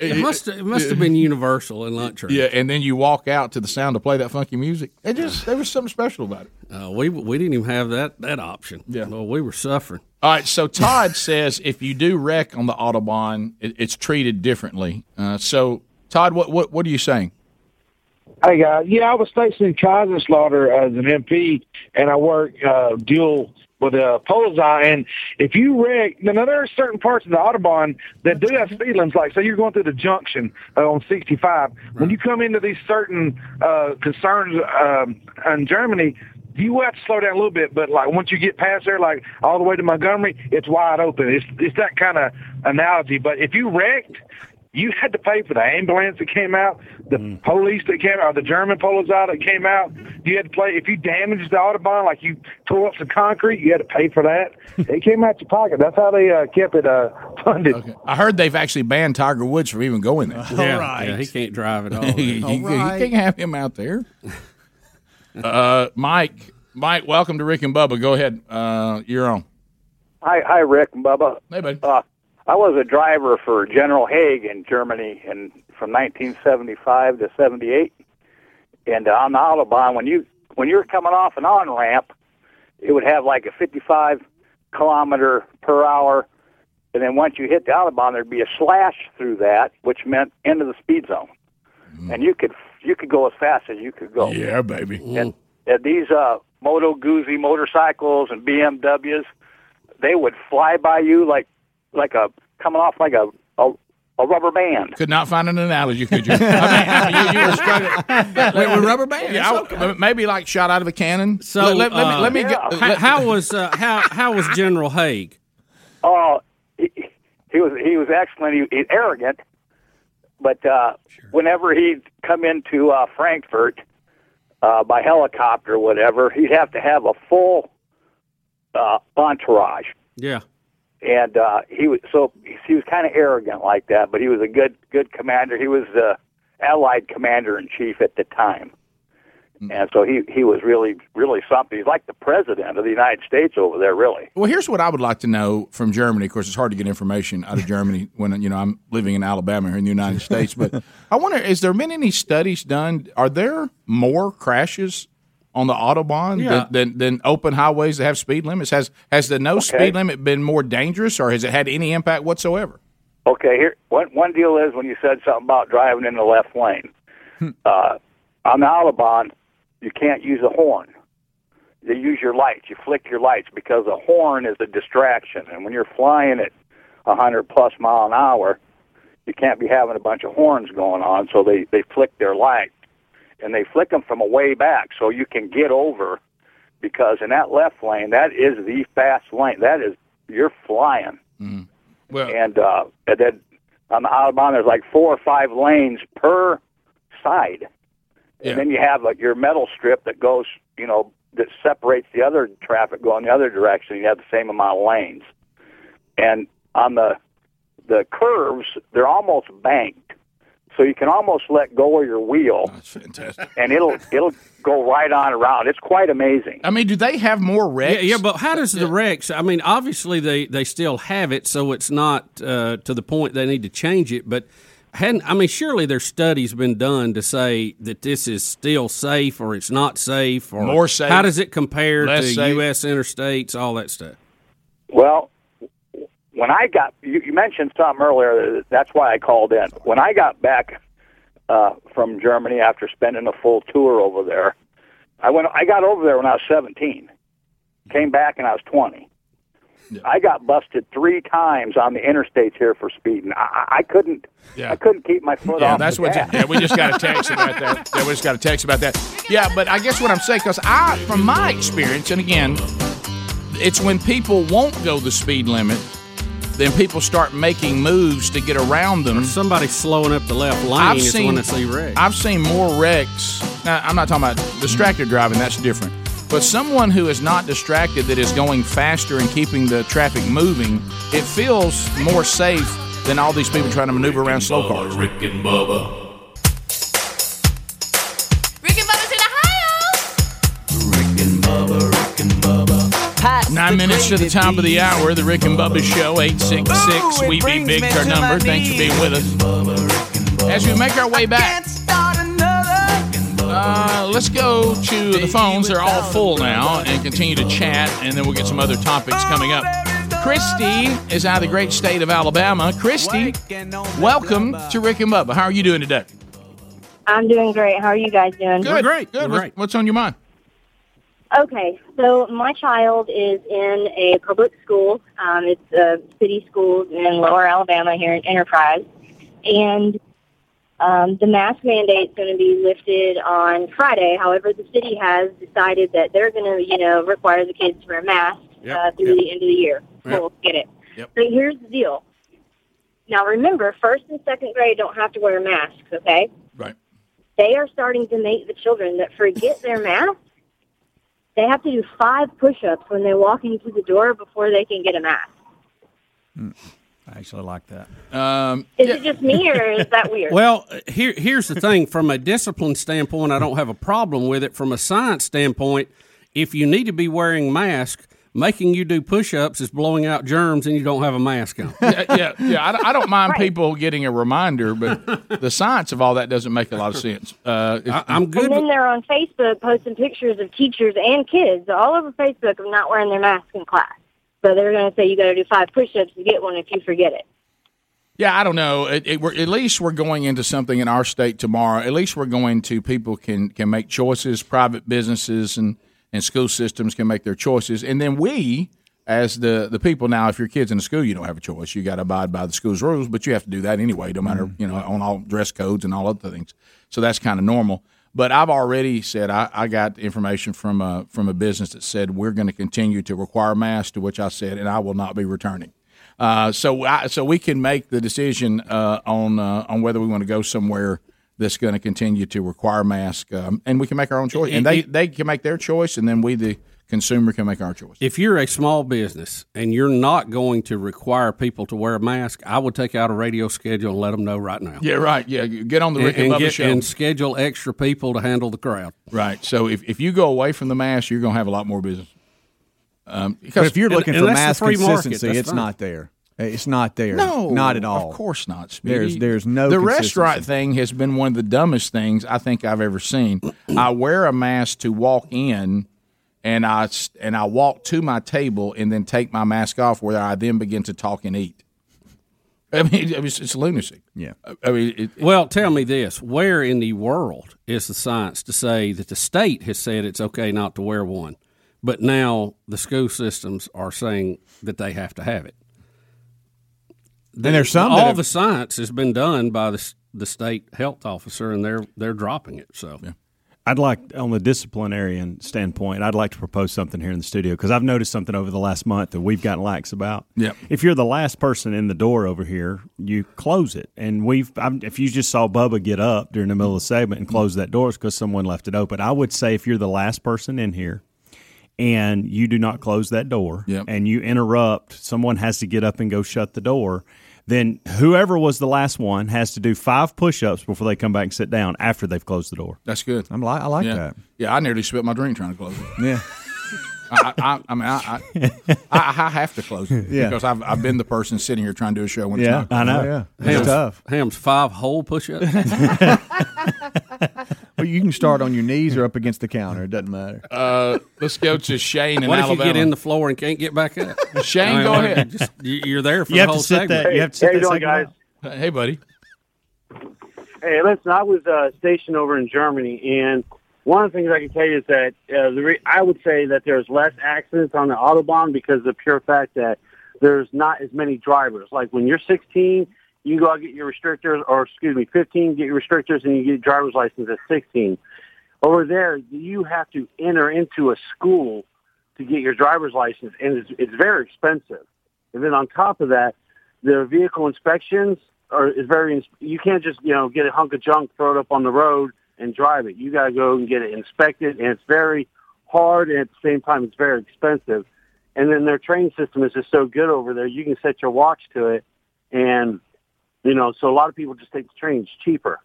it must- it must have been universal in lunch.
Yeah, and then you walk out to the sound to play that funky music. It just there was something special about it.
Uh, we we didn't even have that that option. Yeah, well, we were suffering.
All right, so Todd says if you do wreck on the autobahn, it, it's treated differently. Uh, so Todd, what, what what are you saying?
Hey guys, yeah, I was stationed in Kaiserslautern as an MP, and I work uh, dual with a bullseye. And if you wreck, now now, there are certain parts of the autobahn that do have speed limits. Like, say you're going through the junction uh, on 65. When you come into these certain uh, concerns um, in Germany. You have to slow down a little bit, but like once you get past there, like all the way to Montgomery, it's wide open. It's it's that kind of analogy. But if you wrecked, you had to pay for the ambulance that came out, the police that came out, or the German police out that came out. You had to pay if you damaged the autobahn, like you tore up some concrete, you had to pay for that. it came out your pocket. That's how they uh, kept it uh, funded.
I heard they've actually banned Tiger Woods from even going there.
Yeah, yeah, he can't drive at all.
he, he- he can't have him out there. Uh, Mike, Mike, welcome to Rick and Bubba. Go ahead, uh, you're on.
Hi, hi, Rick and Bubba.
Hey, bud.
Uh, I was a driver for General Haig in Germany in from 1975 to 78, and on the autobahn when you when you were coming off an on ramp, it would have like a 55 kilometer per hour, and then once you hit the autobahn, there'd be a slash through that, which meant into the speed zone, and you could you could go as fast as you could go.
Mm. Yeah, baby.
And these uh, Moto Guzzi motorcycles and BMWs, they would fly by you like like a coming off like a a, a rubber band.
Could not find an analogy, could you? I mean, you, you were straight. With rubber bands. Yeah, I- Maybe like shot out of a cannon.
So
let, let- let me, let me
uh,
get.
ho- how, was uh, how how was General Haig?
Oh, he, he was he was excellent. He, he arrogant, but uh, whenever he'd come into uh, Frankfurt uh, by helicopter, or whatever, he'd have to have a full uh, entourage.
Yeah.
and uh, he was so he was kind of arrogant like that, but he was a good good commander. He was the Allied commander in chief at the time, and so he he was really really something. He's like the president of the United States over there, really.
Well, here's what I would like to know from Germany. Of course, it's hard to get information out of Germany when you know I'm living in Alabama here in the United States. But I wonder, is there been any studies done? Are there more crashes on the autobahn
Yeah.
than, than than open highways that have speed limits? Has has the no speed limit been more dangerous, or has it had any impact whatsoever?
Okay, here one one deal is when you said something about driving in the left lane. Uh, on the autobahn, you can't use a horn. You use your lights. You flick your lights because a horn is a distraction, and when you're flying at a hundred plus mile an hour, you can't be having a bunch of horns going on. So they they flick their lights, and they flick them from away back so you can get over. Because in that left lane, that is the fast lane. That is you're flying and uh, and then on the autobahn there's like four or five lanes per side, and then you have like your metal strip that goes, you know, that separates the other traffic going the other direction. You have the same amount of lanes, and on the the curves they're almost banked, so you can almost let go of your wheel. That's
fantastic,
and it'll it'll go right on around. It's quite amazing.
I mean, do they have more wrecks?
Yeah, yeah, but how does the Rex? I mean, obviously they, they still have it, so it's not uh, to the point they need to change it. But hadn't I mean, surely there's studies been done to say that this is still safe or it's not safe or
More safe,
How does it compare to
less safe.
U.S. interstates, all that stuff?
Well, when I got you, you mentioned something earlier. that- That's why I called in. When I got back uh, from Germany after spending a full tour over there, I went. I got over there when I was 17. Came back and I was 20. I got busted three times on the interstates here for speeding. I, I I couldn't. I couldn't keep my foot
Yeah,
off.
that's
the
what.
gas.
Yeah, we just got a text about that. Yeah, we just got a text about that. Yeah, but I guess what I'm saying, because I, from my experience, and again, it's when people won't go the speed limit, then people start making moves to get around them.
somebody slowing up the left lane
I've
is
seen,
when I see wrecks.
I've seen more wrecks. Now, I'm not talking about distracted driving. That's different. But someone who is not distracted, that is going faster and keeping the traffic moving, it feels more safe than all these people trying to maneuver around slow cars.
Rick and Bubba.
Rick and Bubba's in Ohio.
Nine minutes to the top of the hour, the Rick and Bubba Show, 866
Ooh, it
We Be
brings
Big,
me
our
to my
number. Thanks for being with us. As we make our way back, uh, let's go to the phones. They're all full now and continue to chat, and then we'll get some other topics coming up. Christy is out of the great state of Alabama. Christy, welcome to Rick and Bubba. How are you doing today?
I'm doing great. How are you guys doing?
Good, great, good. What's- What's on your mind?
Okay, so my child is in a public school. Um, it's a city school in Lower Alabama here in Enterprise, and um, the mask mandate's going to be lifted on Friday. However, the city has decided that they're going to, you know, require the kids to wear masks uh, through the end of the year.
Yep.
Cool, get it.
Yep.
So here's the deal. Now remember, first and second grade don't have to wear masks, okay?
Right.
They are starting to make the children that forget their mask. They have to do five push-ups when they walk into the door before they can get a mask.
I actually like that.
Um,
Is it just me or is that weird?
Well, here, here's the thing. From a discipline standpoint, I don't have a problem with it. From a science standpoint, if you need to be wearing mask, making you do push-ups is blowing out germs, and you don't have a mask on.
yeah, yeah, yeah. I, don't- I don't mind people getting a reminder, but the science of all that doesn't make a lot of sense. Uh, I,
I'm
And then they're on Facebook posting pictures of teachers and kids all over Facebook of not wearing their mask in class. So they're going to say you got to do five push-ups to get one if you forget it.
Yeah, I don't know. It, it, we're, at least we're going into something in our state tomorrow. At least we're going to people can can make choices. Private businesses and and school systems can make their choices, and then we. As the, the people now, if your kid's in the school, you don't have a choice. You got to abide by the school's rules, but you have to do that anyway, no matter you know on all dress codes and all other things. So that's kind of normal. But I've already said I, I got information from a from a business that said we're going to continue to require masks. To which I said, and I will not be returning. Uh, so I, so we can make the decision uh, on uh, on whether we want to go somewhere that's going to continue to require mask, um, and we can make our own choice. And they they can make their choice, and then we the consumer can make our choice.
If you're a small business and you're not going to require people to wear a mask, I would take out a radio schedule and let them know right now.
Yeah, right. Yeah, get on the Rick and, Bubba
get-
show.
and schedule extra people to handle the crowd.
right. So if, if you go away from the mask, you're going to have a lot more business. Um, because
if you're looking for mass
mask
consistency, it's not there. It's not there.
No,
not at all.
Of course not. Speedy.
There's there's no
the
consistency.
restaurant thing has been one of the dumbest things I think I've ever seen. I wear a mask to walk in, and I s- and I walk to my table and then take my mask off, where I then begin to talk and eat. I mean, it's, it's lunacy.
Yeah.
I mean, it,
Well, tell me this: Where in the world is the science to say that the state has said it's okay not to wear one, but now the school systems are saying that they have to have it?
And there's some that
All
have-
the science has been done by the s- the state health officer, and they're they're dropping it. So.
I'd like, on the disciplinarian standpoint, I'd like to propose something here in the studio because I've noticed something over the last month that we've gotten lax about.
Yep.
If you're the last person in the door over here, you close it. And we've, I'm, if you just saw Bubba get up during the middle of the segment and close that door, it's because someone left it open. I would say if you're the last person in here and you do not close that door and you interrupt, someone has to get up and go shut the door. Then whoever was the last one has to do five push-ups before they come back and sit down after they've closed the door.
That's good.
I'm li- I like
yeah.
that.
Yeah, I nearly spit my drink trying to close it.
Yeah.
I, I, I mean, I, I, I I have to close it
Yeah.
because I've, I've been the person sitting here trying to do a show when
Yeah,
it's not.
I know. Oh, yeah. It's
Because-
tough. Ham's five whole push-ups.
well, you can start on your knees or up against the counter. It doesn't matter.
Uh, let's go to Shane in
what if
Alabama.
you get in the floor and can't get back up?
Shane, go
what if
ahead.
you Just, you- you're there for
You
the
have to
whole
sit
segment.
that- you have to sit Hey, how you that doing, segment
guys?
Hey, buddy.
Hey, listen, I was uh, stationed over in Germany, and one of the things I can tell you is that uh, the re- I would say that there's less accidents on the autobahn because of the pure fact that there's not as many drivers. Like when you're 16, you go out get your restrictors, or excuse me, 15, get your restrictors, and you get your driver's license at 16. Over there, you have to enter into a school to get your driver's license, and it's, it's very expensive. And then on top of that, the vehicle inspections are is very. ins- You can't just you know get a hunk of junk, throw it up on the road, and drive it. You got to go and get it inspected, and it's very hard, and at the same time, it's very expensive. And then their train system is just so good over there. You can set your watch to it, and you know, so a lot of people just take the train. It's cheaper.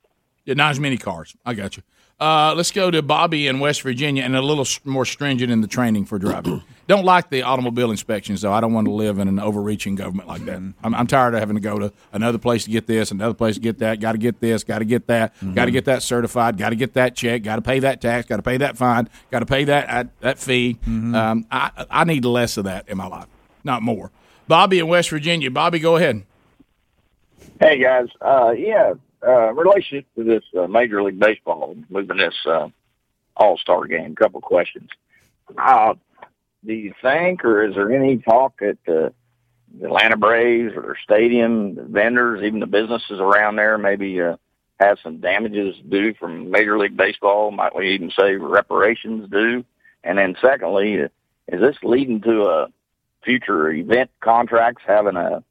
Yeah, not as many cars. I got you. Uh, let's go to Bobby in West Virginia and a little s- more stringent in the training for driving. don't like the automobile inspections, though. I don't want to live in an overreaching government like that. I'm, I'm tired of having to go to another place to get this, another place to get that. Got to get this, got to get that, got to get that certified, got to get that check, got to pay that tax, got to pay that fine, got to pay that uh, that fee. Um, I, I need less of that in my life, not more. Bobby in West Virginia. Bobby, go ahead.
Hey guys, uh, yeah, uh, in relation to this uh, Major League Baseball moving this uh, All Star game. Couple questions. Uh, do you think, or is there any talk at the, the Atlanta Braves or their stadium the vendors, even the businesses around there, maybe uh, have some damages due from Major League Baseball? Might we even say reparations due? And then secondly, uh, is this leading to a future event contracts having a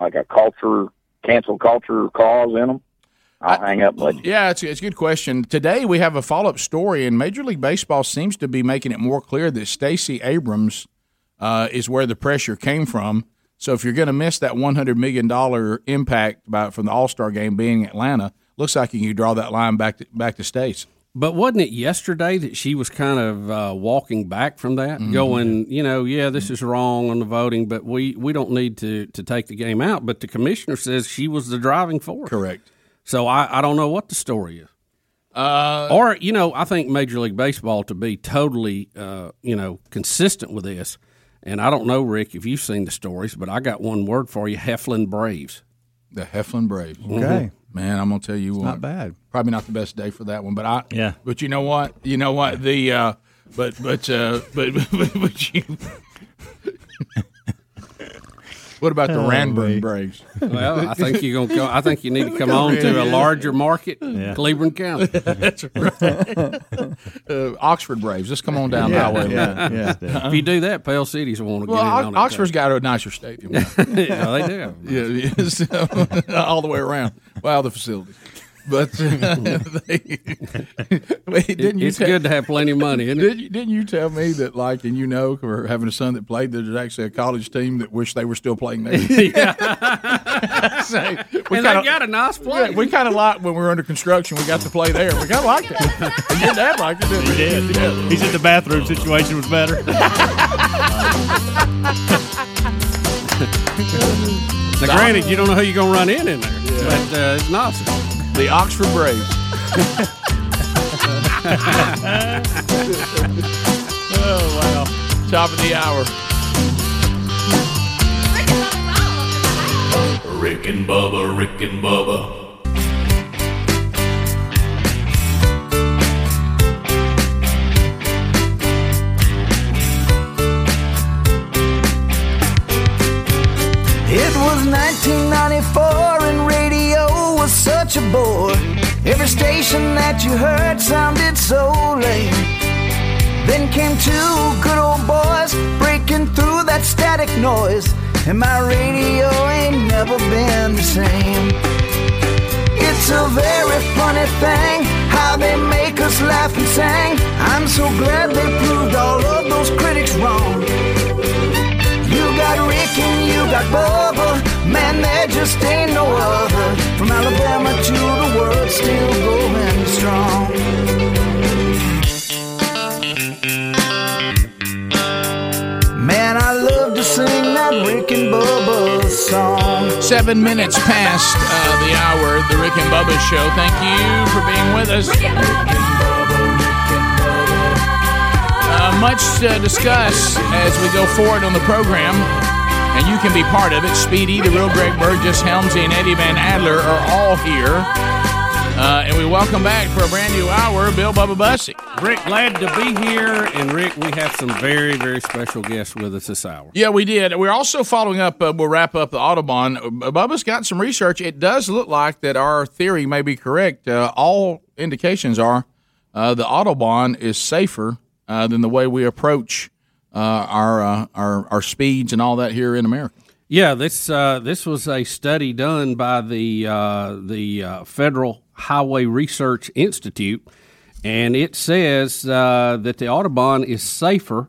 like a culture cancel culture cause in them? I'll hang up. and Let you
Yeah, it's, it's a good question. Today we have a follow up story, and Major League Baseball seems to be making it more clear that Stacey Abrams uh, is where the pressure came from. So if you're going to miss that $100 million impact by, from the All Star game being in Atlanta, looks like you can draw that line back to, back to Stace.
But wasn't it yesterday that she was kind of uh, walking back from that,
Mm-hmm.
going, you know, yeah, this is wrong on the voting, but we, we don't need to, to take the game out. But the commissioner says she was the driving force.
Correct.
So I, I don't know what the story is. Uh, or, you know, I think Major League Baseball to be totally, uh, you know, consistent with this. And I don't know, Rick, if you've seen the stories, but I got one word for you Heflin Braves.
The Heflin Braves.
Okay.
Man, I'm gonna tell you what.
not
bad. Probably not the best day for that one, but I.
Yeah.
But you know what? You know what? The uh, but but uh, but, but but you. what about the
Oh,
Ranburn
wait.
Braves?
Well, I think you're gonna. Go, I think you need to come on to a larger market,
Yeah.
Cleveland County.
That's right. uh, Oxford Braves. Just come on down
Yeah,
the highway.
yeah, yeah. If you do that, Pale City's will want to
Well,
get in
Ox-
on it.
Oxford's got a nicer stadium.
Yeah, they do.
Yeah, yeah, so, all the way around. Wow, the facility. But uh, they, wait, didn't you
It's good to have plenty of money, isn't it?
Didn't you, didn't you tell me that, like, and you know, or having a son that played, that there's actually a college team that wished they were still playing there? Say,
And they got a nice place.
we kind of liked when we were under construction. We got to play there. We kind of liked it. And your dad liked it. Didn't he?
He said the bathroom situation was better.
Now, granted, you don't know who you're gonna run in in there, but uh, it's nice.
The Oxford Braves. oh wow! Top of the hour.
Rick and Bubba, Rick and Bubba,
It was 1994 and radio was such a bore. Every station that you heard sounded so lame. Then came two good old boys breaking through that static noise, and my radio ain't never been the same. It's a very funny thing how they make us laugh and sing. I'm so glad they proved all of those critics wrong. You got Rick and you got Bubba. Man, there just ain't no other. From Alabama to the world, still going strong. Man, I love to sing that Rick and Bubba song.
Seven minutes past uh, the hour. The Rick and Bubba Show. Thank you for being with us. Uh, much to discuss as we go forward on the program, and you can be part of it. Speedy, the real Greg Burgess, Helmsy, and Eddie Van Adler are all here. Uh, and we welcome back for a brand new hour, Bill Bubba Bussy.
Rick, glad to be here, and Rick, we have some very, very special guests with us this hour.
Yeah, we did. We're also following up. Uh, we'll wrap up the Audubon. Uh, Bubba's got some research. It does look like that our theory may be correct. Uh, all indications are uh, the Autobahn is safer uh, than the way we approach uh, our, uh, our our speeds and all that here in America.
Yeah, this uh, this was a study done by the uh, the uh, Federal Highway Research Institute, and it says uh, that the Audubon is safer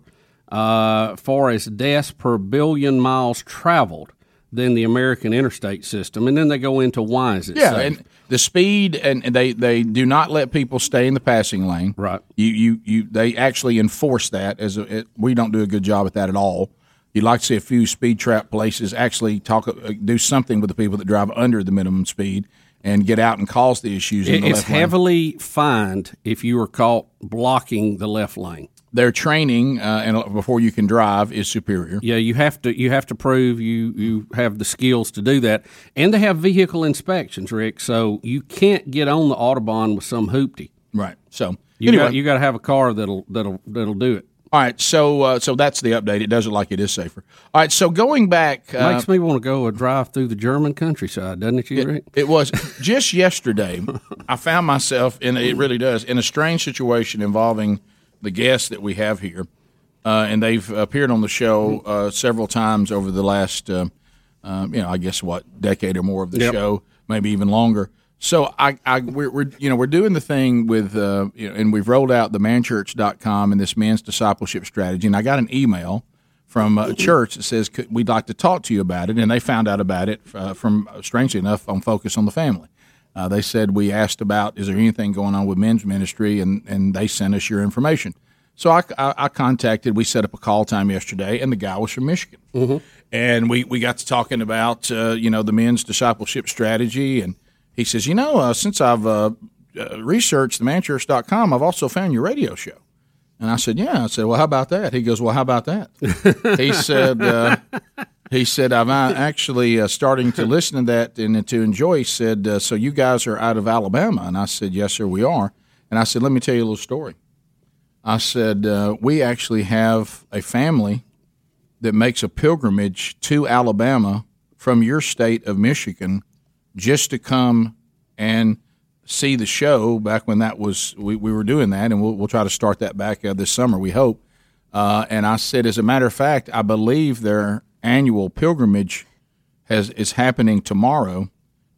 uh, far as deaths per billion miles traveled than the American interstate system, and then they go into why is it
yeah,
safe.
and the speed and and they they do not let people stay in the passing lane.
Right.
You you you they actually enforce that as a, it, we don't do a good job at that at all. You'd like to see a few speed trap places actually talk uh, do something with the people that drive under the minimum speed and get out and cause the issues. in
It-
the
it's
left lane.
heavily fined if you are caught blocking the left lane.
Their training uh, and before you can drive is superior.
Yeah, you have to you have to prove you you have the skills to do that, and they have vehicle inspections, Rick. So you can't get on the autobahn with some hoopty.
Right. So
you
anyway.
got you got to have a car that'll that'll that'll do it.
All right, so uh, so that's the update. It doesn't like it is safer. All right, so going back, uh,
Makes me want to go a drive through the German countryside, doesn't it, you, Rick?
It was just yesterday. I found myself in it really does in a strange situation involving the guests that we have here, uh, and they've appeared on the show uh, several times over the last, uh, um, you know, I guess what decade or more of the
Yep.
show, maybe even longer. So I, I we're, we're you know we're doing the thing with uh, you know, and we've rolled out the manchurch.com and this men's discipleship strategy, and I got an email from a church that says "Could- we'd like to talk to you about it, and they found out about it uh, from strangely enough on Focus on the Family. Uh, they said we asked about is there anything going on with men's ministry, and and they sent us your information. So I, I, I contacted. We set up a call time yesterday, and the guy was from Michigan, and we we got to talking about uh, you know the men's discipleship strategy, and he says, you know, uh, since I've uh, uh, researched themanchurch.com, I've also found your radio show. And I said, yeah. I said, well, how about that? He goes, well, how about that? he said, uh, he said, I'm uh, actually uh, starting to listen to that and to enjoy. He said, uh, so you guys are out of Alabama? And I said, yes, sir, we are. And I said, let me tell you a little story. I said, uh, we actually have a family that makes a pilgrimage to Alabama from your state of Michigan just to come and see the show back when that was we, we were doing that and we'll, we'll try to start that back uh, this summer we hope uh, and i said as a matter of fact i believe their annual pilgrimage has is happening tomorrow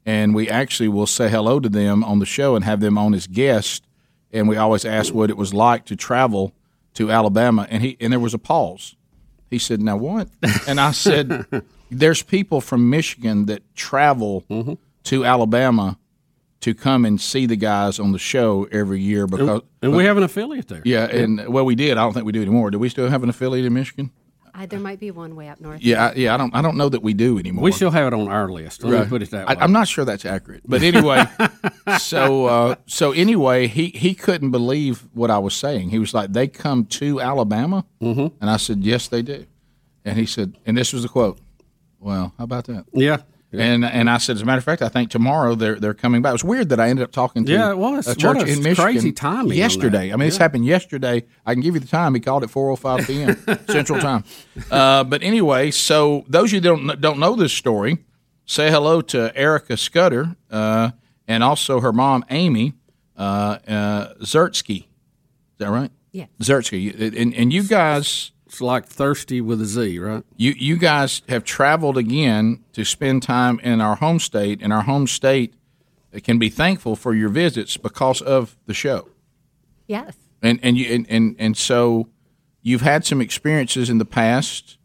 and we actually will say hello to them on the show and have them on as guests and we always ask what it was like to travel to alabama and he and there was a pause he said now what and i said there's people from michigan that travel to alabama to come and see the guys on the show every year because
and we have an affiliate there.
yeah, and well, we did. I don't think we do anymore. Do we still have an affiliate in Michigan?
I, there might be one way up north.
Yeah, I, yeah. I don't. I don't know that we do anymore.
We still have it on our list. Let me put it that way.
I, am not sure that's accurate, but anyway. so uh, so anyway, he he couldn't believe what I was saying. He was like, "They come to Alabama," mm-hmm. and I said, "Yes, they do." And he said, and this was the quote. Well, how about that?
Yeah.
And and I said, as a matter of fact, I think tomorrow they're they're coming back. It was weird that I ended up talking to
Yeah, it was.
a church
What a
in Michigan
crazy timing on
yesterday.
that.
I mean, this
Yeah.
happened yesterday. I can give you the time. He called at four oh five p.m. Central Time. Uh, but anyway, so those of you that don't don't know this story, say hello to Erica Scudder uh, and also her mom Amy uh, uh, Zertsky. Is that right?
Yeah.
Zertsky, and, and you guys.
It's like thirsty with a Z, right?
You you guys have traveled again to spend time in our home state, and our home state can be thankful for your visits because of the show.
Yes.
And and you and and, and so you've had some experiences in the past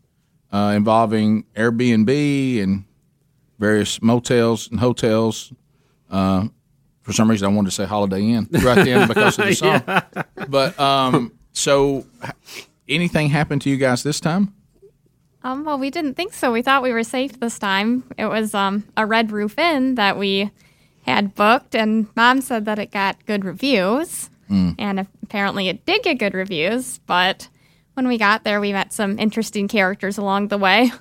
uh, involving Airbnb and various motels and hotels. Uh, for some reason, I wanted to say Holiday Inn right then because of the song.
Yeah.
But um, so, h- anything happened to you guys this time?
Um, well, we didn't think so. We thought we were safe this time. It was um, a Red Roof Inn that we had booked, and mom said that it got good reviews.
Mm.
And apparently it did get good reviews, but when we got there, we met some interesting characters along the way.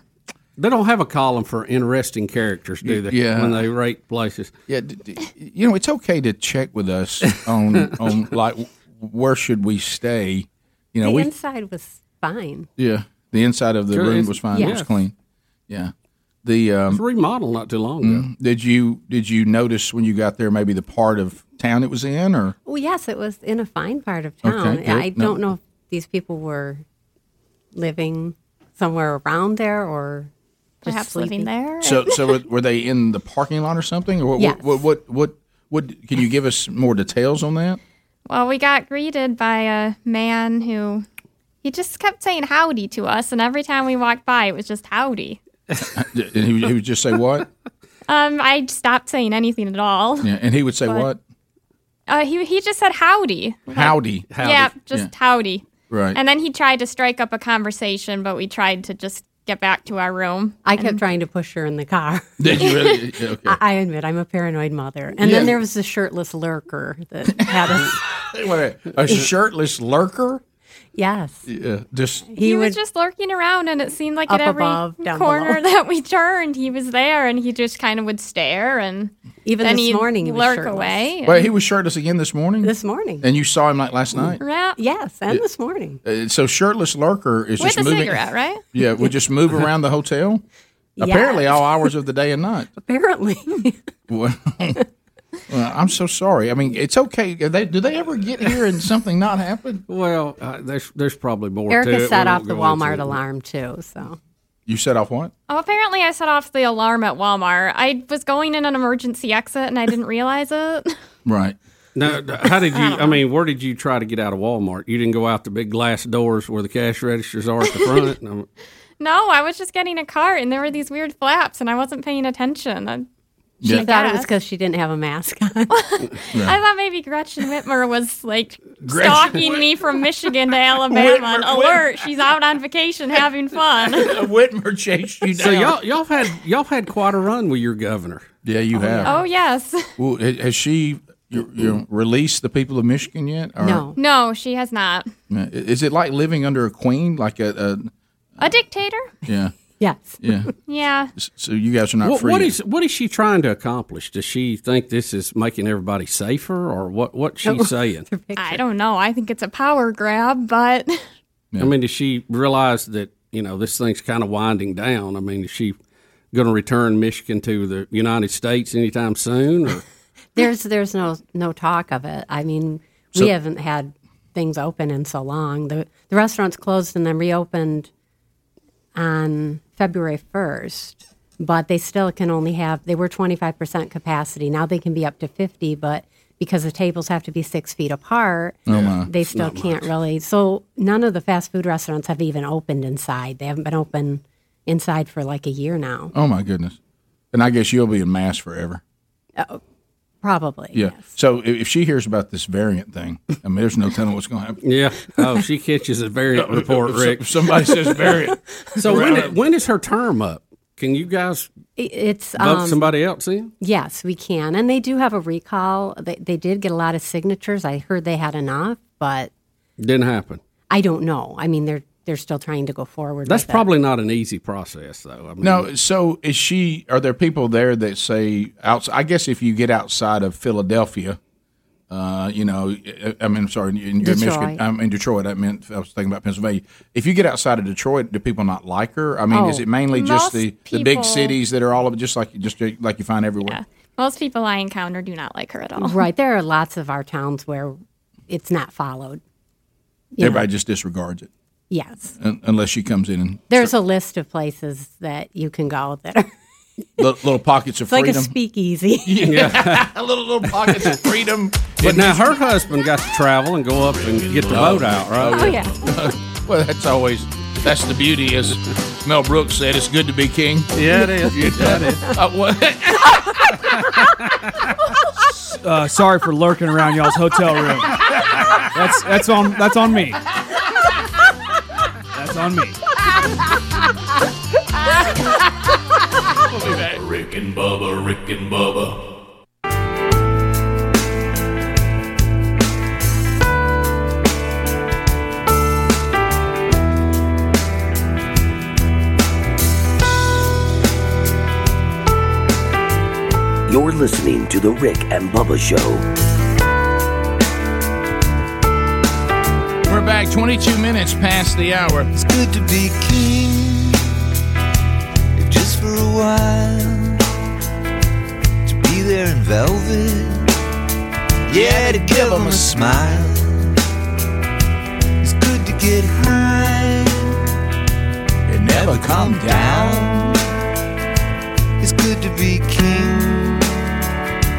They don't have a column for interesting characters, do they?
Yeah.
When they rate places.
Yeah. D- d- you know, it's okay to check with us on on like w- where should we stay. You know,
the
we
inside was fine.
yeah, the inside of the
Sure,
room
it's-
was fine. It was
yeah.
clean. Yeah. The um,
remodeled not too long ago.
mm, did you did you notice when you got there maybe the part of town it was in or
Well, yes, it was in a fine part of town.
Okay, good.
I
No.
don't know if these people were living somewhere around there or just
Perhaps living
sleeping.
there.
so so were, were they in the parking lot or something or what
Yes.
what, what what what can you give us more details on that?
Well, we got greeted by a man who he just kept saying howdy to us, and every time we walked by, it was just howdy.
And he, would- he would just say what?
Um, I stopped saying anything at all.
Yeah, and he would say
But-
what?
Uh, he he just said howdy.
Howdy.
Yeah, just howdy.
Right.
And then he tried to strike up a conversation, but we tried to just get back to our room.
I kept
And-
trying to push her in the car.
Did you really? Yeah, okay.
I, I admit I'm a paranoid mother. And
Yeah.
then there was the shirtless lurker that had us.
Wait a minute. A shirtless lurker?
Yes.
Yeah, just
He, was just lurking around, and it seemed like at
Up
every
above, down
corner
below.
that we turned, he was there, and he just kind of would stare and
Even
then
this
he'd
morning, he was
lurk
shirtless.
away. and-
Wait, he was shirtless again this morning.
This morning.
and you saw him like last night.
Yeah.
Yes, and this morning.
Uh, so shirtless lurker is
With
just
a
moving.
cigarette, right?
Yeah, we just move around the hotel.
Yes.
Apparently, all hours of the day and night.
Apparently.
Well, well, I'm so sorry. I mean, it's okay. Are they, do they ever get here and something not happen?
Well, uh, there's there's probably more. to it.
Erica
We
set
won't
off the
go into
Walmart
it.
alarm too, so
You set off what?
Oh, apparently I set off the alarm at Walmart. I was going in an emergency exit, and I didn't realize it.
Right.
Now, d- how did you? I mean, where did you try to get out of Walmart? You didn't go out the big glass doors where the cash registers are at the front. No.
No, I was just getting a cart, and there were these weird flaps, and I wasn't paying attention. I
She
Yeah.
thought it was because she didn't have a mask on.
I thought maybe Gretchen Whitmer was like
Gretchen
stalking me from Michigan to Alabama. and
Whitmer,
alert, she's out on vacation having fun.
Whitmer chased you
So
down.
y'all y'all had y'all had quite a run with your governor.
Yeah, you have.
oh yes.
Well, ha- has she you,
Mm.
you released the people of Michigan yet? Or,
No, she has not.
Uh, Is it like living under a queen? Like a,
A dictator?
a yeah,
Yes.
yeah.
Yeah.
S- So you guys are not
What-
free.
what
yet.
is what is she trying to accomplish? Does she think this is making everybody safer, or what? What she's saying?
I don't know. I think it's a power grab, but
I mean, does she realize that you know this thing's kind of winding down? I mean, is she going to return Michigan to the United States anytime soon? Or
There's there's no no talk of it. I mean,
So-
we haven't had things open in so long. The the restaurants closed and then reopened on February 1st, but they still can only have they were 25% capacity. Now they can be up to 50, but because the tables have to be 6 feet apart,
Oh, my.
they still
Not
can't really. So none of the fast food restaurants have even opened inside. They haven't been open inside for like a year now.
Oh my goodness! And I guess you'll be in mass forever.
Uh, probably.
Yeah. So i- if she hears about this variant thing, I mean, there's no telling what's going to happen.
yeah, oh, she catches a variant
If- if-
report,
if
Rick.
somebody says variant.
so when
Right.
it- when is her term up? Can you guys
I- It's
vote
um,
somebody else in?
Yes, we can. And they do have a recall. They, they did get a lot of signatures. I heard they had enough, but
Didn't happen.
I don't know. I mean, they're they're still trying to go forward.
That's
with it.
probably not an easy process, though. I mean,
No. So is she? Are there people there that say outs I guess if you get outside of Philadelphia, uh, you know, I- I mean, I'm sorry, in, in Michigan,
Detroit.
I'm in Detroit. I meant I was thinking about Pennsylvania. If you get outside of Detroit, do people not like her? I mean, is
Oh.
it mainly just the,
Most
the big
people-
cities that are all of just like just like you find everywhere?
most people I encounter do not like her at all.
right. There are lots of our towns where it's not followed. You know,
Everybody just disregards it
yes.
un- unless she comes in and
There's a list of places that you can go that are
little, little pockets of
it's like a
freedom.
speakeasy.
Yeah.
little little pockets of freedom.
But now her husband got to travel and go up and get the
Love.
vote out, right?
Oh, yeah.
well, that's always that's the beauty, as Mel Brooks said. It's good to be king.
Yeah, it is. Yeah, it is.
Uh, what?
Uh, sorry for lurking around y'all's hotel room. That's that's on that's on me. That's on me.
Rick and Bubba, Rick and Bubba,
You're listening to The Rick and Bubba Show.
We're back 22 minutes past the hour. It's good to be king.
If
just
for a
while.
To be there in velvet,
Yeah, to give them a smile. It's good to get high and never come down. It's good to be king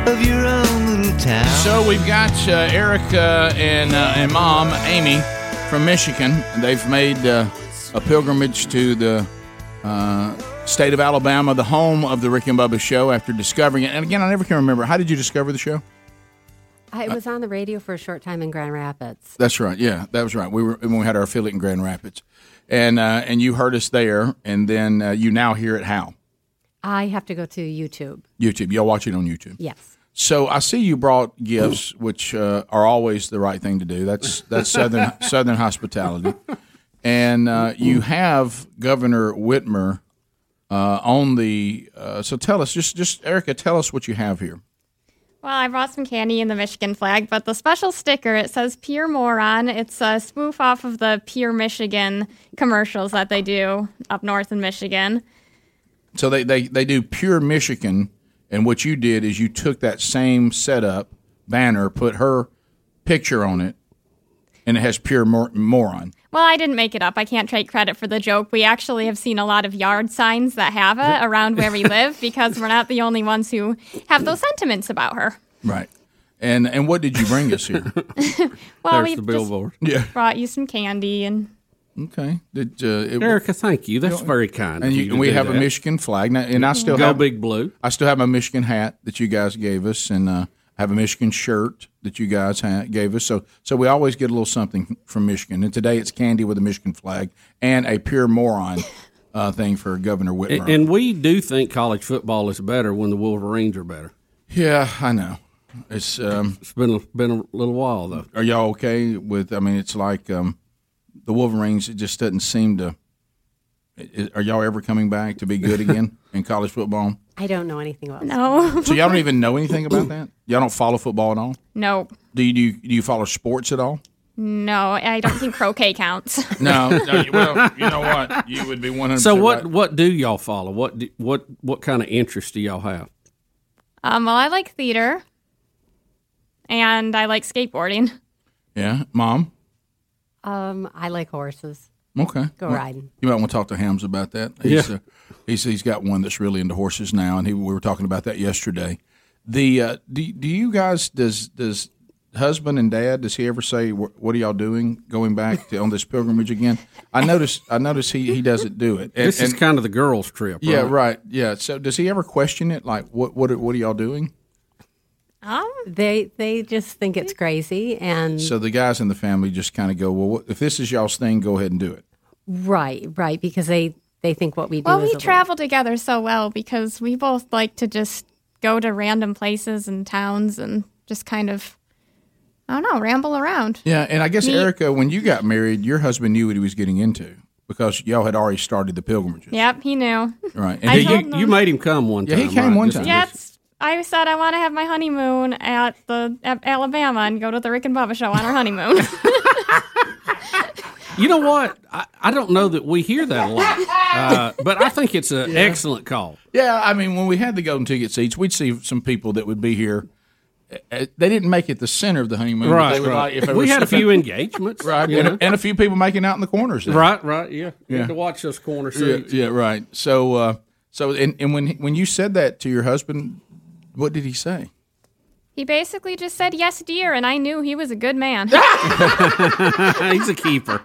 of your own little town.
So we've got uh, Erica and uh, and Mom Amy
from Michigan. They've made uh, a pilgrimage to the uh, state of Alabama, the home of the Rick and Bubba show, after discovering it. And again, I never can remember. How did you discover the show?
I was on the radio for a short time in Grand Rapids.
That's right. Yeah, that was right. We were when we had our affiliate in Grand Rapids, and uh, and you heard us there, and then uh, you now hear it how
I have to go to YouTube.
YouTube. Y'all watch it on YouTube.
Yes.
So I see you brought gifts, which uh, are always the right thing to do. That's that's southern southern hospitality, and uh, you have Governor Whitmer uh, on the. Uh, so tell us, just just Erica, tell us what you have here.
Well, I brought some candy in the Michigan flag, but the special sticker it says "Pure Moron." It's a spoof off of the Pure Michigan commercials that they do up north in Michigan.
So they they they do pure Michigan, and what you did is you took that same setup banner, put her picture on it, and it has pure mor- moron.
Well, I didn't make it up. I can't take credit for the joke. We actually have seen a lot of yard signs that have it around where we live because we're not the only ones who have those sentiments about her.
Right. And and what did you bring us here?
Well, we've just
Yeah.
brought you some candy and
Okay. Did, uh, it-
Erica, thank you. That's
know,
very kind. of
And, you,
you to
and we
do
have a
that.
Michigan flag, now, and I still
Go
have
big blue.
I still have my Michigan hat that you guys gave us, and uh, I have a Michigan shirt that you guys ha- gave us. So, so we always get a little something from Michigan. And today it's candy with a Michigan flag and a pure moron uh, thing for Governor Whitmer.
And, and we do think college football is better when the Wolverines are better.
yeah, I know. It's um,
it's been a, been a little while though.
Are y'all okay with? I mean, it's like um, the Wolverines. It just doesn't seem to. i- i- Are y'all ever coming back to be good again in college football?
I don't know anything about
No.
So y'all don't even know anything about that. Y'all don't follow football at all.
No,
Do you do you, do you follow sports at all?
no, I don't think croquet counts.
No. No, well, you know what? You would be one hundred.
So what what do y'all follow? What do, what what kind of interest do y'all have?
Um, well, I like theater, and I like skateboarding.
Yeah, mom.
Um, I like horses.
Okay.
Go
Well,
riding.
You might want to talk to Hams about that. He's, uh, he's he's got one that's really into horses now, and he, we were talking about that yesterday. The uh, do do you guys does does husband and dad does he ever say "Wh- what are y'all doing going back to, on this pilgrimage again? I notice I notice he, he doesn't do it. And-
this is
and-
kind of the girls' trip.
yeah right yeah. So does he ever question it like what what are- what are y'all doing?
Oh.
They they just think it's crazy and
So the guys in the family just kind of go well what, if this is y'all's thing go ahead and do it.
right right because they they think what we do.
Well,
is
we
illegal.
travel together so well because we both like to just go to random places and towns and just kind of, I don't know, ramble around.
Yeah, and I guess
Me-
Erica, when you got married, your husband knew what he was getting into because y'all had already started the pilgrimage,
Yep, he knew.
right?
I told
you, you made him come one
Yeah,
time.
he came
right?
one
Just-
time.
Yes, I said I want to have my honeymoon at the at Alabama and go to the Rick and Bubba show on our honeymoon.
You know what? I, I don't know that we hear that a lot, uh, but I think it's an excellent call.
Yeah, I mean, when we had the golden ticket seats, we'd see some people that would be here. Uh, They didn't make it the center of the honeymoon. but
Right,
they were
right.
like- if it
we
was-
had a
if it-
few engagements,
right,
you
and,
know?
a, and a few people making out in the corners. there.
right, right, yeah. You
Yeah.
had to watch those corner
Yeah,
seats.
yeah, right. So, uh, so, and, and when when you said that to your husband, what did he say?
he basically just said yes, dear, and I knew he was a good man.
He's a keeper.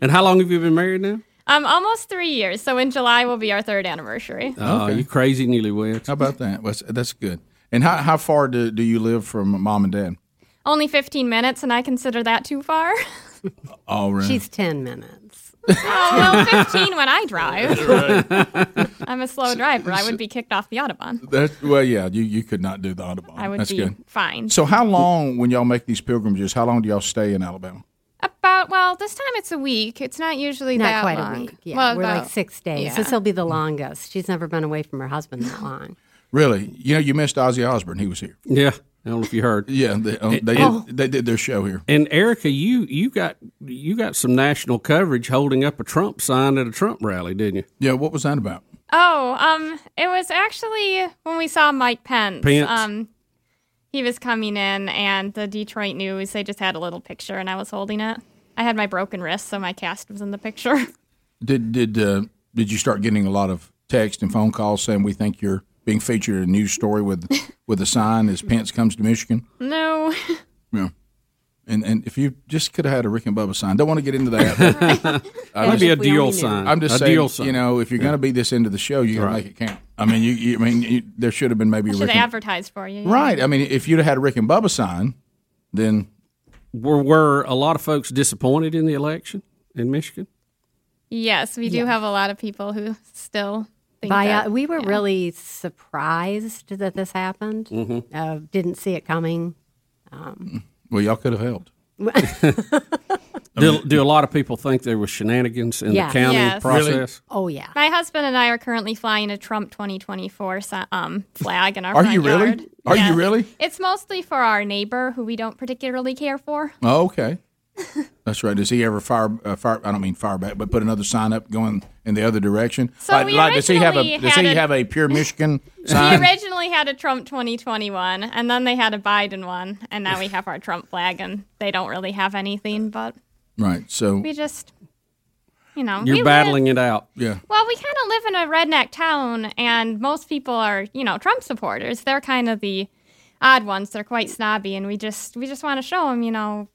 And how long have you been married now?
um, almost three years. So in July will be our third anniversary.
Oh, you crazy newlyweds.
How about that? That's, that's good. And how how far do, do you live from mom and dad?
Only 15 minutes, and I consider that too far.
All right.
She's ten minutes.
oh, well, 15 when I drive.
Right.
I'm a slow driver. I would be kicked off the Autobahn.
That well, yeah, you, you could not do the Audubon.
I would
That's
be
good.
fine.
So, how long when y'all make these pilgrimages? How long do y'all stay in Alabama?
About, well, this time it's a week. It's not usually
Not
that
quite
long.
a week. Yeah,
Well,
we're like
about-
six days.
yeah.
This will be the longest. She's never been away from her husband that long.
Really? You know, you missed Ozzy Osbourne. He was here.
Yeah, I don't know if you heard.
Yeah, they, um, they
Oh.
did they did their show here.
And Erica, you you got you got some national coverage holding up a Trump sign at a Trump rally, didn't you?
Yeah, what was that about?
Oh, um, it was actually when we saw Mike Pence.
Pence.
Um, he was coming in, and the Detroit News, they just had a little picture, and I was holding it. I had my broken wrist, so my cast was in the picture.
Did did uh, did you start getting a lot of text and phone calls saying we think you're being featured in a news story with with a sign as Pence comes to Michigan?
no.
Yeah. And and if you just could have had a Rick and Bubba sign, don't want to get into that. but I'm
Maybe a deal sign.
I'm just
A
saying,
deal sign.
you know, if you're going to be this into the show, you got to make it count. I mean, you, you I mean, you, there should have been maybe a
Should
Rick
have
and,
advertised for you. yeah.
right. I mean, if you'd have had a Rick and Bubba sign, then
Were were a lot of folks disappointed in the election in Michigan?
Yes, we do
Yeah.
have a lot of people who still think
By,
that.
uh, we were really surprised that this happened.
Mhm.
Uh, didn't see it coming. Um,
well, y'all could have helped.
Do, do a lot of people think there was shenanigans in
Yeah.
the county
Yes.
process?
Oh yeah.
My husband and I are currently flying a Trump 2024 si- um, flag in our
Are
front
you really?
yard.
Are you really?
It's mostly for our neighbor who we don't particularly care for.
Oh, okay. That's right. Does he ever fire? Uh, fire? I don't mean fire back, but put another sign up going in the other direction.
So we
does he have a?
originally
Does he
had a-
have a pure Michigan
We
sign?
originally had a Trump 2021, and then they had a Biden one, and now we have our Trump flag, and they don't really have anything, but
right. So
we just, you know.
You're
we
battling
live,
it out.
Yeah.
Well, we kind of live in a redneck town, and most people are, you know, Trump supporters. They're kind of the odd ones. They're quite snobby, and we just we just want to show them, you know,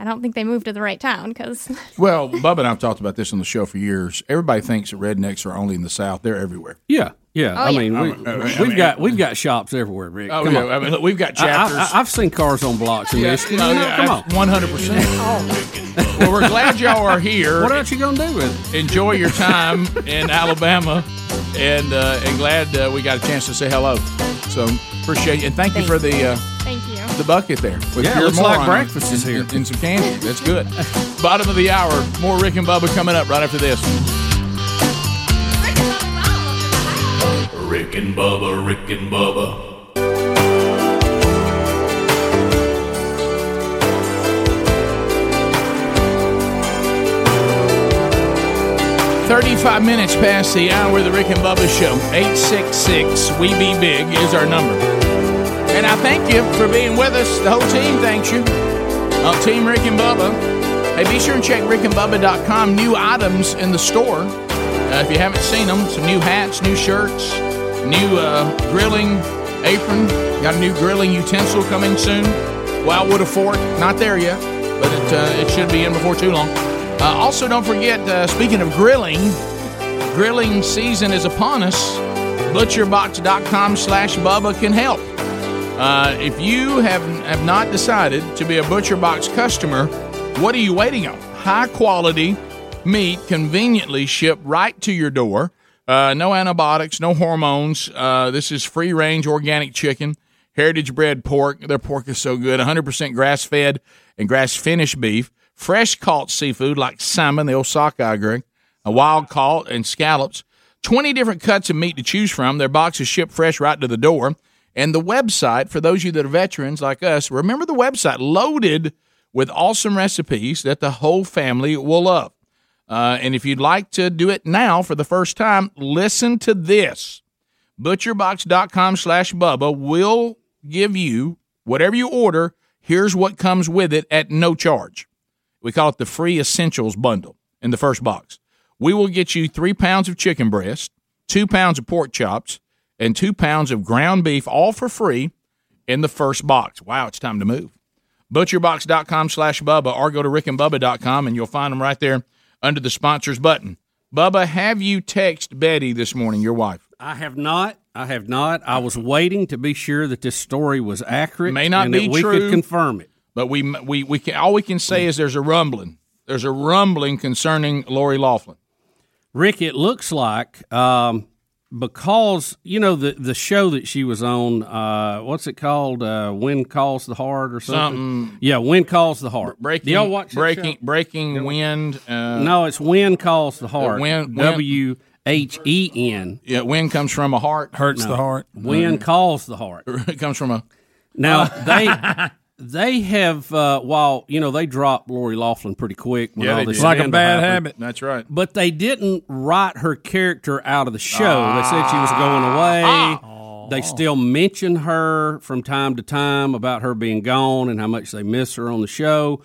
I don't think they moved to the right town because
Well, Bubba and I've talked about this on the show for years. Everybody thinks that rednecks are only in the South. They're everywhere.
Yeah, yeah.
Oh,
I
yeah.
mean, we,
I mean, I
we've
mean-
got we've got shops everywhere, Rick.
Oh,
Come
yeah.
on.
I mean, look, we've got
I- I-
chapters.
I, have seen cars on blocks in Michigan.
Oh,
You know,
yeah, Oh,
come on,
one hundred percent.
Well, we're glad y'all are here.
What else you gonna do with it?
Enjoy your time in Alabama, and uh, and glad uh, we got a chance to say hello.
So appreciate you, and thank you for the uh,
Thank you.
the bucket there. With
Yeah,
pure
looks like
moron
breakfast
and,
is here.
and, and some candy. That's good.
Bottom of the hour. More Rick and Bubba coming up right after this.
Rick and Bubba, Rick and Bubba,
Thirty-five minutes past the hour. of The Rick and Bubba Show. Eight six six. We be big is our number. And I thank you for being with us. The whole team thanks you. Uh, team Rick and Bubba. Hey, be sure and check rickandbubba.com. New items in the store. Uh, if you haven't seen them, some new hats, new shirts, new uh, grilling apron. Got a new grilling utensil coming soon. Wildwood a fork, not there yet, but it, uh, it should be in before too long. Uh, also, don't forget, uh, speaking of grilling, Grilling season is upon us. ButcherBox.com slash Bubba can help. Uh, if you have, have not decided to be a ButcherBox customer, what are you waiting on? High quality meat conveniently shipped right to your door. Uh, no antibiotics, no hormones. Uh, this is free range organic chicken, heritage bred pork. Their pork is so good. 100% grass fed and grass finished beef. Fresh caught seafood like salmon, the old sockeye grig a wild caught, and scallops. 20 different cuts of meat to choose from. Their box is shipped fresh right to the door. And the website, for those of you that are veterans like us, remember the website loaded with awesome recipes that the whole family will love. Uh, and if you'd like to do it now for the first time, listen to this. ButcherBox.com slash Bubba will give you whatever you order. Here's what comes with it at no charge. We call it the free essentials bundle in the first box. We will get you three pounds of chicken breast, two pounds of pork chops, and two pounds of ground beef, all for free in the first box. Wow, it's time to move. Butcherbox.com slash Bubba or go to rickandbubba.com and you'll find them right there under the sponsors button. Bubba, have you text Betty this morning, your wife?
I have not. I have not. I was waiting to be sure that this story was accurate.
May not
and
be
that we
true.
Could confirm it.
But we we we can all we can say is there's a rumbling. There's a rumbling concerning Lori Laughlin.
Rick, it looks like um, because you know the the show that she was on. Uh, what's it called? Uh, when calls the heart or something?
Something.
Yeah, when calls the heart. Do
Breaking
y'all watch that
breaking
show?
breaking wind. Uh,
no, it's when calls the heart.
When- when-
W H E N.
Yeah, when comes from a heart. Uh,
Hurts the heart. When calls the heart.
it comes from a.
Now they they have uh, while you know they dropped Lori Laughlin pretty quick. When
Yeah,
all
they
this
did. Like a
scandal
bad
happened.
habit. That's right.
But they didn't write her character out of the show. they said she was going away. They still mention her from time to time about her being gone and how much they miss her on the show.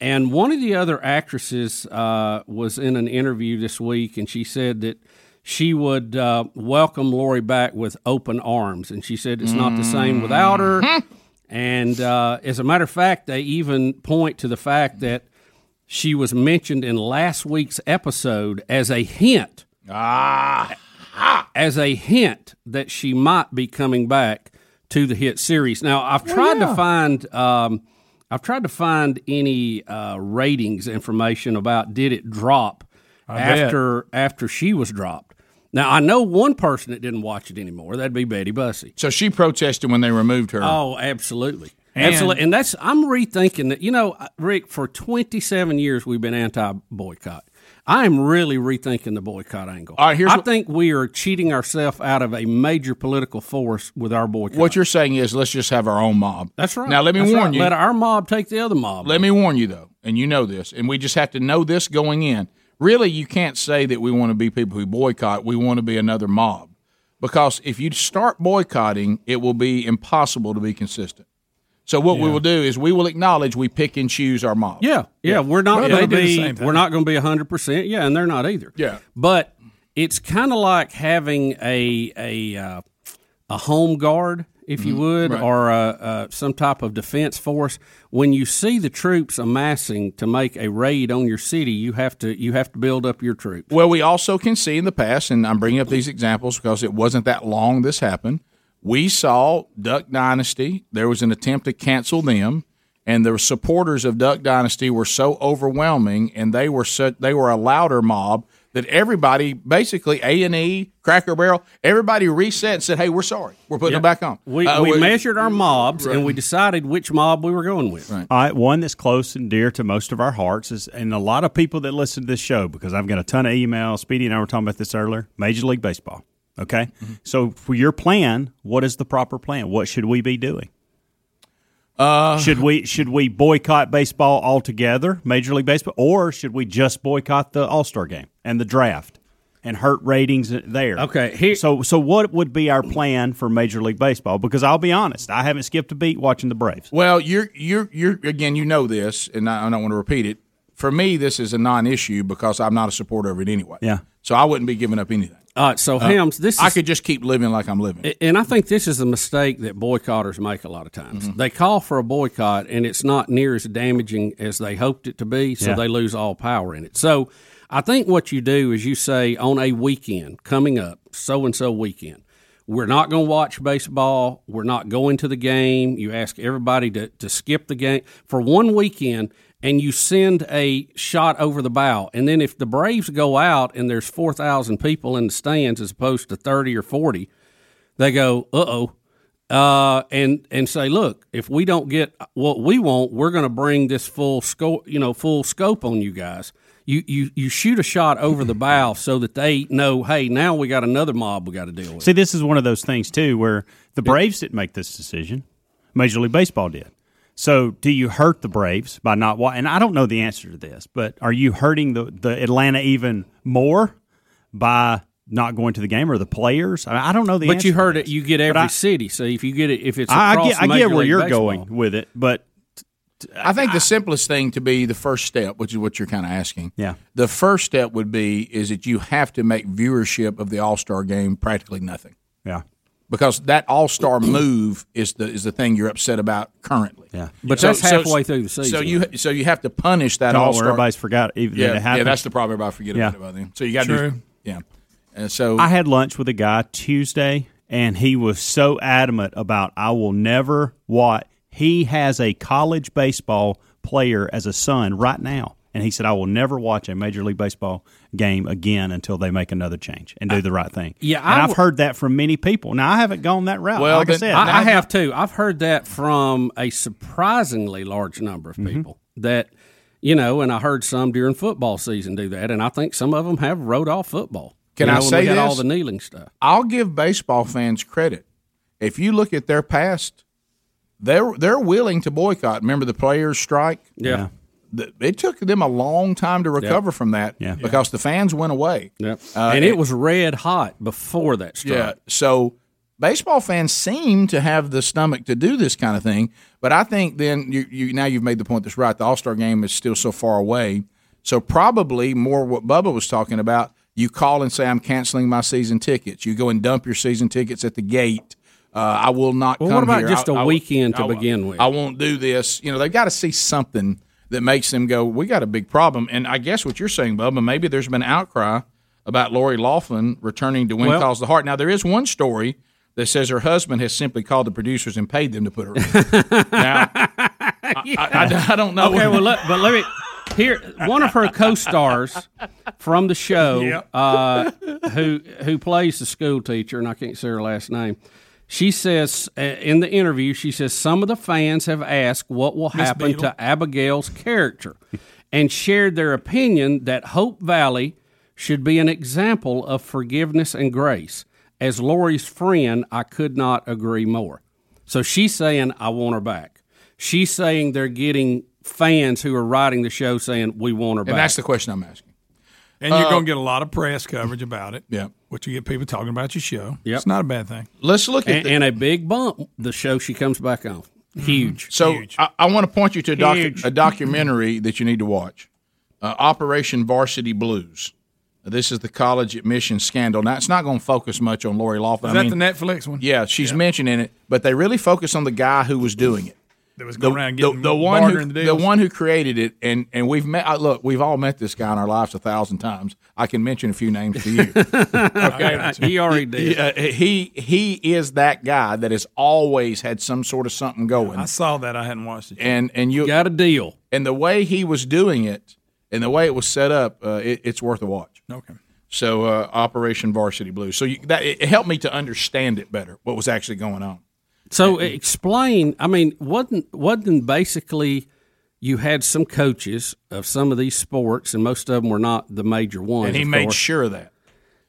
And one of the other actresses uh, was in an interview this week, and she said that she would uh, welcome Lori back with open arms. And she said it's not the same without her. And uh, as a matter of fact, they even point to the fact that she was mentioned in last week's episode as a hint. Ah. As a hint that she might be coming back to the hit series. Now, I've
Well,
tried
yeah.
to find. Um, I've tried to find any uh, ratings information about did it drop
I bet.
after after she was dropped. Now I know one person that didn't watch it anymore. That'd be Betty Bussey.
So she protested when they removed her.
Oh, absolutely.
And-
absolutely. And that's I'm rethinking that. You know, uh, Rick, for 27 years we've been anti boycott. I am really rethinking the boycott angle.
All right, here's
I
what-
think we are cheating ourselves out of a major political force with our boycott.
What you're saying is let's just have our own mob.
That's right.
Now let me
That's
warn
right.
you.
Let our mob take the other mob.
Let me warn you though, and you know this, and we just have to know this going in. Really, you can't say that we want to be people who boycott. We want to be another mob, because if you start boycotting, it will be impossible to be consistent. So what we
Yeah.
will do is we will acknowledge we pick and choose our mob.
Yeah, yeah, we're not
Well, they
going
do
to
the
be
same thing.
we're not going to be hundred percent. Yeah, and they're not either.
Yeah.
but it's kind of like having a a uh, a home guard, if
Mm-hmm.
you would, or uh, uh, some type of defense force. When you see the troops amassing to make a raid on your city, you have to you have to build up your troops.
Well, we also can see in the past, and I'm bringing up these examples because it wasn't that long this happened. We saw Duck Dynasty. There was an attempt to cancel them, and the supporters of Duck Dynasty were so overwhelming, and they were so, they were a louder mob that everybody, basically A and E, Cracker Barrel, everybody reset and said, "Hey, we're sorry. We're putting them back on."
We,
Uh,
we measured our mobs
Right.
and we decided which mob we were going with.
All right, one that's close and dear to most of our hearts is, and a lot of people that listen to this show, because I've got a ton of emails. Speedy and I were talking about this earlier. Major League Baseball. Okay,
Mm-hmm.
so for your plan, what is the proper plan? What should we be doing?
Uh,
should we should we boycott baseball altogether, Major League Baseball, or should we just boycott the All Star Game and the draft and hurt ratings there? Okay, so so what would be our plan for Major League Baseball? Because I'll be honest, I haven't skipped a beat watching the Braves.
Well, you're you're you're again. You know this, and I, I don't want to repeat it. For me, this is a non-issue because I'm not a supporter of it anyway.
Yeah.
So I wouldn't be giving up anything.
All right, so
Uh,
Hams, this
I
is,
could just keep living like I'm living.
and I think this is the mistake that boycotters make a lot of times.
Mm-hmm.
They call for a boycott, and it's not near as damaging as they hoped it to be, so
Yeah.
they lose all power in it. So I think what you do is you say on a weekend coming up, so and so weekend, we're not going to watch baseball. We're not going to the game. You ask everybody to, to skip the game for one weekend and you send a shot over the bow. And then if the Braves go out and there's 4,000 people in the stands as opposed to 30 or 40, they go, uh-oh, uh, and and say, look, if we don't get what we want, we're going to bring this full scope, you know, full scope on you guys. You you you shoot a shot over the bow so that they know, hey, now we got another mob we got to deal with.
See, this is one of those things too where the Braves didn't make this decision. Major League Baseball did. So, do you hurt the Braves by not wa And I don't know the answer to this, but are you hurting the, the Atlanta even more by not going to the game or the players? I, I don't know the
but
answer.
you heard it. You get every
I-
city. So if you get it, if it's
I, I
across
get, I
Major
get where
League
you're
Baseball.
going with it, but
I think the simplest thing to be the first step, which is what you're kind of asking.
Yeah.
The first step would be is that you have to make viewership of the All Star game practically nothing.
Yeah.
Because that All Star move is the is the thing you're upset about currently.
Yeah.
But that's halfway through the season.
So you so you have to punish that
Don't
All
worry,
Star.
everybody's forgot even that
yeah,
it
yeah,
happened.
that's the problem. Everybody forget about
Yeah.
it by then. So you got to
True.
yeah. And so
I had lunch with a guy Tuesday, and he was so adamant about I will never watch. He has a college baseball player as a son right now, and he said I will never watch a major league baseball game again until they make another change and do the right thing.
Yeah,
and
I
I've
w-
heard that from many people. Now I haven't gone that route. like I said,
I, I have too. I've heard that from a surprisingly large number of
Mm-hmm.
people that, you know, and I heard some during football season do that, and I think some of them have rode off football.
Can
You
I
know, when
say
we got
this?
all the kneeling stuff?
I'll give baseball fans credit. If you look at their past, they're they're willing to boycott. Remember the players' strike?
Yeah.
Th- It took them a long time to recover from that
Yeah.
because the fans went away.
Yep.
Uh,
and it,
it-
was red hot before that strike.
Yeah. So baseball fans seem to have the stomach to do this kind of thing, but I think then you, you now you've made the point that's right. The All Star Game is still so far away, so probably more what Bubba was talking about. You call and say I'm canceling my season tickets. You go and dump your season tickets at the gate. Uh, I will not.
Well,
come
what about
here.
just a
a
weekend to begin with?
I won't do this. You know, they've got to see something that makes them go, we got a big problem. And I guess what you're saying, Bubba, maybe there's been outcry about Lori Laughlin returning to When
Well-
Calls the Heart. Now, there is one story that says her husband has simply called the producers and paid them to put her in. I- I don't know.
Okay, well, let, but let me. Here, one of her co-stars from the show,
Yep.
uh, who who plays the school teacher, and I can't say her last name. She says uh, in the interview, she says some of the fans have asked what will
Miss
happen
Beadle.
to Abigail's character, and shared their opinion that Hope Valley should be an example of forgiveness and grace. As Lori's friend, I could not agree more. So she's saying, I want her back. She's saying they're getting fans who are writing the show saying, we want her
And
back.
that's the question I'm asking.
And you're
Uh,
going to get a lot of press coverage about it.
Yeah.
Which you get people talking about your show.
Yep.
It's not a bad thing.
Let's look at
and, and a big bump the show she comes back on. Huge.
So I, I want to point you to a, docu-
Huge.
a documentary that you need to watch uh, Operation Varsity Blues. This is the college admission scandal. Now, it's not going to focus much on Lori Loughlin.
Is
I
that
mean,
the Netflix one?
yeah, she's mentioning it, but they really focus on the guy who was doing it.
That was going around getting
the one who,
bartering
the,
the deals?
one who created it, and and we've met. uh, Look, we've all met this guy in our lives a thousand times. I can mention a few names to you. okay,
he already did.
Uh, he he is that guy that has always had some sort of something going.
I saw that. I hadn't watched it.
and and you got
a deal.
And the way he was doing it, and the way it was set up, uh, it, it's worth a watch.
Okay.
So uh, Operation Varsity Blues. So you, that it it helped me to understand it better. What was actually going on?
So explain. I mean, wasn't wasn't basically you had some coaches of some of these sports, and most of them were not the major ones.
and he
of
made
course.
sure of that.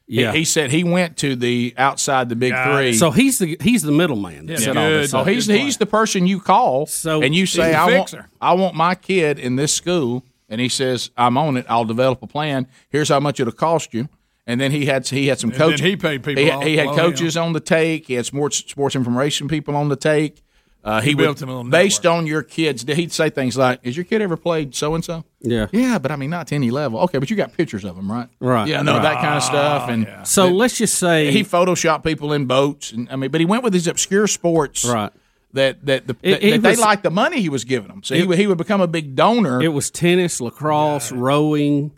He-
Yeah.
He, said he went to the outside the big three.
So he's the he's the middleman. that
Yeah,
set all
good.
this
So
up.
Oh, he's he's the person you call,
so
and you
he's
say
the
I want
fixer.
I want my kid in this school, and he says I'm on it. I'll develop a plan. Here's how much it'll cost you. And then he had he had some
And then
coaches.
he paid people
He,
off
he had
below
coaches on the take. He had sports sports information people on the take. Uh, he
He built
would,
him a little
based on your kids. He'd say things like, "Has your kid ever played so and so?"
Yeah,
yeah, but I mean not to any level. Okay, but you got pictures of him, right?
Right.
Yeah, no, that
Ah,
kind of stuff. And
so let's just say
he photoshopped people in boats. And I mean, but he went with these obscure sports,
Right.
That that the
It-
that,
he
that they
was-
liked the money he was giving them. So he
It-
would he would become a big donor.
It was tennis, lacrosse, rowing.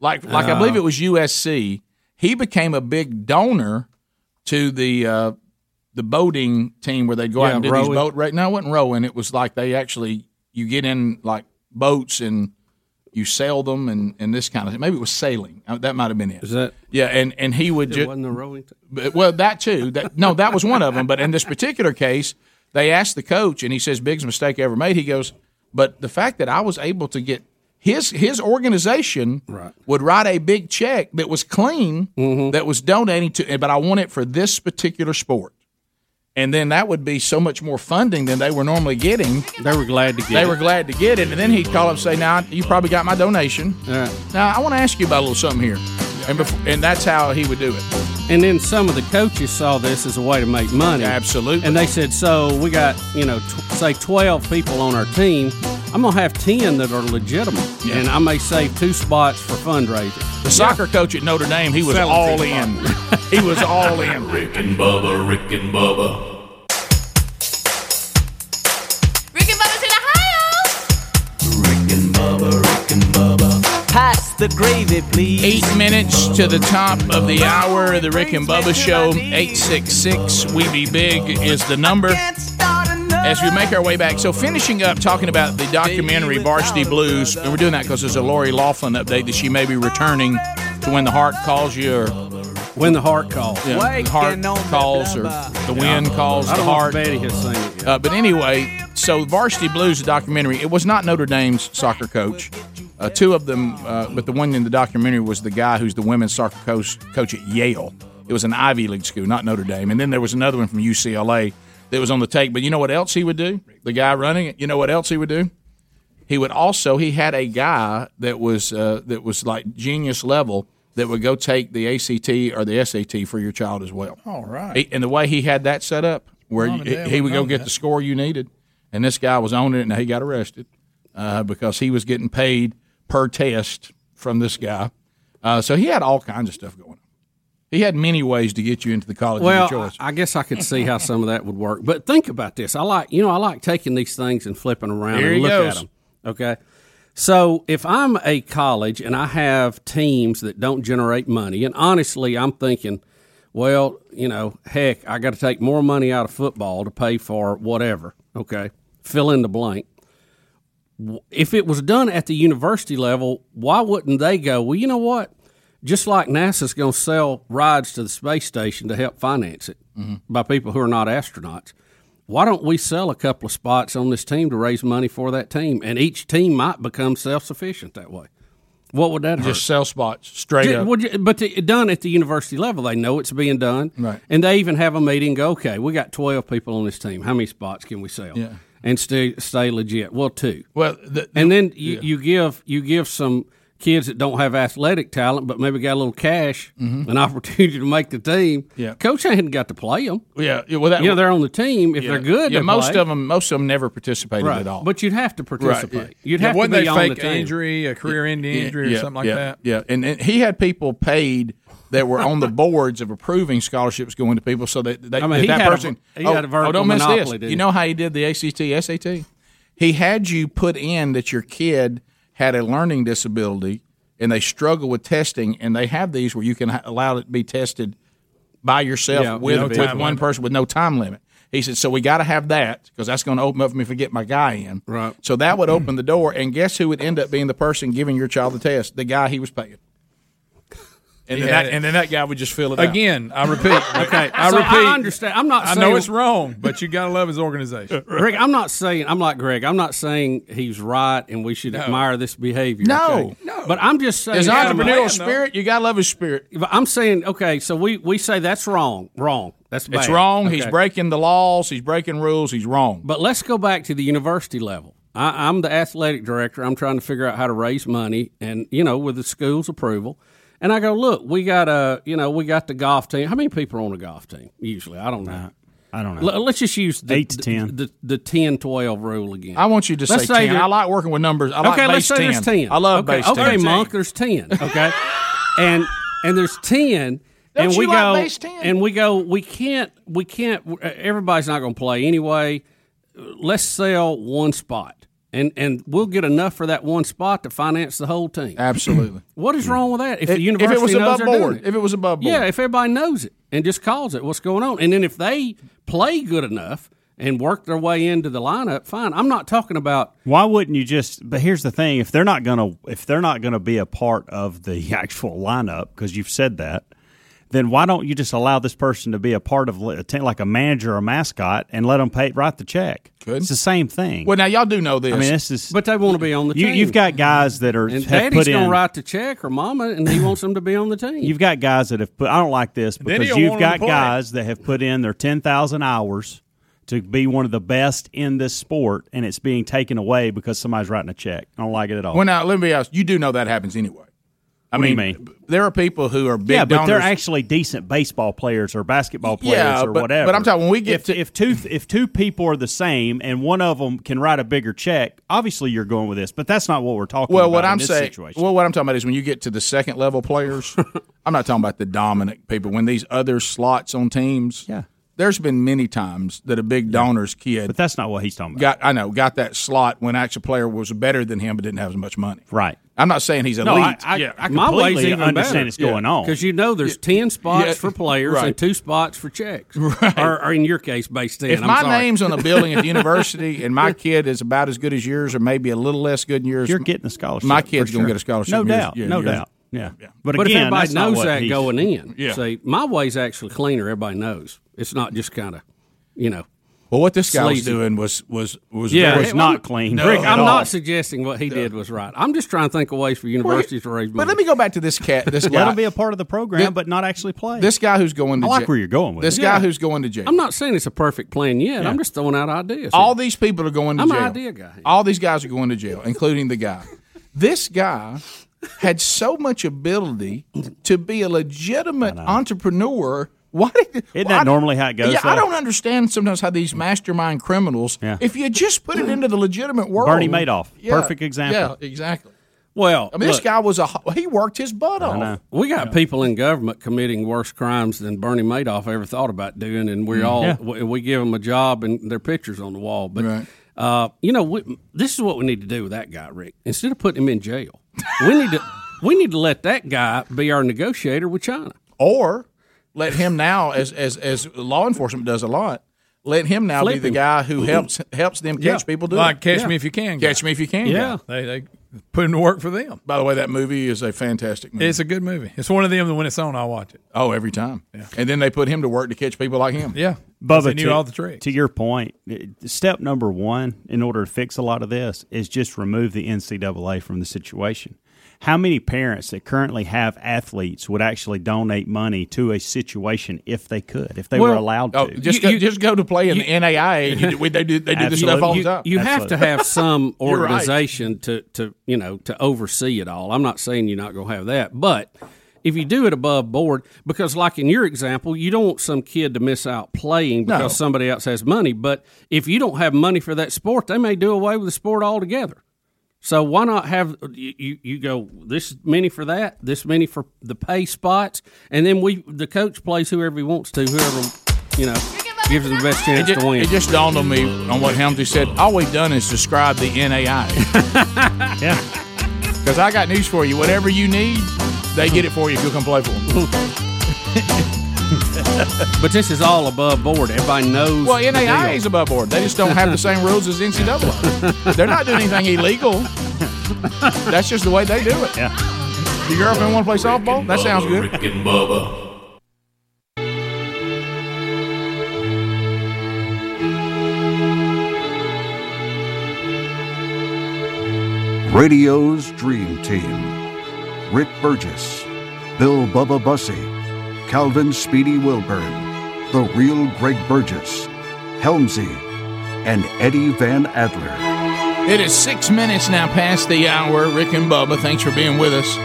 Like like I
Uh,
believe it was USC. He became a big donor to the uh, the boating team where they'd go
Yeah,
out and do
rowing.
these boat right now. It wasn't rowing. It was like they actually you get in like boats and you sail them and, and this kind of thing. Maybe it was sailing. Uh, That might have been it. Is
that
yeah? And and he would
It
ju-
wasn't a rowing. team.
But- well, that too. That, no, that was one of them. But in this particular case, they asked the coach, and he says, "Biggest mistake I ever made." He goes, "But the fact that I was able to get his his organization would write a big check that was clean,
Mm-hmm.
that was donating to, but I want it for this particular sport." And then that would be so much more funding than they were normally getting.
They were glad to get
They
it.
were glad to get it. And then he'd call up and say, Now, you probably got my donation. Now, I want to ask you about a little something here. And, bef- and that's how he would do it.
And then some of the coaches saw this as a way to make money. Absolutely. And they said, so we got, you know, tw- say 12 people on our team. I'm going to have 10 that are legitimate.
Yeah.
And I may save two spots for fundraising.
The soccer coach at Notre Dame, he was
Selling
all
people.
in. he was all in.
Rick and Bubba, Rick and Bubba.
Rick and Bubba's in Ohio.
Pass the gravy, please. Eight minutes to the top of the hour. The Rick and Bubba Show, 866 We Be Big is the number. As we make our way back, so finishing up talking about the documentary Varsity Blues, and we're doing that because there's a Lori Laughlin update that she may be returning to When the Heart Calls You or
When the Heart Calls.
Yeah,
Waking
heart
on
Calls or The Wind
Yeah.
Calls
I
the
don't know if
Heart.
Betty has seen it
Uh, but anyway, so Varsity Blues, the documentary, it was not Notre Dame's soccer coach. Uh, two of them, uh, but the one in the documentary was the guy who's the women's soccer coach, coach at Yale. It was an Ivy League school, not Notre Dame. And then there was another one from UCLA that was on the take. But you know what else he would do? The guy running it, you know what else he would do? He would also he had a guy that was uh, that was like genius level that would go take the ACT or the SAT for your child as well.
All right.
He, and the way he had that set up, where
Mom and
he,
Dad
he would
wouldn't know
go get
that.
the score you needed, and this guy was on it, and he got arrested uh, because he was getting paid per test from this guy. Uh, so he had all kinds of stuff going on. He had many ways to get you into the college
Well,
of your choice.
I I guess I could see how some of that would work. But think about this. I like, you know, I like taking these things and flipping around
Here
and
he
look at
goes.
them. Okay. So if I'm a college and I have teams that don't generate money, and honestly, I'm thinking, well, you know, heck, I got to take more money out of football to pay for whatever. Okay. Fill in the blank. W- If it was done at the university level, why wouldn't they go, well, you know what? Just like NASA's going to sell rides to the space station to help finance it
Mm-hmm.
by people who are not astronauts. Why don't we sell a couple of spots on this team to raise money for that team? And each team might become self sufficient that way. What would that
Just
hurt?
sell spots straight
Ju-
up.
would you- but the, done at the university level, they know it's being done,
Right.
And they even have a meeting. Go, okay, we got twelve people on this team. How many spots can we sell?
Yeah.
and stay stay legit. Well, two.
Well,
and then you, you give you give some kids that don't have athletic talent, but maybe got a little cash,
Mm-hmm.
an opportunity to make the team. Yeah. Coach hadn't got to play them.
Uh,
Yeah, yeah, well, that-
you know they're on the team if
Yeah.
they're good.
Yeah,
they
most
play.
of them, most of them never participated
Right.
at all.
But you'd have to participate.
Right.
You'd
Yeah,
have to
wasn't
be
they
on
fake
the team.
injury, a career-ending injury, or something like
yeah,
that?
Yeah, and, and he had people paid that were on the boards of approving scholarships going to people, so that, that,
I mean,
that,
he
that
had a-
person. Oh,
he had a vertical
don't miss
monopoly,
this.
didn't
You know how he did the ACT SAT? He had you put in that your kid had a learning disability and they struggle with testing, and they have these where you can ha- allow it to be tested by yourself
Yeah,
with
no
with
time
one
limit.
person with no time limit. He said, so we got to have that because that's going to open up for me if I get my guy in. Right. So that would open the door, and guess who would end up being the person giving your child the test? The guy he was paying. And
He
then,
had
that,
it.
and then that guy would just fill it out.
Again, I repeat. okay, I
So I
repeat.
understand. I'm not
I know
saying-
it's wrong, but you gotta love his organization.
Rick, I'm not saying I'm like Greg. I'm not saying he's right and we should admire this behavior.
No,
no. But I'm just saying
His
from a-
entrepreneurial spirit, you gotta love his spirit.
But I'm saying, okay, so we, we say that's wrong, wrong. That's bad.
It's wrong. He's
Okay.
breaking the laws. He's breaking rules. He's wrong.
But let's go back to the university level. I, I'm the athletic director. I'm trying to figure out how to raise money, and you know, with the school's approval. And I go, look, we got a, you know, we got the golf team. How many people are on a golf team usually? I don't know.
I don't
L- let's just use the,
Eight to
the-
10.
The, the, 10 12 rule again.
I want you to
Let's
say, 10.
there-
I like working with numbers. I like
okay,
base
let's say there's
10.
ten.
I love
okay,
base
okay,
10.
Monk, there's ten. Okay, and and there's 10
Don't
and
you
we
like
go,
base 10?
and we go. We can't. We can't. Everybody's not going to play anyway. Let's sell one spot, and and we'll get enough for that one spot to finance the whole team.
Absolutely. Oh,
What is wrong with that? If, the
If- if it
university
was
knows
above
they're doing
board.
it.
If it was above board.
yeah. If everybody knows it and just calls it, what's going on? And then if they play good enough and work their way into the lineup, fine. I'm not talking about
Why wouldn't you just? But here's the thing: if they're not gonna, if they're not gonna be a part of the actual lineup, because you've said that, then why don't you just allow this person to be a part of a team, like a manager or mascot, and let them pay write the check? It's the same thing.
Well, now y'all do know this.
I mean, this is.
But they want to be on the
You,
team.
you've got guys that are
and
have
daddy's
put
gonna
in.
write the check or mama, and he wants them to be on the team.
You've got guys that have put. I don't like this
then
because
he'll
you've
want 'em
got
to play.
guys that have put in their ten thousand hours to be one of the best in this sport, and it's being taken away because somebody's writing a check. I don't like it at all.
Well, now, let me ask you do know that happens anyway. I
Oh. What do you
mean,
mean?
there are people who are big
yeah, but they're
donors.
actually decent baseball players or basketball players
Yeah,
or
but-
whatever.
but I'm talking when we get
if, if two if two people are the same and one of them can write a bigger check, obviously you're going with this. But that's not what we're talking
well,
about.
what
in
I'm
this
saying,
situation.
well, what I'm talking about is when you get to the second level players. I'm not talking about the dominant people. When these other slots on teams, yeah, there's been many times that a big donor's kid, but
that's not what he's talking
about. Got I know, got that slot when actually a player was better than him but didn't have as much money.
Right.
I'm not saying he's elite.
No, I- I- I My way's completely even understand better. it's going on. 'Cause you know there's ten spots
Yeah.
for players
Right.
and two spots for checks, right. or, or in your case, base ten.
If
I'm
my
sorry.
name's on a building at the university and my kid is about as good as yours, or maybe a little less good than yours,
You're getting a scholarship.
My kid's
for
gonna
sure.
get a scholarship.
No
Yours-
doubt.
yeah,
no
yours-
doubt. Yeah.
but,
But,
if
again,
everybody
that's not
knows
what
that
he's-
going in,
Yeah.
see, my way's actually cleaner. Everybody knows it's not just kind of, you know.
Well, what this guy was
sleazy.
doing was was was
Yeah,
very-
it was not clean Rick,
at
I'm
all.
not suggesting what he did was right. I'm just trying to think of ways for universities to raise money.
But let me go back to this cat. This
Let
guy.
him be
a part of the program, but not actually play.
This guy who's going. To
I like
jail-
where you're going with
This
it.
guy
Yeah.
who's going to jail.
I'm not saying it's a perfect plan yet. I'm just throwing out ideas.
All these people are going to
I'm
jail.
an idea guy.
All these guys are going to jail, including the guy. This guy had so much ability to be a legitimate entrepreneur. Why did,
Isn't that
why-
normally how it goes,
Yeah, I
though?
don't understand sometimes how these mastermind criminals. If you just put it into the legitimate world,
Bernie Madoff,
Yeah,
perfect example.
Yeah, exactly.
Well,
I mean, this
look.
guy was a ho- he worked his butt off.
We got people in government committing worse crimes than Bernie Madoff ever thought about doing, and we're all
Yeah.
we, we give them a job and their pictures on the wall. But uh, you know, we, this is what we need to do with that guy, Rick. Instead of putting him in jail, we need to we need to let that guy be our negotiator with China.
Or let him now, as as as law enforcement does a lot, let him now be
Flip
the
him.
guy who helps helps them catch
Yeah.
people doing.
Like
it.
Catch Me If You Can guy.
Catch me if you can.
Yeah.
they they put him to work for them. By the way, that movie is a fantastic movie.
It's a good movie. It's one of them that when it's on, I'll watch it.
oh, every time. And then they put him to work to catch people like him.
Yeah.
Bubba,
They knew
to,
all the tricks.
To your point, it- step number one in order to fix a lot of this is just remove the NCAA from the situation. How many parents that currently have athletes would actually donate money to a situation if they could, if they were
Well,
allowed to?
oh, just go, just go to play in the NAIA. And you, do- we- they do they do this stuff all the
You-
time.
You, have to have some
You're right.
organization to, to you know to oversee it all. I'm not saying you're not going to have that, but if you do it above board, because like in your example, you don't want some kid to miss out playing because
No.
somebody else has money. But if you don't have money for that sport, they may do away with the sport altogether. So why not have you, you? You go this many for that, this many for the pay spots, and then we the coach plays whoever he wants to, whoever you know gives him the best
It
chance
just,
to win.
it just dawned on me on what Helmsley said. All we've done is describe the NAIA. yeah. Because I got news for you. Whatever you need, they get it for you if you come play for them.
But this is all above board. Everybody knows.
Well,
the
NAIA is
deal.
above board. They just don't have the same rules as NCAA. They're not doing anything illegal. That's just the way they do it. Yeah. Your girlfriend want to play softball? That sounds good.
Rick and Bubba.
Radio's Dream Team. Rick Burgess, Bill Bubba Bussey, Calvin Speedy Wilburn, the real Greg Burgess, Helmsy, and Eddie Van Adler.
It is six minutes now past the hour. Rick and Bubba, thanks for being with us.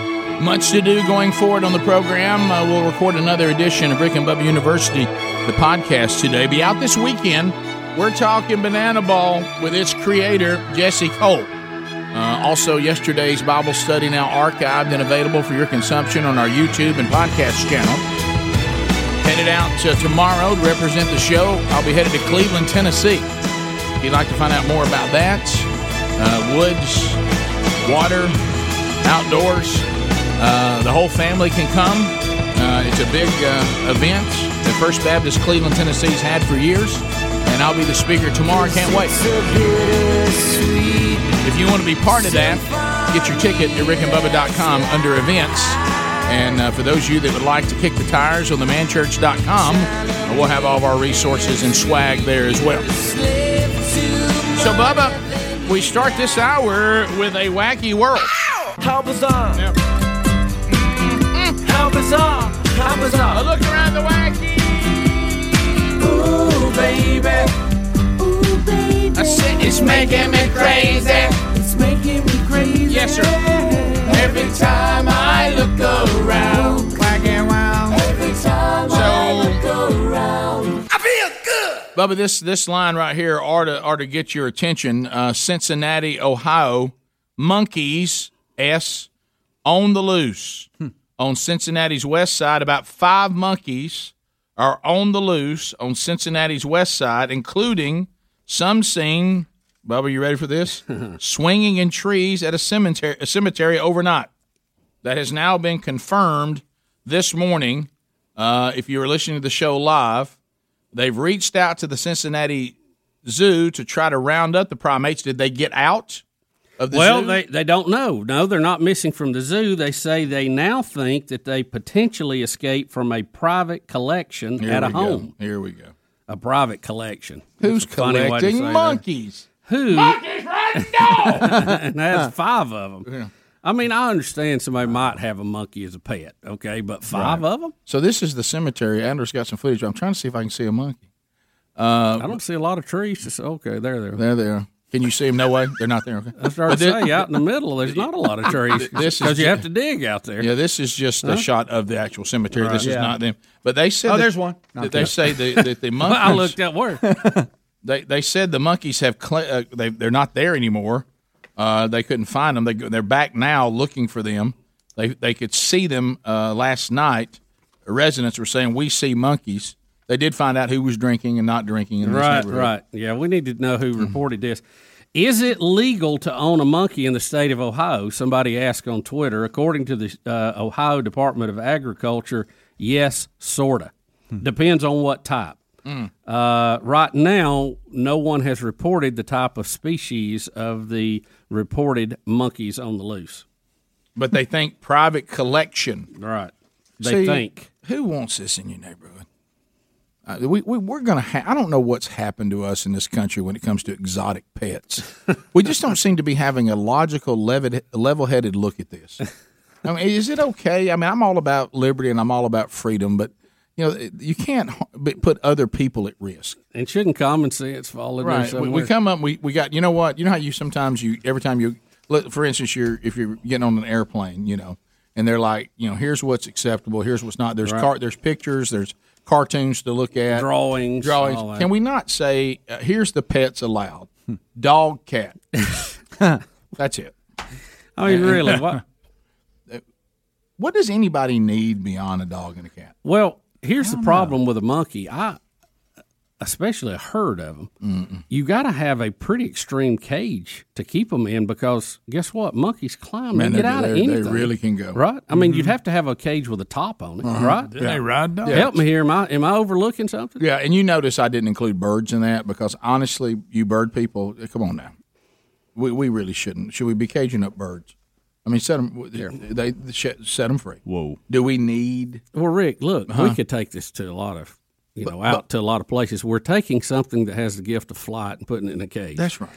Much to do going forward on the program. Uh, we'll record another edition of Rick and Bubba University, the podcast today. Be out this weekend. We're talking Banana Ball with its creator, Jesse Cole. Uh, also, yesterday's Bible study now archived and available for your consumption on our YouTube and podcast channel headed out to tomorrow to represent the show. I'll be headed to Cleveland, Tennessee. If you'd like to find out more about that, uh, woods, water, outdoors, uh, the whole family can come. Uh, it's a big uh, event that First Baptist Cleveland, Tennessee's had for years, and I'll be the speaker tomorrow. I can't wait. If you want to be part of that, get your ticket at rickandbubba.com under events. And uh, for those of you that would like to kick the tires on themanchurch.com, uh, we'll have all of our resources and swag there as well. So, Bubba, we start this hour with a wacky world. How bizarre. How bizarre. How bizarre. look around the wacky. Ooh, baby. Ooh, baby. I said it's making me crazy. It's making me crazy. Yes, sir. Every time I look around, whacking round. Every time I look around, I feel good. Bubba, this this line right here ought to ought to get your attention. Uh, Cincinnati, Ohio, monkeys s on the loose on Cincinnati's west side. About five monkeys are on the loose on Cincinnati's west side, including some seen. Bubba, you ready for this? Swinging in trees at a cemetery, a cemetery overnight. That has now been confirmed this morning. Uh, if you were listening to the show live, they've reached out to the Cincinnati Zoo to try to round up the primates. Did they get out of the
well,
zoo?
they they don't know. No, they're not missing from the zoo. They say they now think that they potentially escaped from a private collection
Here
at a
we go.
home.
Here we go.
A private collection.
Who's
That's a funny way to
collecting
say that.
monkeys?
Who?
Monkeys right now!
and that's five of them. I mean, I understand somebody might have a monkey as a pet, okay, but five of them?
So this is the cemetery. Anders got some footage. I'm trying to see if I can see a monkey. Uh,
I don't see a lot of trees. Just, okay, there they are.
There they are. Can you see them? No way. They're not there. Okay.
I started to say out in the middle, there's not a lot of trees
This is
because you
ju-
have to dig out there.
Yeah, this is just a
Huh?
shot of the actual cemetery. This
Right.
is
Yeah.
not them. But they said
Oh,
that-
there's one.
That
Not
they
there.
say the, that the monkeys.
I looked at where.
They they said the monkeys have cle uh, they they're not there anymore. Uh, they couldn't find them. They go- they're back now looking for them. They they could see them uh, last night. Residents were saying we see monkeys. They did find out who was drinking and not drinking in this
Right,
neighborhood. Mm-hmm.
right. Yeah, we need to know who reported this. Is it legal to own a monkey in the state of Ohio? Somebody asked on Twitter. According to the uh, Ohio Department of Agriculture, yes, sorta.
Hmm.
Depends on what type. Uh, right now, no one has reported the type of species of the reported monkeys on the loose.
But they think private collection.
Right. They think.
Who wants this in your neighborhood? Uh, we, we we're gonna. Ha- I don't know what's happened to us in this country when it comes to exotic pets. we just don't seem to be having a logical, level headed look at this. I mean, is it okay? I mean, I'm all about liberty and I'm all about freedom, but you know, it- you can't ha- but put other people at risk.
And shouldn't common sense fall in there
Right. We,
somewhere?
we come up. We, we got. You know what? You know how you sometimes you every time you look. For instance, you're if you're getting on an airplane, you know, and they're like, you know, here's what's acceptable. Here's what's not. There's
Right.
car. There's pictures. There's cartoons to look at.
Drawings,
Drawings.
all that.
Can we not say uh, here's the pets allowed? Dog, cat. That's it.
I mean, really, what-
What does anybody need beyond a dog and a cat?
Well, here's the problem with a monkey. I, especially a herd of them, you got to have a pretty extreme cage to keep them in because guess what? Monkeys climb
Man,
and get
they-
out of
they- they
anything.
really can go. Mm-hmm.
right. I mean, you'd have to have a cage with a top on it,
Uh-huh.
right?
They ride dogs.
Help me here. Am I am I overlooking something?
Yeah, and you notice I didn't include birds in that because honestly, you bird people, eh, come on now, we, we really shouldn't. Should we be caging up birds? I mean, set them they sh- set them free. Whoa, do we need?
Well, Rick, look,
Huh?
we could take this to a lot of you
But-
know out to a lot of places. We're taking something that has the gift of flight and putting it in a cage.
That's right.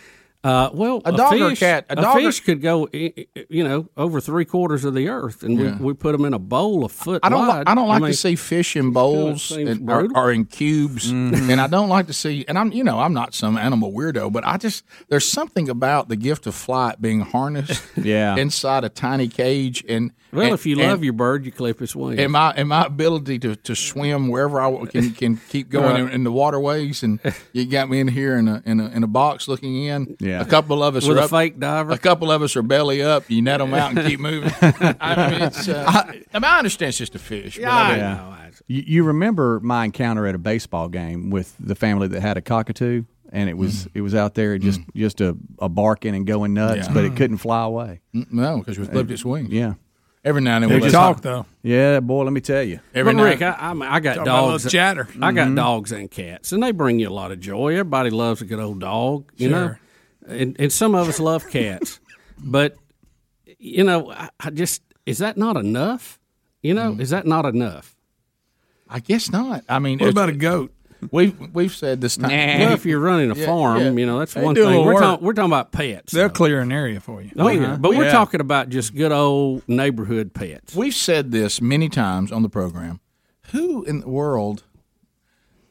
Uh, well,
A dog or a
fish,
cat? A dog or-
fish could go, i- i- you know, over three quarters of the earth, and
Yeah.
we, we put them in a bowl a foot
I don't. li-
wide.
I don't like
mean,
to see fish in bowls
seems
and, or,
brutal.
or in cubes, and I don't like to see. And I'm, you know, I'm not some animal weirdo, but I just there's something about the gift of flight being harnessed,
Yeah.
inside a tiny cage. And
Well,
and-
if you love
and-
your bird, you clip its wings.
and my and my ability to, to swim wherever I wa- can can keep going in, in the waterways, and you got me in here in a in a, in a box looking in.
Yeah.
a couple of us
With
are
a
up,
fake diver.
A couple of us are belly up. You net them out and keep moving. I mean, it's, uh, I, I mean, I understand it's just a fish. but I mean-
You, you remember my encounter at a baseball game with the family that had a cockatoo, and it was it was out there just just a, a barking and going nuts,
Mm-hmm. Mm. Yeah. Mm-hmm.
but it couldn't fly away.
Mm, No, because we flipped its wings.
Yeah.
Every now and then
They
we
just
let-
talk, though. Yeah, boy, let me tell you.
Every
but
now-
Rick, I, I'm- I, got
Talking about
dogs.
little chatter.
I got
Mhm.
dogs and cats, and they bring you a lot of joy. Everybody loves a good old dog, you
Sure.
know, and, and some of us love cats, but you know, I, I just is that not enough? You know, is that not enough?
Mm-hmm. I guess not. I mean,
What about
a goat? We've we've said this time.
Well, if you're running a
Yeah,
farm,
yeah.
you know that's
They
one
do a
thing.
little
We're,
work.
talking we're talking about pets.
They'll clear an area for you.
Oh, yeah. But we're
Yeah.
talking about just good old neighborhood pets.
We've said this many times on the program. Who in the world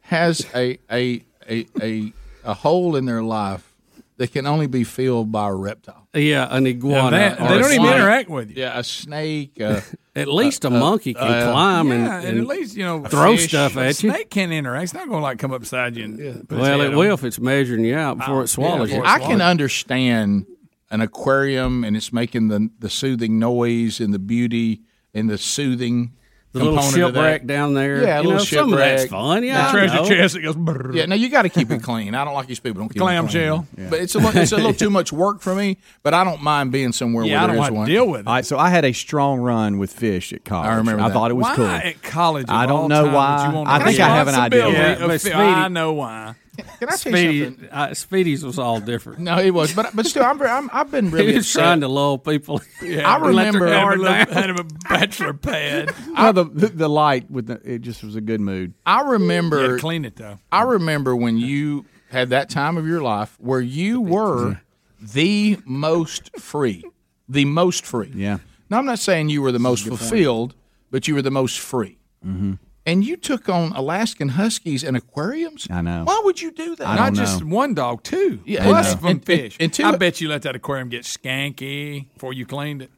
has a a a a, a hole in their life that can only be filled by a reptile?
Yeah, an iguana.
that-
or
they
a
don't even
snake.
interact with you. Yeah, a snake. uh,
at least a
uh,
monkey can
uh,
climb and,
yeah, and at least you know
throw
fish,
stuff
a
at you.
Snake can't interact. It's not going to like come up beside you. And put its
Well,
head
it
on
will if it's measuring you out before it swallows you.
I can understand an aquarium and it's making the the soothing noise and the beauty and the soothing.
The little
component of that.
shipwreck down there.
Yeah, a
You
little
know,
shipwreck.
some of that's fun. Yeah,
The
I
treasure
know.
chest that goes. brrr. Yeah, no, you got to keep it clean. I don't like these people. Don't keep it clean.
Clamshell.
Yeah.
But it's a, little, it's a little too much work for me. But I don't mind being somewhere where there is one.
All right, so I had a strong run with fish at college. I
remember
I
that.
thought it was
Why
cool.
at college? of
I don't
all
know
time
why.
would you want
I
to
think
be
I have an idea.
responsibility
Yeah,
of
but
Phil.
Speedy-
I know why.
Can I tell you something?
Speedy, uh, Speedy's was all different.
No, it was, but but still, I'm, very- I'm I've been really
he was
upset.
trying to lull people.
Yeah, I remember-
Let their guard
Had a little-
down.
had a
bachelor pad.
Oh, the, the the light with the it just was a good mood.
I remember
You gotta clean it though.
I remember when you had that time of your life where you were the most free, the most free.
Yeah.
Now I'm not saying you were the most
a good point.
fulfilled, but you were the most free.
Mm-hmm.
And you took on Alaskan Huskies and aquariums.
I know.
Why would you do that?
I don't
Not just
know.
one dog, two.
Yeah,
plus
and-
from
and-
fish.
and two-
I bet you let that aquarium get skanky before you cleaned it.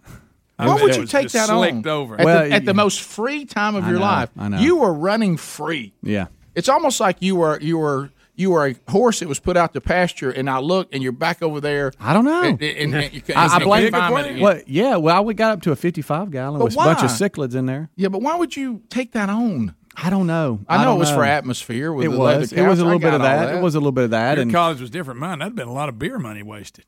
I
Why
bet
would
it
you
was
take
just
that on
slicked over?
At, the, at the most free time of
I
your
know,
life?
I know.
You were running free.
Yeah.
It's almost like you were you were you were a horse that was put out to pasture, and I look, and you're back over there.
I don't know.
And, and- and you can-
I, I
you
blame
can't find it again.
Well, yeah. Well, we got up to a 55 gallon
But
with a bunch of
why?
cichlids in there.
Yeah, but why would you take that on?
I don't know.
I know
don't
it was for atmosphere with
it
the leather
was. It was a
couch.
little
I
bit of
got all
that. It was a little bit of that.
Your
and
college was different. Mine that'd been a lot of beer money wasted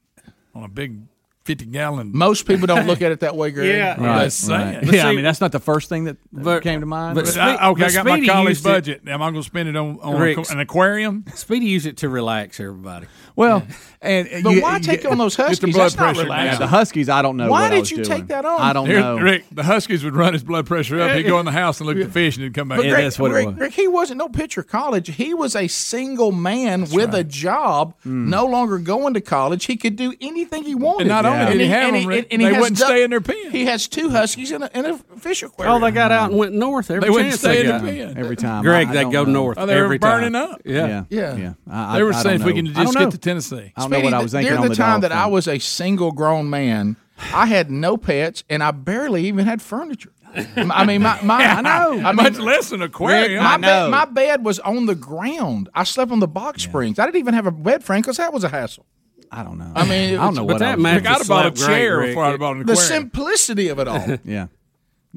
on a big fifty gallon.
Most people don't look at it that way, Greg.
Yeah,
Right,
I'm just saying.
right.
But
yeah, I
see-
mean that's not the first thing that came to mind.
But I, okay, I got my college budget. Am I going to spend it on, on
Rick,
an aquarium?
Speedy used it to relax everybody.
Well, and
But why take on those Huskies? That's not relaxing.
The Huskies, I don't know.
Why
what I
did
was
you
doing.
take that on?
I don't
Here-
know.
Rick, the Huskies would run his blood pressure up. He'd go in the house and look at the fish, and he'd come back.
But Rick, Rick, Rick, he wasn't no pitcher college. He was a single man with a job,
Mm.
no longer going to college. He could do anything he wanted.
And not only did he have them, Rick, they wouldn't stay in their pen.
He has two Huskies and a, and a fish aquarium.
Oh, they got out and went north every
They wouldn't
chance
stay
they
in
got.
the pen.
Every time,
Greg,
I- I
they
don't
go
know.
north.
Oh, they were
every time.
burning up.
Yeah,
Yeah.
Yeah.
I-
they
I-
were
I
saying
don't
if we
know.
can
I
just
don't
get
know.
to Tennessee.
I don't know what I was thinking
During
on
the,
the
time
dog
that I
thing.
was a single grown man, I had no pets and I barely even had furniture. I mean, my, my
I know.
I mean,
Much less an aquarium.
my,
I know.
Bed, my bed was on the ground. I slept on the box springs. I didn't even have a bed frame because that was a hassle.
I don't know.
I mean, it
I don't
was-
know
But
what I
that
was
mattress
thinking.
I'd have bought a slept chair great, before Rick. I'd bought an The aquarium. simplicity of it all.
yeah.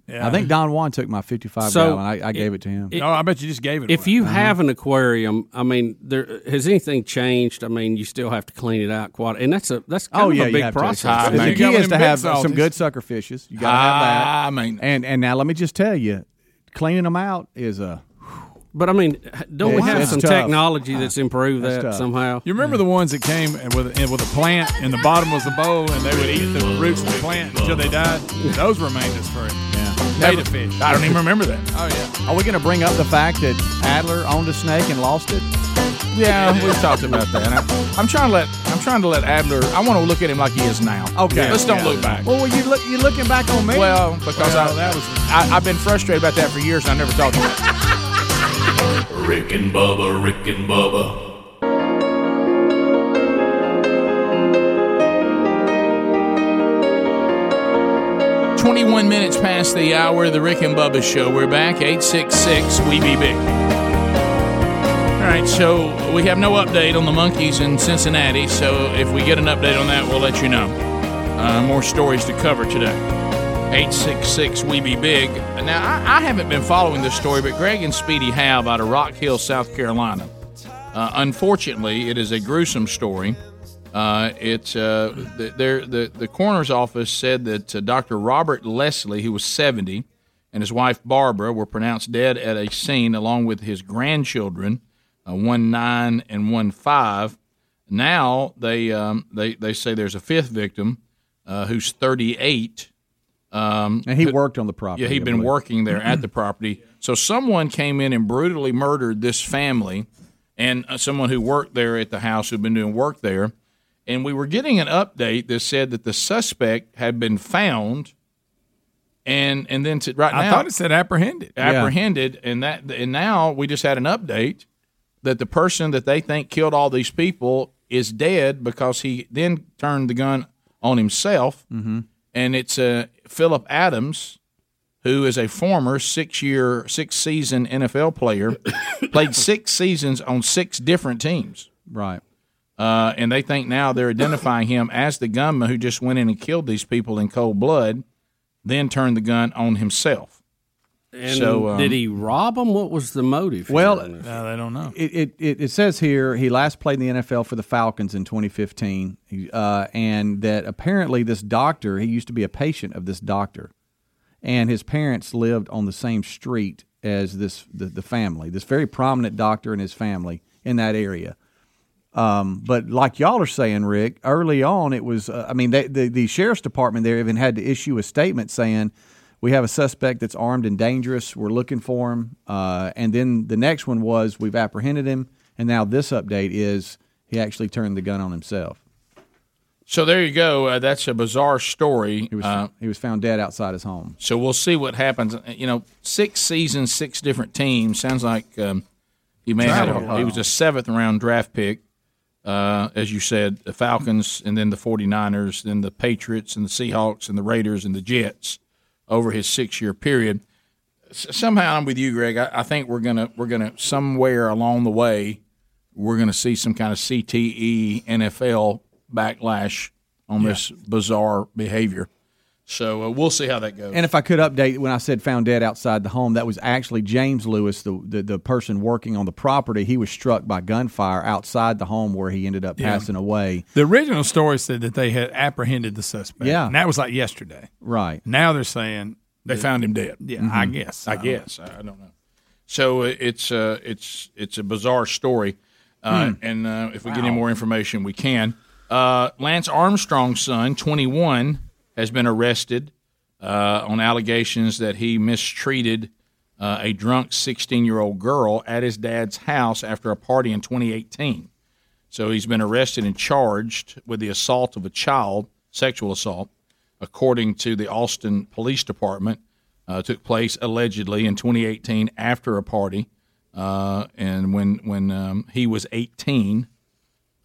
I think Don Juan took my 55
So,
gallon. I, I gave it to him. Uh-huh.
no, I bet you just gave it.
If
away.
you have an aquarium, I mean, there has anything changed? I mean, you still have to clean it out quite, and that's a that's kind
oh
of
yeah,
a
you
big
have to.
process.
The key is to have some good sucker fishes. You got to
Ah,
have that.
I mean-
and and now let me just tell you, cleaning them out is a.
But I mean, don't we
It's-
have
it's
some
tough.
technology that's improved
That's
that
tough.
somehow?
You remember the ones that came and with and with a plant, and the bottom was the bowl, and they would eat the roots of the plant until they died. Those remained as forever.
Yeah.
Beta fish.
I don't even remember that.
Oh yeah.
Are we going to bring up the fact that Adler owned a snake and lost it?
Yeah, we've talked about that. I, am trying to let I'm trying to let Adler. I want to look at him like he is now.
Okay.
let's don't
Yeah.
look back.
Well, you look you're looking back on me.
Well, because I, that was I, I've been frustrated about that for years, and I never talked about it.
Rick and Bubba, Rick and Bubba,
Twenty one. 21 minutes past the hour of the Rick and Bubba Show. We're back, 866 We Be Big. All right, so we have no update on the monkeys in Cincinnati, so if we get an update on that, we'll let you know. Uh, more stories to cover today. 866 We Be Big.
Now, I, I haven't been following this story, but Greg and Speedy have out of Rock Hill, South Carolina. Uh, unfortunately, it is a gruesome story. Uh, it's uh, the, there- the the coroner's office said that uh, Dr. Robert Leslie, who was 70, and his wife Barbara were pronounced dead at a scene, along with his grandchildren, uh, one nine and one five. Now they um, they they say there's a fifth victim uh, who's 38. Um,
And he
who-
worked on the property.
yeah, he'd
I
been
believe.
working there at the property. So someone came in and brutally murdered this family and uh, someone who worked there at the house who'd been doing work there. And we were getting an update that said that the suspect had been found. And and then to, right
I
now
thought it said apprehended.
apprehended, and that and now we just had an update that the person that they think killed all these people is dead because he then turned the gun on himself, and it's uh, Philip Adams, who is a former six-year, six-season NFL player, played six seasons on six different teams.
Right.
Uh, and they think now they're identifying him as the gunman who just went in and killed these people in cold blood, then turned the gun on himself.
And
So, um,
did he rob them? What was the motive?
Well,
here on this?
I don't know.
It, it, it, it says here he last played in the NFL for the Falcons in 2015, He, uh, and that apparently this doctor, he used to be a patient of this doctor, and his parents lived on the same street as this the, the family, this very prominent doctor and his family in that area. Um, but like y'all are saying, Rick, early on it was. Uh, I mean, they, the the sheriff's department there even had to issue a statement saying we have a suspect that's armed and dangerous. We're looking for him. Uh, and then the next one was we've apprehended him, and now this update is he actually turned the gun on himself.
So there you go. Uh, that's a bizarre story.
He was
Uh,
he was found dead outside his home.
so we'll see what happens. Uh, You know, six seasons, six different teams. Sounds like um, he may have.
Traveled a lot.
He was a seventh round draft pick, uh, as you said, the Falcons, and then the 49ers, then the Patriots, and the Seahawks, and the Raiders, and the Jets over his six year period. S- somehow I'm with you, Greg. I, I think we're gonna we're gonna somewhere along the way we're gonna see some kind of E, CTE NFL backlash on
Yeah.
this bizarre behavior. So uh, we'll see how that goes.
And if I could update, when I said found dead outside the home, that was actually James Lewis, the, the, the person working on the property. He was struck by gunfire outside the home where he ended up
Yeah.
passing away.
The original story said that they had apprehended the suspect.
Yeah.
and that was like yesterday.
Right.
Now they're saying
They found him dead.
Yeah,
Mhm.
I guess.
Mm-hmm. I guess. I I don't know. So uh, it's uh, it's it's a bizarre story, uh,
Hmm.
and uh, if we get
Wow.
any more information, we can. Uh, Lance Armstrong's son, 21, has been arrested uh, on allegations that he mistreated uh, a drunk 16-year-old girl at his dad's house after a party in 2018. So he's been arrested and charged with the assault of a child, sexual assault, according to the Austin Police Department. Uh, took place allegedly in 2018 after a party, uh, and when when um, he was 18,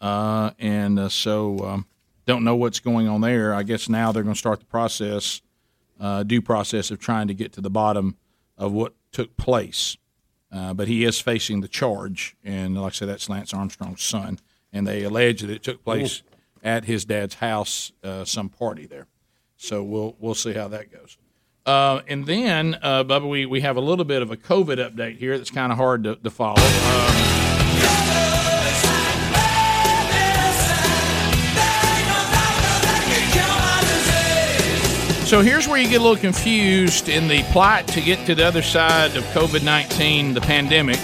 uh, and uh, so um, don't know what's going on there. I guess now they're going to start the process, uh, due process of trying to get to the bottom of what took place. Uh, but he is facing the charge, and like I said, that's Lance Armstrong's son, and they allege that it took place at his dad's house, uh, some party there. So we'll we'll see how that goes. Uh, and then, uh, Bubba, we, we have a little bit of a COVID update here that's kind of hard to, to follow. Uh, so here's where you get a little confused in the plot to get to the other side of COVID 19, the pandemic.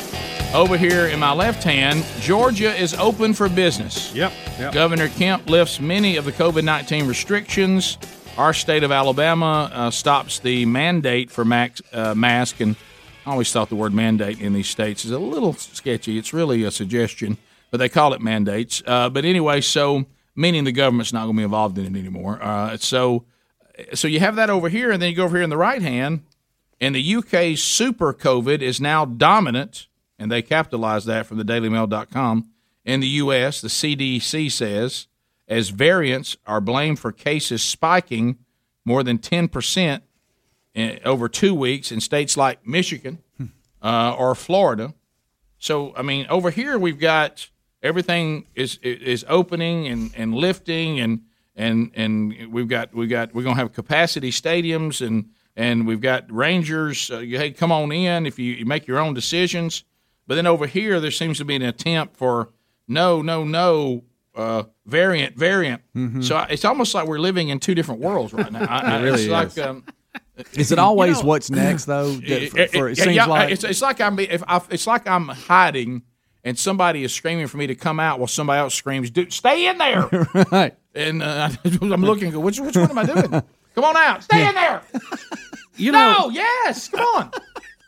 Over here in my left hand, Georgia is open for business. Yep. Governor Kemp lifts many of the COVID 19 restrictions. Our state of Alabama uh, stops the mandate for max, uh, mask. And I always thought the word mandate in these states is a little sketchy. It's really a suggestion, but they call it mandates. Uh, but anyway, so meaning the government's not going to be involved in it anymore. Uh, so, so you have that over here, and then you go over here in the right hand, and the UK's super COVID is now dominant, and they capitalize that from the dailymail.com. In the US, the CDC says, as variants are blamed for cases spiking more than 10% in, over two weeks in states like Michigan uh, or Florida. So, I mean, over here we've got everything is is opening and, and lifting and and and we've got we got we're gonna have capacity stadiums and and we've got Rangers. Uh, hey, come on in if you, you make your own decisions. But then over here, there seems to be an attempt for no, no, no uh, variant, variant.
Mm-hmm.
So I, it's almost like we're living in two different worlds right now. I,
Mm-hmm. It
I,
really
it's like,
is.
um,
Is it always what's next, though? That for, for- it
yeah,
seems
yeah,
like.
it's, it's like I'm if I, it's like I'm hiding, and somebody is screaming for me to come out while somebody else screams, "Dude, stay in there!"
right.
And uh, I'm looking, go, which which one am I doing? Come on out, stay in there.
You
no, yes, come on.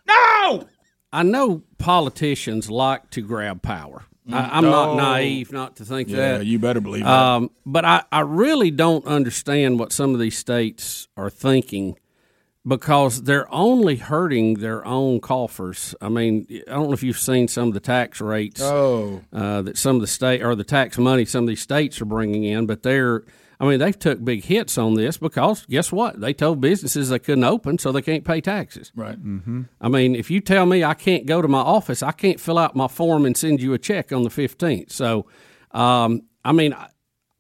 No.
I know politicians like to grab power. I, I'm
Oh.
not naive not to think
Yeah,
that.
you better believe that.
Um, but I, I really don't understand what some of these states are thinking because they're only hurting their own coffers. I mean, I don't know if you've seen some of the tax rates
Oh.
uh, that some of the state or the tax money some of these states are bringing in, but they're I mean, they've took big hits on this because guess what? They told businesses they couldn't open, so they can't pay taxes.
Right.
Mm-hmm. I mean, if you tell me I can't go to my office, I can't fill out my form and send you a check on the 15th. So, um, I mean, I,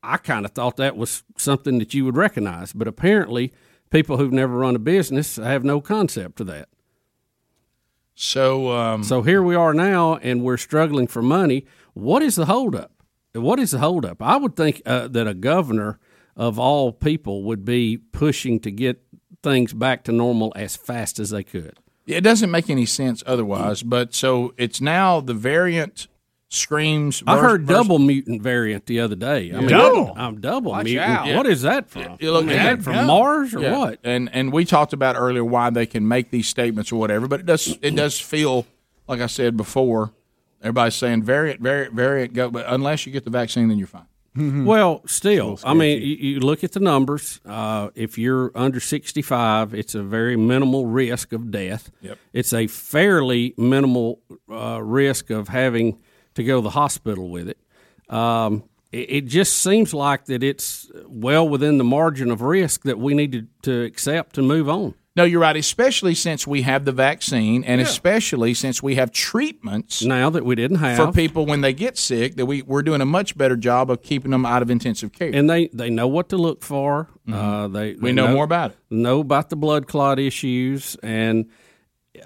I kind of thought that was something that you would recognize, but apparently, people who've never run a business have no concept of that.
So, um,
so here we are now, and we're struggling for money. What is the holdup? What is the holdup? I would think uh, that a governor of all people would be pushing to get things back to normal as fast as they could.
It doesn't make any sense otherwise. But so it's now the variant screams.
I
vers-
heard
vers-
double mutant variant the other day. I mean,
Double?
I'm double
Watch
mutant.
out.
What is that from?
You look
is
at
that
it.
from
Yeah.
Mars or
Yeah.
what?
And and we talked about earlier why they can make these statements or whatever, but it does it does feel like I said before. Everybody's saying variant, variant, variant. Go, but unless you get the vaccine, then you're fine.
Well, still,
It's
I
a little
mean, you, you look at the numbers. Uh, if you're under 65, it's a very minimal risk of death.
Yep.
It's a fairly minimal uh, risk of having to go to the hospital with it. Um, it, it just seems like that it's well within the margin of risk that we need to, to accept to move on.
No, you're right. Especially since we have the vaccine, and especially since we have treatments
now that we didn't have
for people when they get sick. That we we're doing a much better job of keeping them out of intensive care.
And they they know what to look for. Uh, they
Mm-hmm. We
they
know more about it.
Know about the blood clot issues and.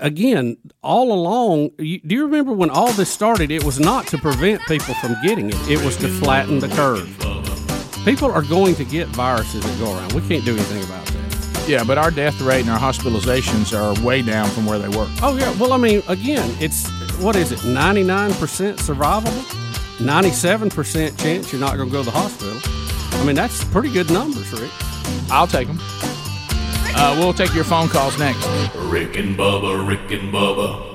Again, all along, you, do you remember when all this started? It was not to prevent people from getting it; it was to flatten the curve. People are going to get viruses that go around. We can't do anything about that.
Yeah, but our death rate and our hospitalizations are way down from where they were.
Oh yeah. Well, I mean, again, it's what is it? Ninety nine percent survivable, ninety seven percent chance you're not going to go to the hospital. I mean, that's pretty good numbers, Rick.
I'll take them. Uh, we'll take your phone calls next.
Rick and Bubba, Rick and Bubba,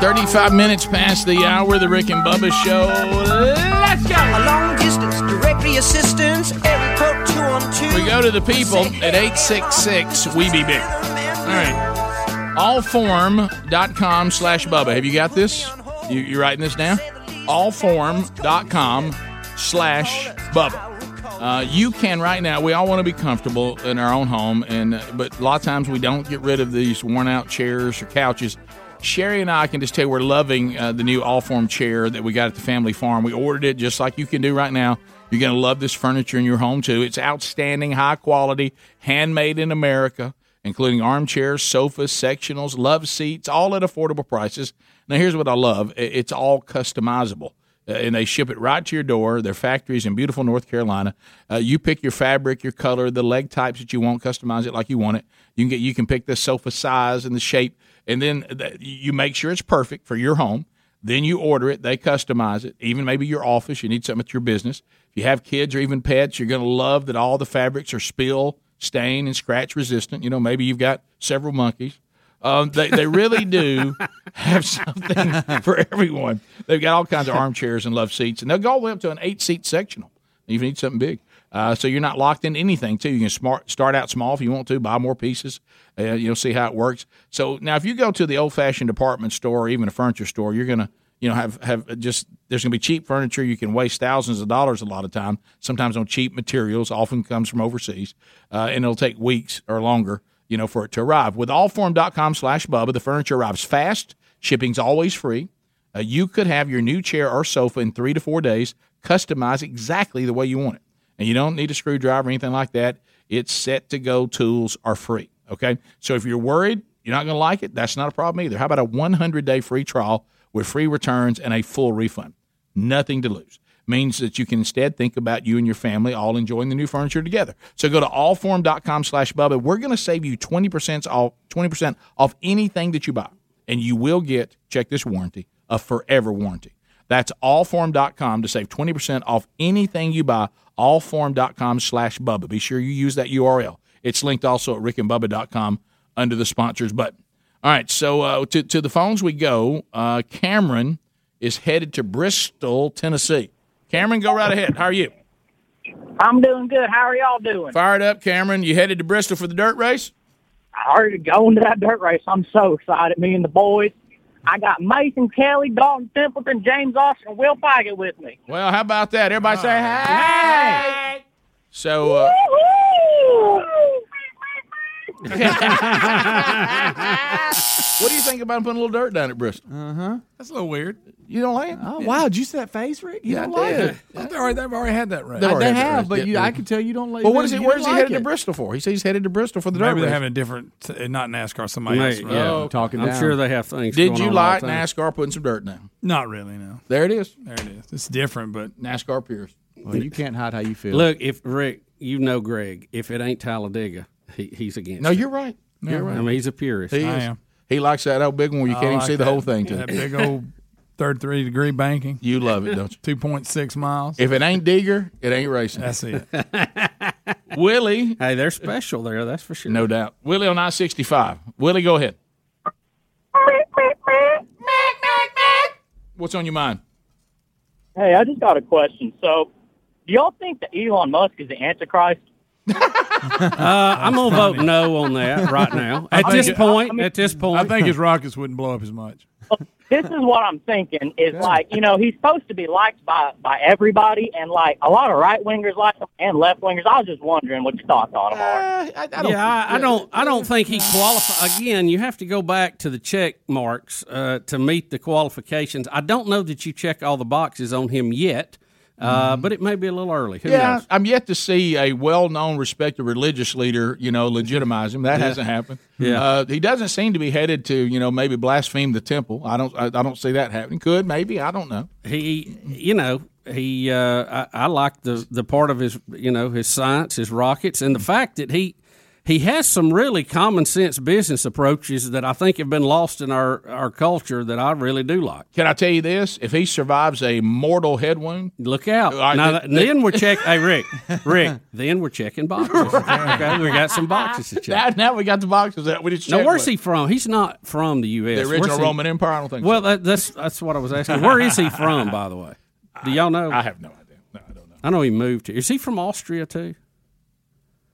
Thirty-five minutes past the hour. The Rick and Bubba Show. Let's go.
A long distance directory assistance. Area code two one two.
We go to the people at 866 We Be Big. All right. Allform.com slash Bubba. Have you got this? You, you writing this down? Allform.com slash Bubba. Uh, you can right now. We all want to be comfortable in our own home, and uh, but a lot of times we don't get rid of these worn-out chairs or couches. Sherry and I can just tell you we're loving uh, the new all-form chair that we got at the family farm. We ordered it just like you can do right now. You're going to love this furniture in your home too. It's outstanding, high quality, handmade in America, including armchairs, sofas, sectionals, love seats, all at affordable prices. Now, here's what I love: I- it's all customizable. Uh, and they ship it right to your door. Their factories in beautiful North Carolina. Uh, you pick your fabric, your color, the leg types that you want, customize it like you want it. You can get you can pick the sofa size and the shape, and then that you make sure it's perfect for your home. Then you order it, they customize it. Even maybe your office, you need something at your business. If you have kids or even pets, you're going to love that all the fabrics are spill, stain, and scratch resistant. You know, maybe you've got several monkeys. Um, they, they really do have something for everyone. They've got all kinds of armchairs and love seats, and they'll go all the way up to an eight seat sectional if you need something big. Uh, so you're not locked into anything too. You can smart start out small if you want to, buy more pieces. Uh, you'll see how it works. So now, if you go to the old fashioned department store or even a furniture store, you're gonna you know have have just there's gonna be cheap furniture. You can waste thousands of dollars a lot of time. Sometimes on cheap materials, often comes from overseas, uh, and it'll take weeks or longer. You know for it to arrive. With allform.com slash bubba, the furniture arrives fast. Shipping's always free. Uh, you could have your new chair or sofa in three to four days, customized exactly the way you want it. And you don't need a screwdriver or anything like that. It's set to go tools are free. Okay. So if you're worried you're not going to like it, that's not a problem either. How about a 100 day free trial with free returns and a full refund? Nothing to lose. Means that you can instead think about you and your family all enjoying the new furniture together. So go to allform.com slash Bubba. We're going to save you 20% off, 20% off anything that you buy and you will get, check this warranty, a forever warranty. That's allform.com to save 20% off anything you buy, allform.com slash Bubba. Be sure you use that URL. It's linked also at rickandbubba.com under the sponsors button. All right, so uh, to, to the phones we go. Uh, Cameron is headed to Bristol, Tennessee. Cameron, go right ahead. How are you?
I'm doing good. How are y'all doing?
Fired up, Cameron. You headed to Bristol for the dirt race?
I already going to that dirt race. I'm so excited. Me and the boys. I got Mason Kelly, Dalton Templeton, James Austin, and Will Paget with me.
Well, how about that? Everybody say hey. So, uh, what do you think about putting a little dirt down at Bristol? Uh huh. That's a little weird. You don't like it?
Uh-huh. Oh wow! Did you see that face, Rick? You
Yeah,
don't
I
like
did.
it.
They've already, they've already had that race.
They,
already had that
have,
race.
but
Yeah,
you,
they-
I can tell you don't like.
Well, what is he?
you
Where's
don't
he headed
like
to
it.
Bristol for? He says he's headed to Bristol for the dirt
Maybe
race.
they have a different,
eh,
not NASCAR, somebody else.
May- yeah, talking Oh, I'm down. sure they have things
Oh, Did
going
you
on all
like
the time.
NASCAR putting some dirt down?
Not really. No.
There it is.
There it is. It's different, but
NASCAR Pierce.
Well, you can't hide how you feel.
Look, if Rick, you know Greg. If it ain't Talladega, he, he's against.
No,
it.
you're right.
No,
You're right.
I mean, he's a purist.
He
I
is.
am.
He likes that old big one where you
I
can't even
like
see the
that-
whole thing. To
That big old third three degree banking.
You love it, don't you?
Two point six miles.
If it ain't Digger, it ain't racing.
That's it.
Willie.
Hey, they're special there. That's for sure.
No doubt. Willie on I sixty five. Willie, go ahead. What's on your mind?
Hey, I just got a question. So, do y'all think that Elon Musk is the Antichrist?
Uh, I'm gonna vote no on that right now. At this point, at this point,
I think his rockets wouldn't blow up as much.
this is what I'm thinking is like, you know, he's supposed to be liked by by everybody, and like a lot of right wingers like him and left wingers. I was just wondering what your thoughts on him are.
yeah, Uh, I, I don't. I don't think he qualifies. Again, you have to go back to the check marks uh, to meet the qualifications. I don't know that you check all the boxes on him yet, uh, but it may be a little early. Who
yeah,
knows?
I'm yet to see a well-known, respected religious leader, you know, legitimize him. That
Yeah.
hasn't happened.
Yeah.
uh, he doesn't seem to be headed to, you know, maybe blaspheme the temple. I don't, I, I don't see that happening. Could maybe, I don't know.
He, you know, he. Uh, I, I like the the part of his, you know, his science, his rockets, and the fact that he he has some really common sense business approaches that I think have been lost in our our culture that I really do like.
Can I tell you this? If he survives a mortal head wound,
look out! now, that- then we're check. Hey, Rick, Rick. Then we're checking boxes. Okay, we got some boxes to check.
Now, now we got the boxes that we just
Now,
checked
where's
with.
he from? He's not from the U.S.
The original
Where's he-
Roman Empire? I don't think.
Well, that, that's that's what I was asking. Where is he from, by the way? Do y'all know? I
have no idea.
No, I don't know. I know he moved here. Is he from Austria too?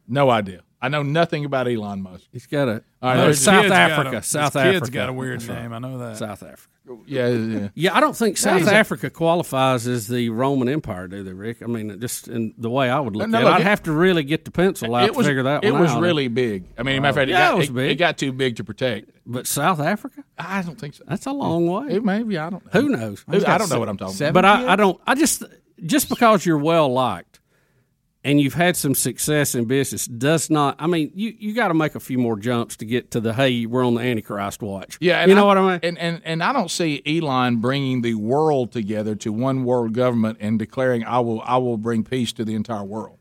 No idea. I know nothing about Elon Musk.
He's got a
All right,
No,
there's-
Uh, South
His kid's got
Africa.
a- his
South
kid's
Africa.
got a weird
That's right.
name. I know that.
South Africa.
Yeah, yeah.
Yeah, I don't think
Yeah,
South
he's a-
Africa qualifies as the Roman Empire, do they, Rick? I mean, just in the way I would look
No,
at it,
look,
I'd
it-
have to really get the pencil out
it was
to figure that
it
one
was
out.
really big. I mean, matter of fact, it
yeah,
got-
it was
it-
big.
it got too big to protect.
But South Africa,
I don't think so.
That's a long way.
It maybe I don't. know.
Who knows?
Who- I don't know what I'm talking about.
But I, I don't. I just just because you're well liked and you've had some success in business does not. I mean, you you got to make a few more jumps to get to the hey, we're on the Antichrist watch.
Yeah,
you know what I mean.
And, and and I don't see Elon bringing the world together to one world government and declaring I will I will bring peace to the entire world.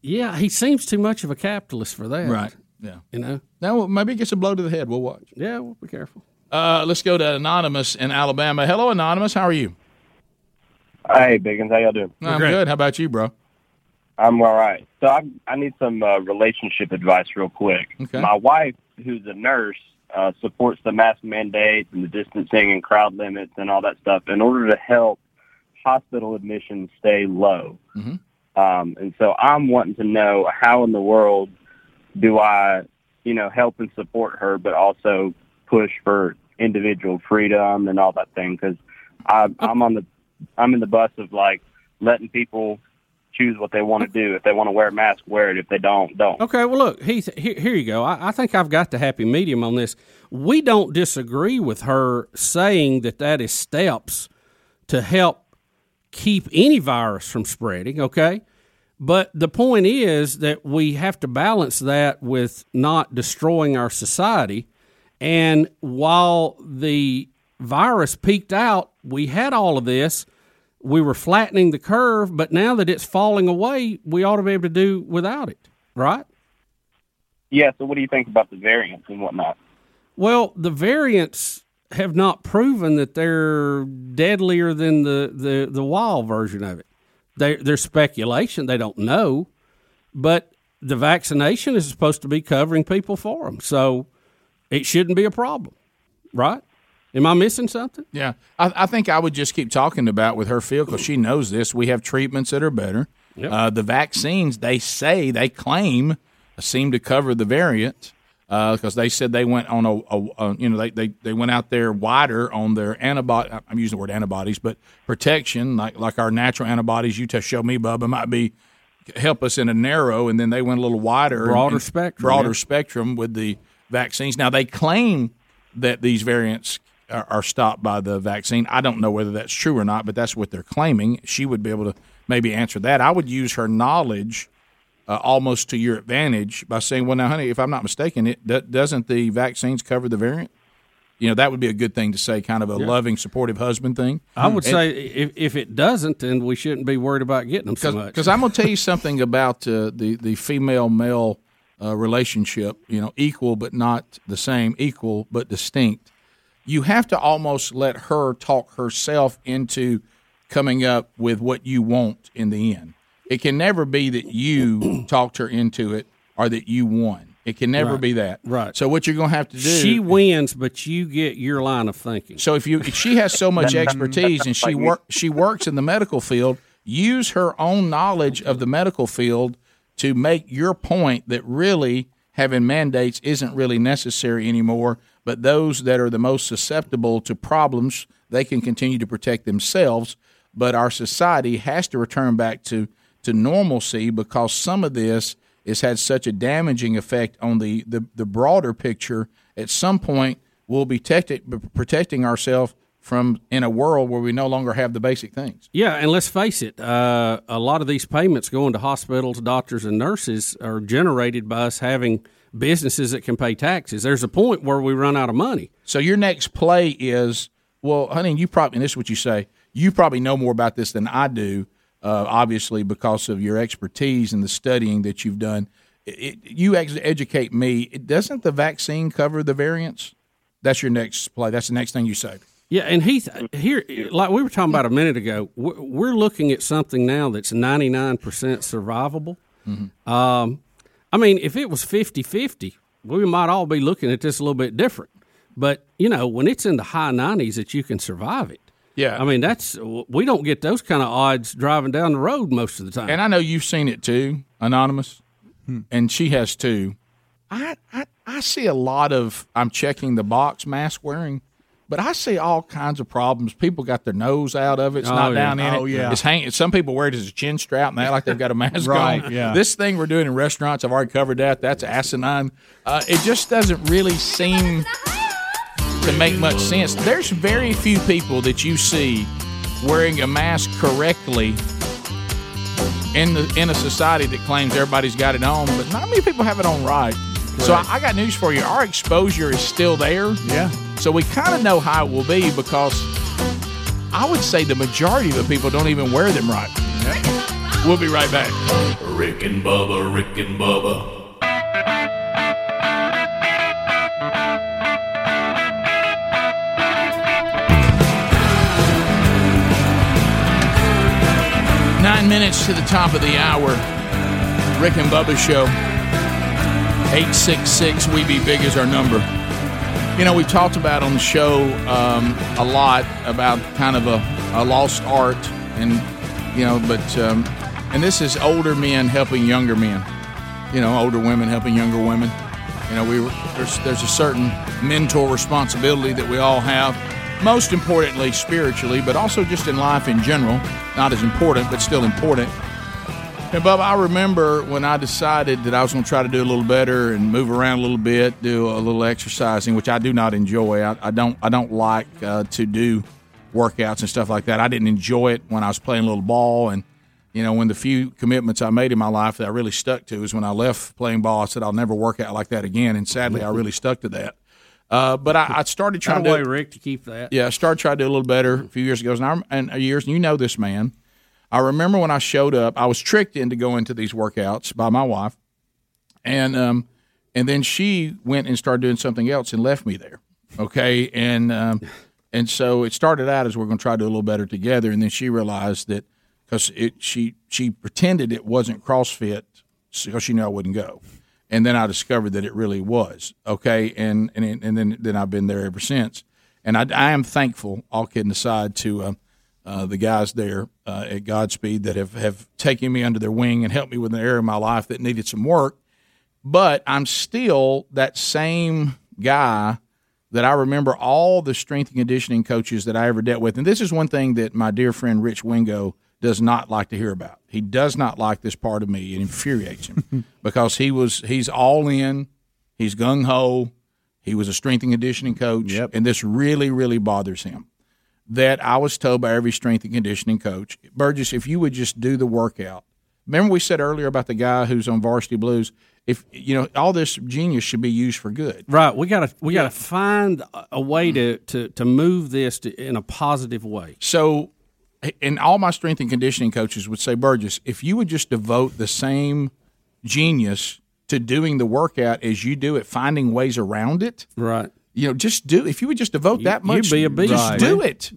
Yeah, he seems too much of a capitalist for that.
Right. Yeah.
You know.
Now maybe it gets a blow to the head. We'll watch.
Yeah, we'll be careful.
Uh, let's go to anonymous in Alabama. Hello, anonymous. How are you?
uh, Hey, Biggins, how y'all doing?
I'm good. How about you, bro?
I'm all right. So I, I need some uh, relationship advice real quick.
Okay.
My wife, who's a nurse, uh, supports the mask mandates and the distancing and crowd limits and all that stuff in order to help hospital admissions stay low.
Mm-hmm.
Mhm.
Um, and so I'm wanting to know how in the world do I, you know, help and support her, but also push for individual freedom and all that thing? Because I'm on the, I'm in the bus of like letting people choose what they want to do. If they want to wear a mask, wear it. If they don't, don't.
Okay, well, look, Heath, here, here you go. I, I think I've got the happy medium on this. We don't disagree with her saying that that is steps to help keep any virus from spreading, okay? But the point is that we have to balance that with not destroying our society. And while the virus peaked out, we had all of this. We were flattening the curve, but now that it's falling away, we ought to be able to do without it, right?
Yeah. So what do you think about the variants and whatnot?
Well, the variants have not proven that they're deadlier than the the the wild version of it. They they're speculation. They don't know, but the vaccination is supposed to be covering people for them, so it shouldn't be a problem, right? Am I missing something?
Yeah, I, I think I would just keep talking about with her field because she knows this. We have treatments that are better. Uh, the vaccines they say they claim uh, seem to cover the variant because they said they went on a, a, a you know they, they, they went out there wider on their antibody. I'm using the word antibodies, but protection like like our natural antibodies. You just show me, Bubba, might be help us in a narrow, and then they went a little wider,
Broader
and-
spectrum,
broader
yeah.
spectrum with the vaccines. Now they claim that these variants are, are stopped by the vaccine. I don't know whether that's true or not, but that's what they're claiming. She would be able to maybe answer that. I would use her knowledge uh, almost to your advantage by saying, "Well, now, honey, if I'm not mistaken, it do- doesn't the vaccines cover the variant?" You know, that would be a good thing to say, kind of a
Yeah.
loving, supportive husband thing.
I would
Hmm. And-
say if, if it doesn't, then we shouldn't be worried about getting them so much.
because I'm going to tell you something about uh, the the female male uh, relationship. You know, equal but not the same, equal but distinct. You have to almost let her talk herself into coming up with what you want in the end. It can never be that you talked her into it or that you won. It can never
Right.
be that.
Right.
So what you're going to have to do
She wins, but you get your line of thinking.
So if you if she has so much expertise and she work she works in the medical field, use her own knowledge of the medical field to make your point that really having mandates isn't really necessary anymore. but those that are the most susceptible to problems, they can continue to protect themselves. But our society has to return back to, to normalcy because some of this has had such a damaging effect on the, the, the broader picture. At some point, we'll be tecti- protecting ourselves from in a world where we no longer have the basic things.
Yeah, and let's face it, uh, a lot of these payments going to hospitals, doctors, and nurses are generated by us having businesses that can pay taxes. There's a point where we run out of money.
So your next play is well, honey, you probably and this is what you say. You probably know more about this than I do, uh, obviously because of your expertise and the studying that you've done. It, it- you ex- educate me. It, doesn't the vaccine cover the variants? That's your next play. That's the next thing you say.
Yeah, and Heath, here, like we were talking about a minute ago, we're we're looking at something now that's 99% survivable.
Mm-hmm.
Um, I mean, if it was 50 50, we might all be looking at this a little bit different. But, you know, when it's in the high 90s that you can survive it.
Yeah.
I mean, that's, we don't get those kind of odds driving down the road most of the time.
And I know you've seen it too, anonymous, and she has too. Hmm. I, I I see a lot of I'm checking the box mask wearing, but I see all kinds of problems. People got their nose out of it. It's not
Oh, yeah.
down in
Oh,
it.
yeah.
It's hanging. Some people wear it as a chin strap and they act like they've got a mask
Right,
on.
yeah.
This thing we're doing in restaurants, I've already covered that. That's asinine. Uh, it just doesn't really seem to make much sense. There's very few people that you see wearing a mask correctly in the in a society that claims everybody's got it on, but not many people have it on right. So I, I got news for you: our exposure is still there. Yeah. So we kind of know how it will be because I would say the majority of the people don't even wear them right. We'll be right back.
Rick and Bubba, Rick and Bubba,
Nine minutes to the top of the hour. Rick and Bubba Show. 866 We Be Big is our number. You know, we've talked about on the show um, a lot about kind of a, a lost art, and, you know, but, um, and this is older men helping younger men, you know, older women helping younger women. You know, we were, there's, there's a certain mentor responsibility that we all have, most importantly spiritually, but also just in life in general. Not as important, but still important. And Bubba, I remember when I decided that I was going to try to do a little better and move around a little bit, do a little exercising, which I do not enjoy. I, I don't. I don't like uh, to do workouts and stuff like that. I didn't enjoy it when I was playing a little ball, and you know, when the few commitments I made in my life that I really stuck to is when I left playing ball. I said I'll never work out like that again, and sadly, I really stuck to that. Uh, but I, I started
Try
trying
way,
to do,
Rick, to keep that.
yeah, I started trying to do a little better a few years ago, and, I, rem- and uh, years. And you know this man. I remember when I showed up, I was tricked into going to these workouts by my wife, and um, and then she went and started doing something else and left me there. Okay, and um, and so it started out as we're going to try to do a little better together, and then she realized that because it she she pretended it wasn't CrossFit because she knew I wouldn't go, and then I discovered that it really was. Okay, and and it- and then then I've been there ever since, and I, I am thankful. All kidding aside, to um, uh, the guys there uh, at Godspeed that have have taken me under their wing and helped me with an area of my life that needed some work but I'm still that same guy that I remember all the strength and conditioning coaches that I ever dealt with. And this is one thing that my dear friend Rich Wingo does not like to hear about. He does not like this part of me. It infuriates him because he was he's all in, he's gung ho, he was a strength and conditioning coach, and this really really bothers him. That I was told by every strength and conditioning coach, Burgess, if you would just do the workout. Remember we said earlier about the guy who's on Varsity Blues. If you know all this genius should be used for good.
Right, we gotta we gotta find a- a way to, to, to move this to, in a positive way.
So, and all my strength and conditioning coaches would say, Burgess, if you would just devote the same genius to doing the workout as you do at finding ways around it,
right?
You know, just do. If you would just devote that much,
You'd be a beast.
Just do it.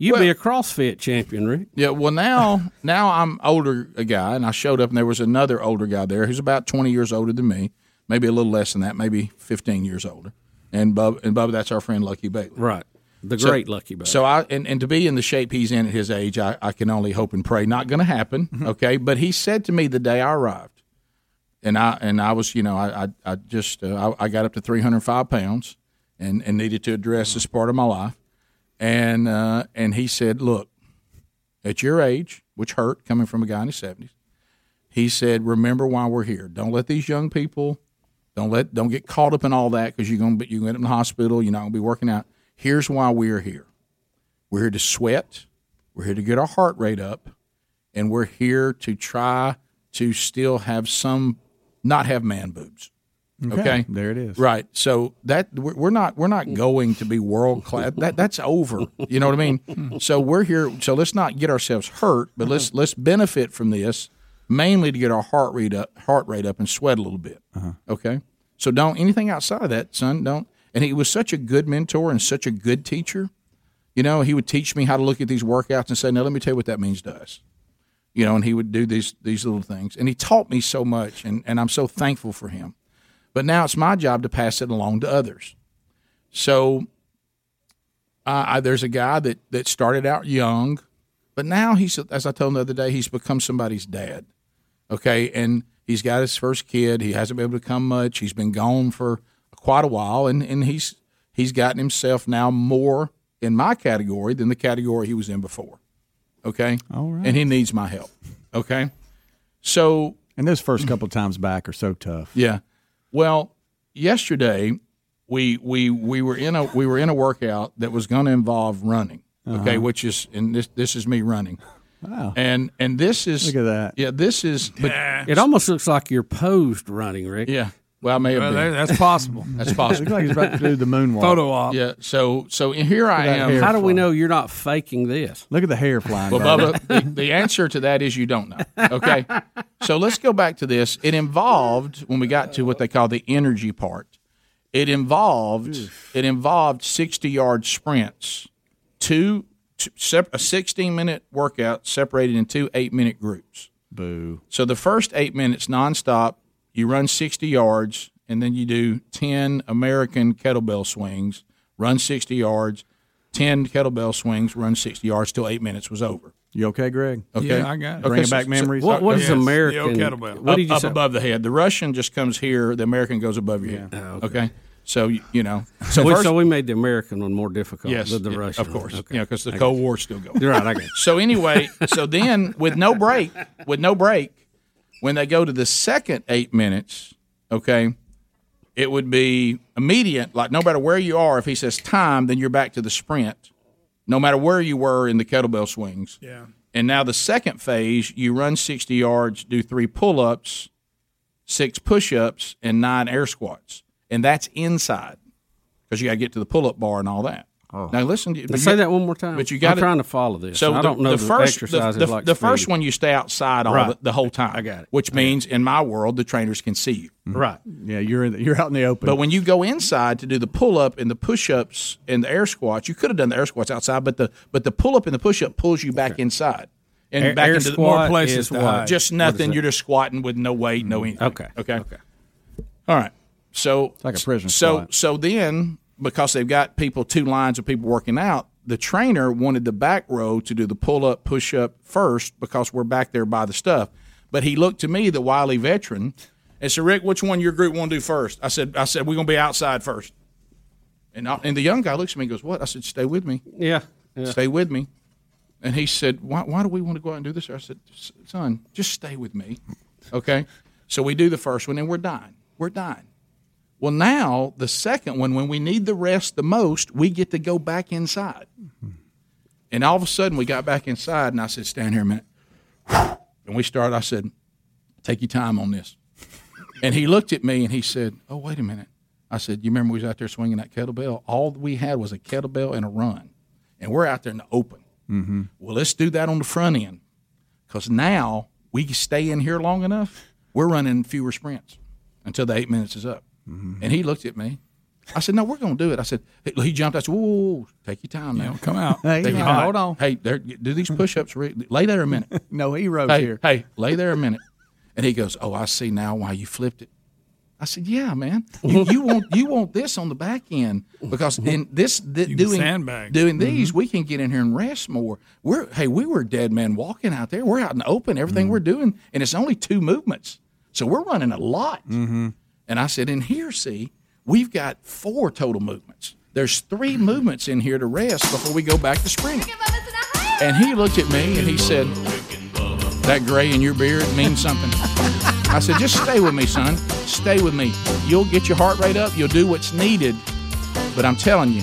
You'd be a CrossFit champion, Rick.
Yeah. Well, now now I'm older a guy, and I showed up, and there was another older guy there who's about twenty years older than me, maybe a little less than that, maybe fifteen years older. And Bub and Bubba, that's our friend Lucky Bailey.
Right. The
So-
great Lucky Bag.
So I and, and to be in the shape he's in at his age, I, I can only hope and pray. Not going to happen. Okay, but he said to me the day I arrived, and I and I was you know I I, I just uh, I, I got up to three hundred five pounds, and, and needed to address this part of my life. And uh, and he said, look, at your age, which hurt coming from a guy in his seventies, he said, remember why we're here. Don't let these young people, don't let don't get caught up in all that because you're gonna be you end up in the hospital. You're not gonna be working out. Here's why we're here. We're here to sweat. We're here to get our heart rate up, and we're here to try to still have some, not have man boobs. Okay.
There it is.
Right. So that we're we're not we're not going to be world class. That that's over. You know what I mean? So we're here. So let's not get ourselves hurt, but let's
Uh-huh.
let's benefit from this mainly to get our heart rate up, heart rate up, and sweat a little bit.
Uh-huh.
Okay. So don't anything outside of that, son. Don't. And he was such a good mentor and such a good teacher. You know, he would teach me how to look at these workouts and say, "Now let me tell you what that means to us." You know, and he would do these these little things, and he taught me so much, and and I'm so thankful for him. But now it's my job to pass it along to others. So I I, there's a guy that that started out young, but now he's as I told him the other day, he's become somebody's dad. Okay, and he's got his first kid. He hasn't been able to come much. He's been gone for quite a while, and and he's he's gotten himself now more in my category than the category he was in before. Okay, all right, and he needs my help. Okay, so Mm-hmm.
and those first couple of times back are so tough.
Yeah. Well, yesterday we we we were in a we were in a workout that was going to involve running. Okay,
Uh-huh.
which is and this this is me running.
Oh.
Wow.
And and this is look at that. Yeah, this is. But
It almost looks like you're posed running, Rick.
Yeah. Well, I may have
Well,
been.
there- that's possible.
that's possible.
Looks like he's about to do the moonwalk. Photo op.
Yeah. So so here I am.
How do we know you're not faking this?
Look at the hair flying.
Well, Bubba, the, the answer to that is you don't know. Okay. so let's go back to this. It involved when we got to what they call the energy part. It involved it involved sixty yard sprints, two, t- sep- a sixteen minute workout separated in two eight minute groups.
Boo.
So the first eight minutes nonstop, you run 60 yards, and then you do 10 American kettlebell swings, run 60 yards, 10 kettlebell swings, run 60 yards till eight minutes was over.
You okay, Greg?
Okay,
Bringing
so-
back
so
memories.
What, what is American?
What did you
up
say?
above the head? The Russian just comes here. The American goes above your
Ah,
head. okay. so you, you know.
So we,
first-
so we made the American one more difficult
Yes,
than the
yeah,
Russian.
of course.
one.
Yeah, 'cause the
I
Cold
got you.
War's still going.
You're right. I got you.
So anyway, so then with no break, with no break, when they go to the second eight minutes, okay, it would be immediate. Like no matter where you are, if he says time, then you're back to the sprint. No matter where you were in the kettlebell swings.
Yeah.
And now the second phase, you run 60 yards, do three pull ups, six push ups, and nine air squats. And that's inside because you got to get to the pull up bar and all that. Now listen, to-
Now say that one more time.
But you
I'm
got
trying to follow this.
So
I
the-
don't know
the,
the
first
exercises
the,
like
the first
speed.
one you stay outside all
Right.
the, the whole time. I got it. Which means in my world the trainers can see you.
Right.
Mm-hmm. Yeah, you're in the, you're out in the open.
But when you go inside to do the pull up and the push ups and the air squats, you could have done the air squats outside, but the but the pull up and the push up pulls you back inside and
Air-
back
air
into the,
squat More places is to what? hide.
Just
What is
nothing.
that?
You're just squatting with no weight,
Mm-hmm.
no anything. Okay. Okay. Okay. All right. So
like a prison
So
squat.
so then because they've got people two lines of people working out, the trainer wanted the back row to do the pull up, push up first because we're back there by the stuff. But he looked to me, the wily veteran, and said, "Rick, which one your group want to do first? I said, "I said we're gonna be outside first. And I, and the young guy looks at me and goes, "What?" I said, "Stay with me."
Yeah. yeah.
Stay with me. And he said, why, why do we want to go out and do this? I said, "S- son, just stay with me. Okay. So we do the first one and we're dying. We're dying. Well, now the second one, when we need the rest the most, we get to go back inside. And all of a sudden we got back inside and I said, stand here a minute. And we started, I said, take your time on this. And he looked at me and he said, oh, wait a minute. I said, you remember we was out there swinging that kettlebell? All we had was a kettlebell and a run. And we're out there in the open.
Mm-hmm.
Well, let's do that on the front end because now we can stay in here long enough. We're running fewer sprints until the eight minutes is up.
Mm-hmm.
And he looked at me. I said, "No, we're going to do it." I said, "He jumped." I said, "Whoa, whoa, whoa. take your time now.
come out.
Take
Hey,
your
you're
time.
hot.
Hold on. Hey, there, do these push-ups. Rick. Lay there a minute.
no, he rose
hey,
here.
Hey, lay there a minute." And he goes, "Oh, I see now why you flipped it." I said, "Yeah, man. You, you want you want this on the back end because in this th-
You can
doing
sandbag. Mm-hmm.
doing these, we can get in here and rest more. We're hey, we were dead man walking out there. We're out in the open. Everything we're doing,
Mm-hmm.
and it's only two movements, so we're running a lot. Mm-hmm. And I said, in here, see, We've got four total movements. There's three movements in here to rest before we go back to spring. And he looked at me and he said, That gray in your beard means something. I said, Just stay with me, son. Stay with me. You'll get your heart rate up. You'll do what's needed. But I'm telling you.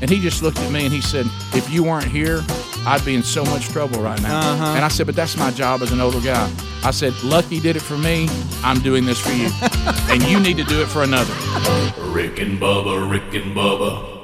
And he just looked at me and he said, If you weren't here, I'd be in so much trouble right now.
Uh-huh.
And I said, But that's my job as an older guy. I said, Lucky did it for me. I'm doing this for you. and you need to do it for another.
Rick and Bubba, Rick and Bubba.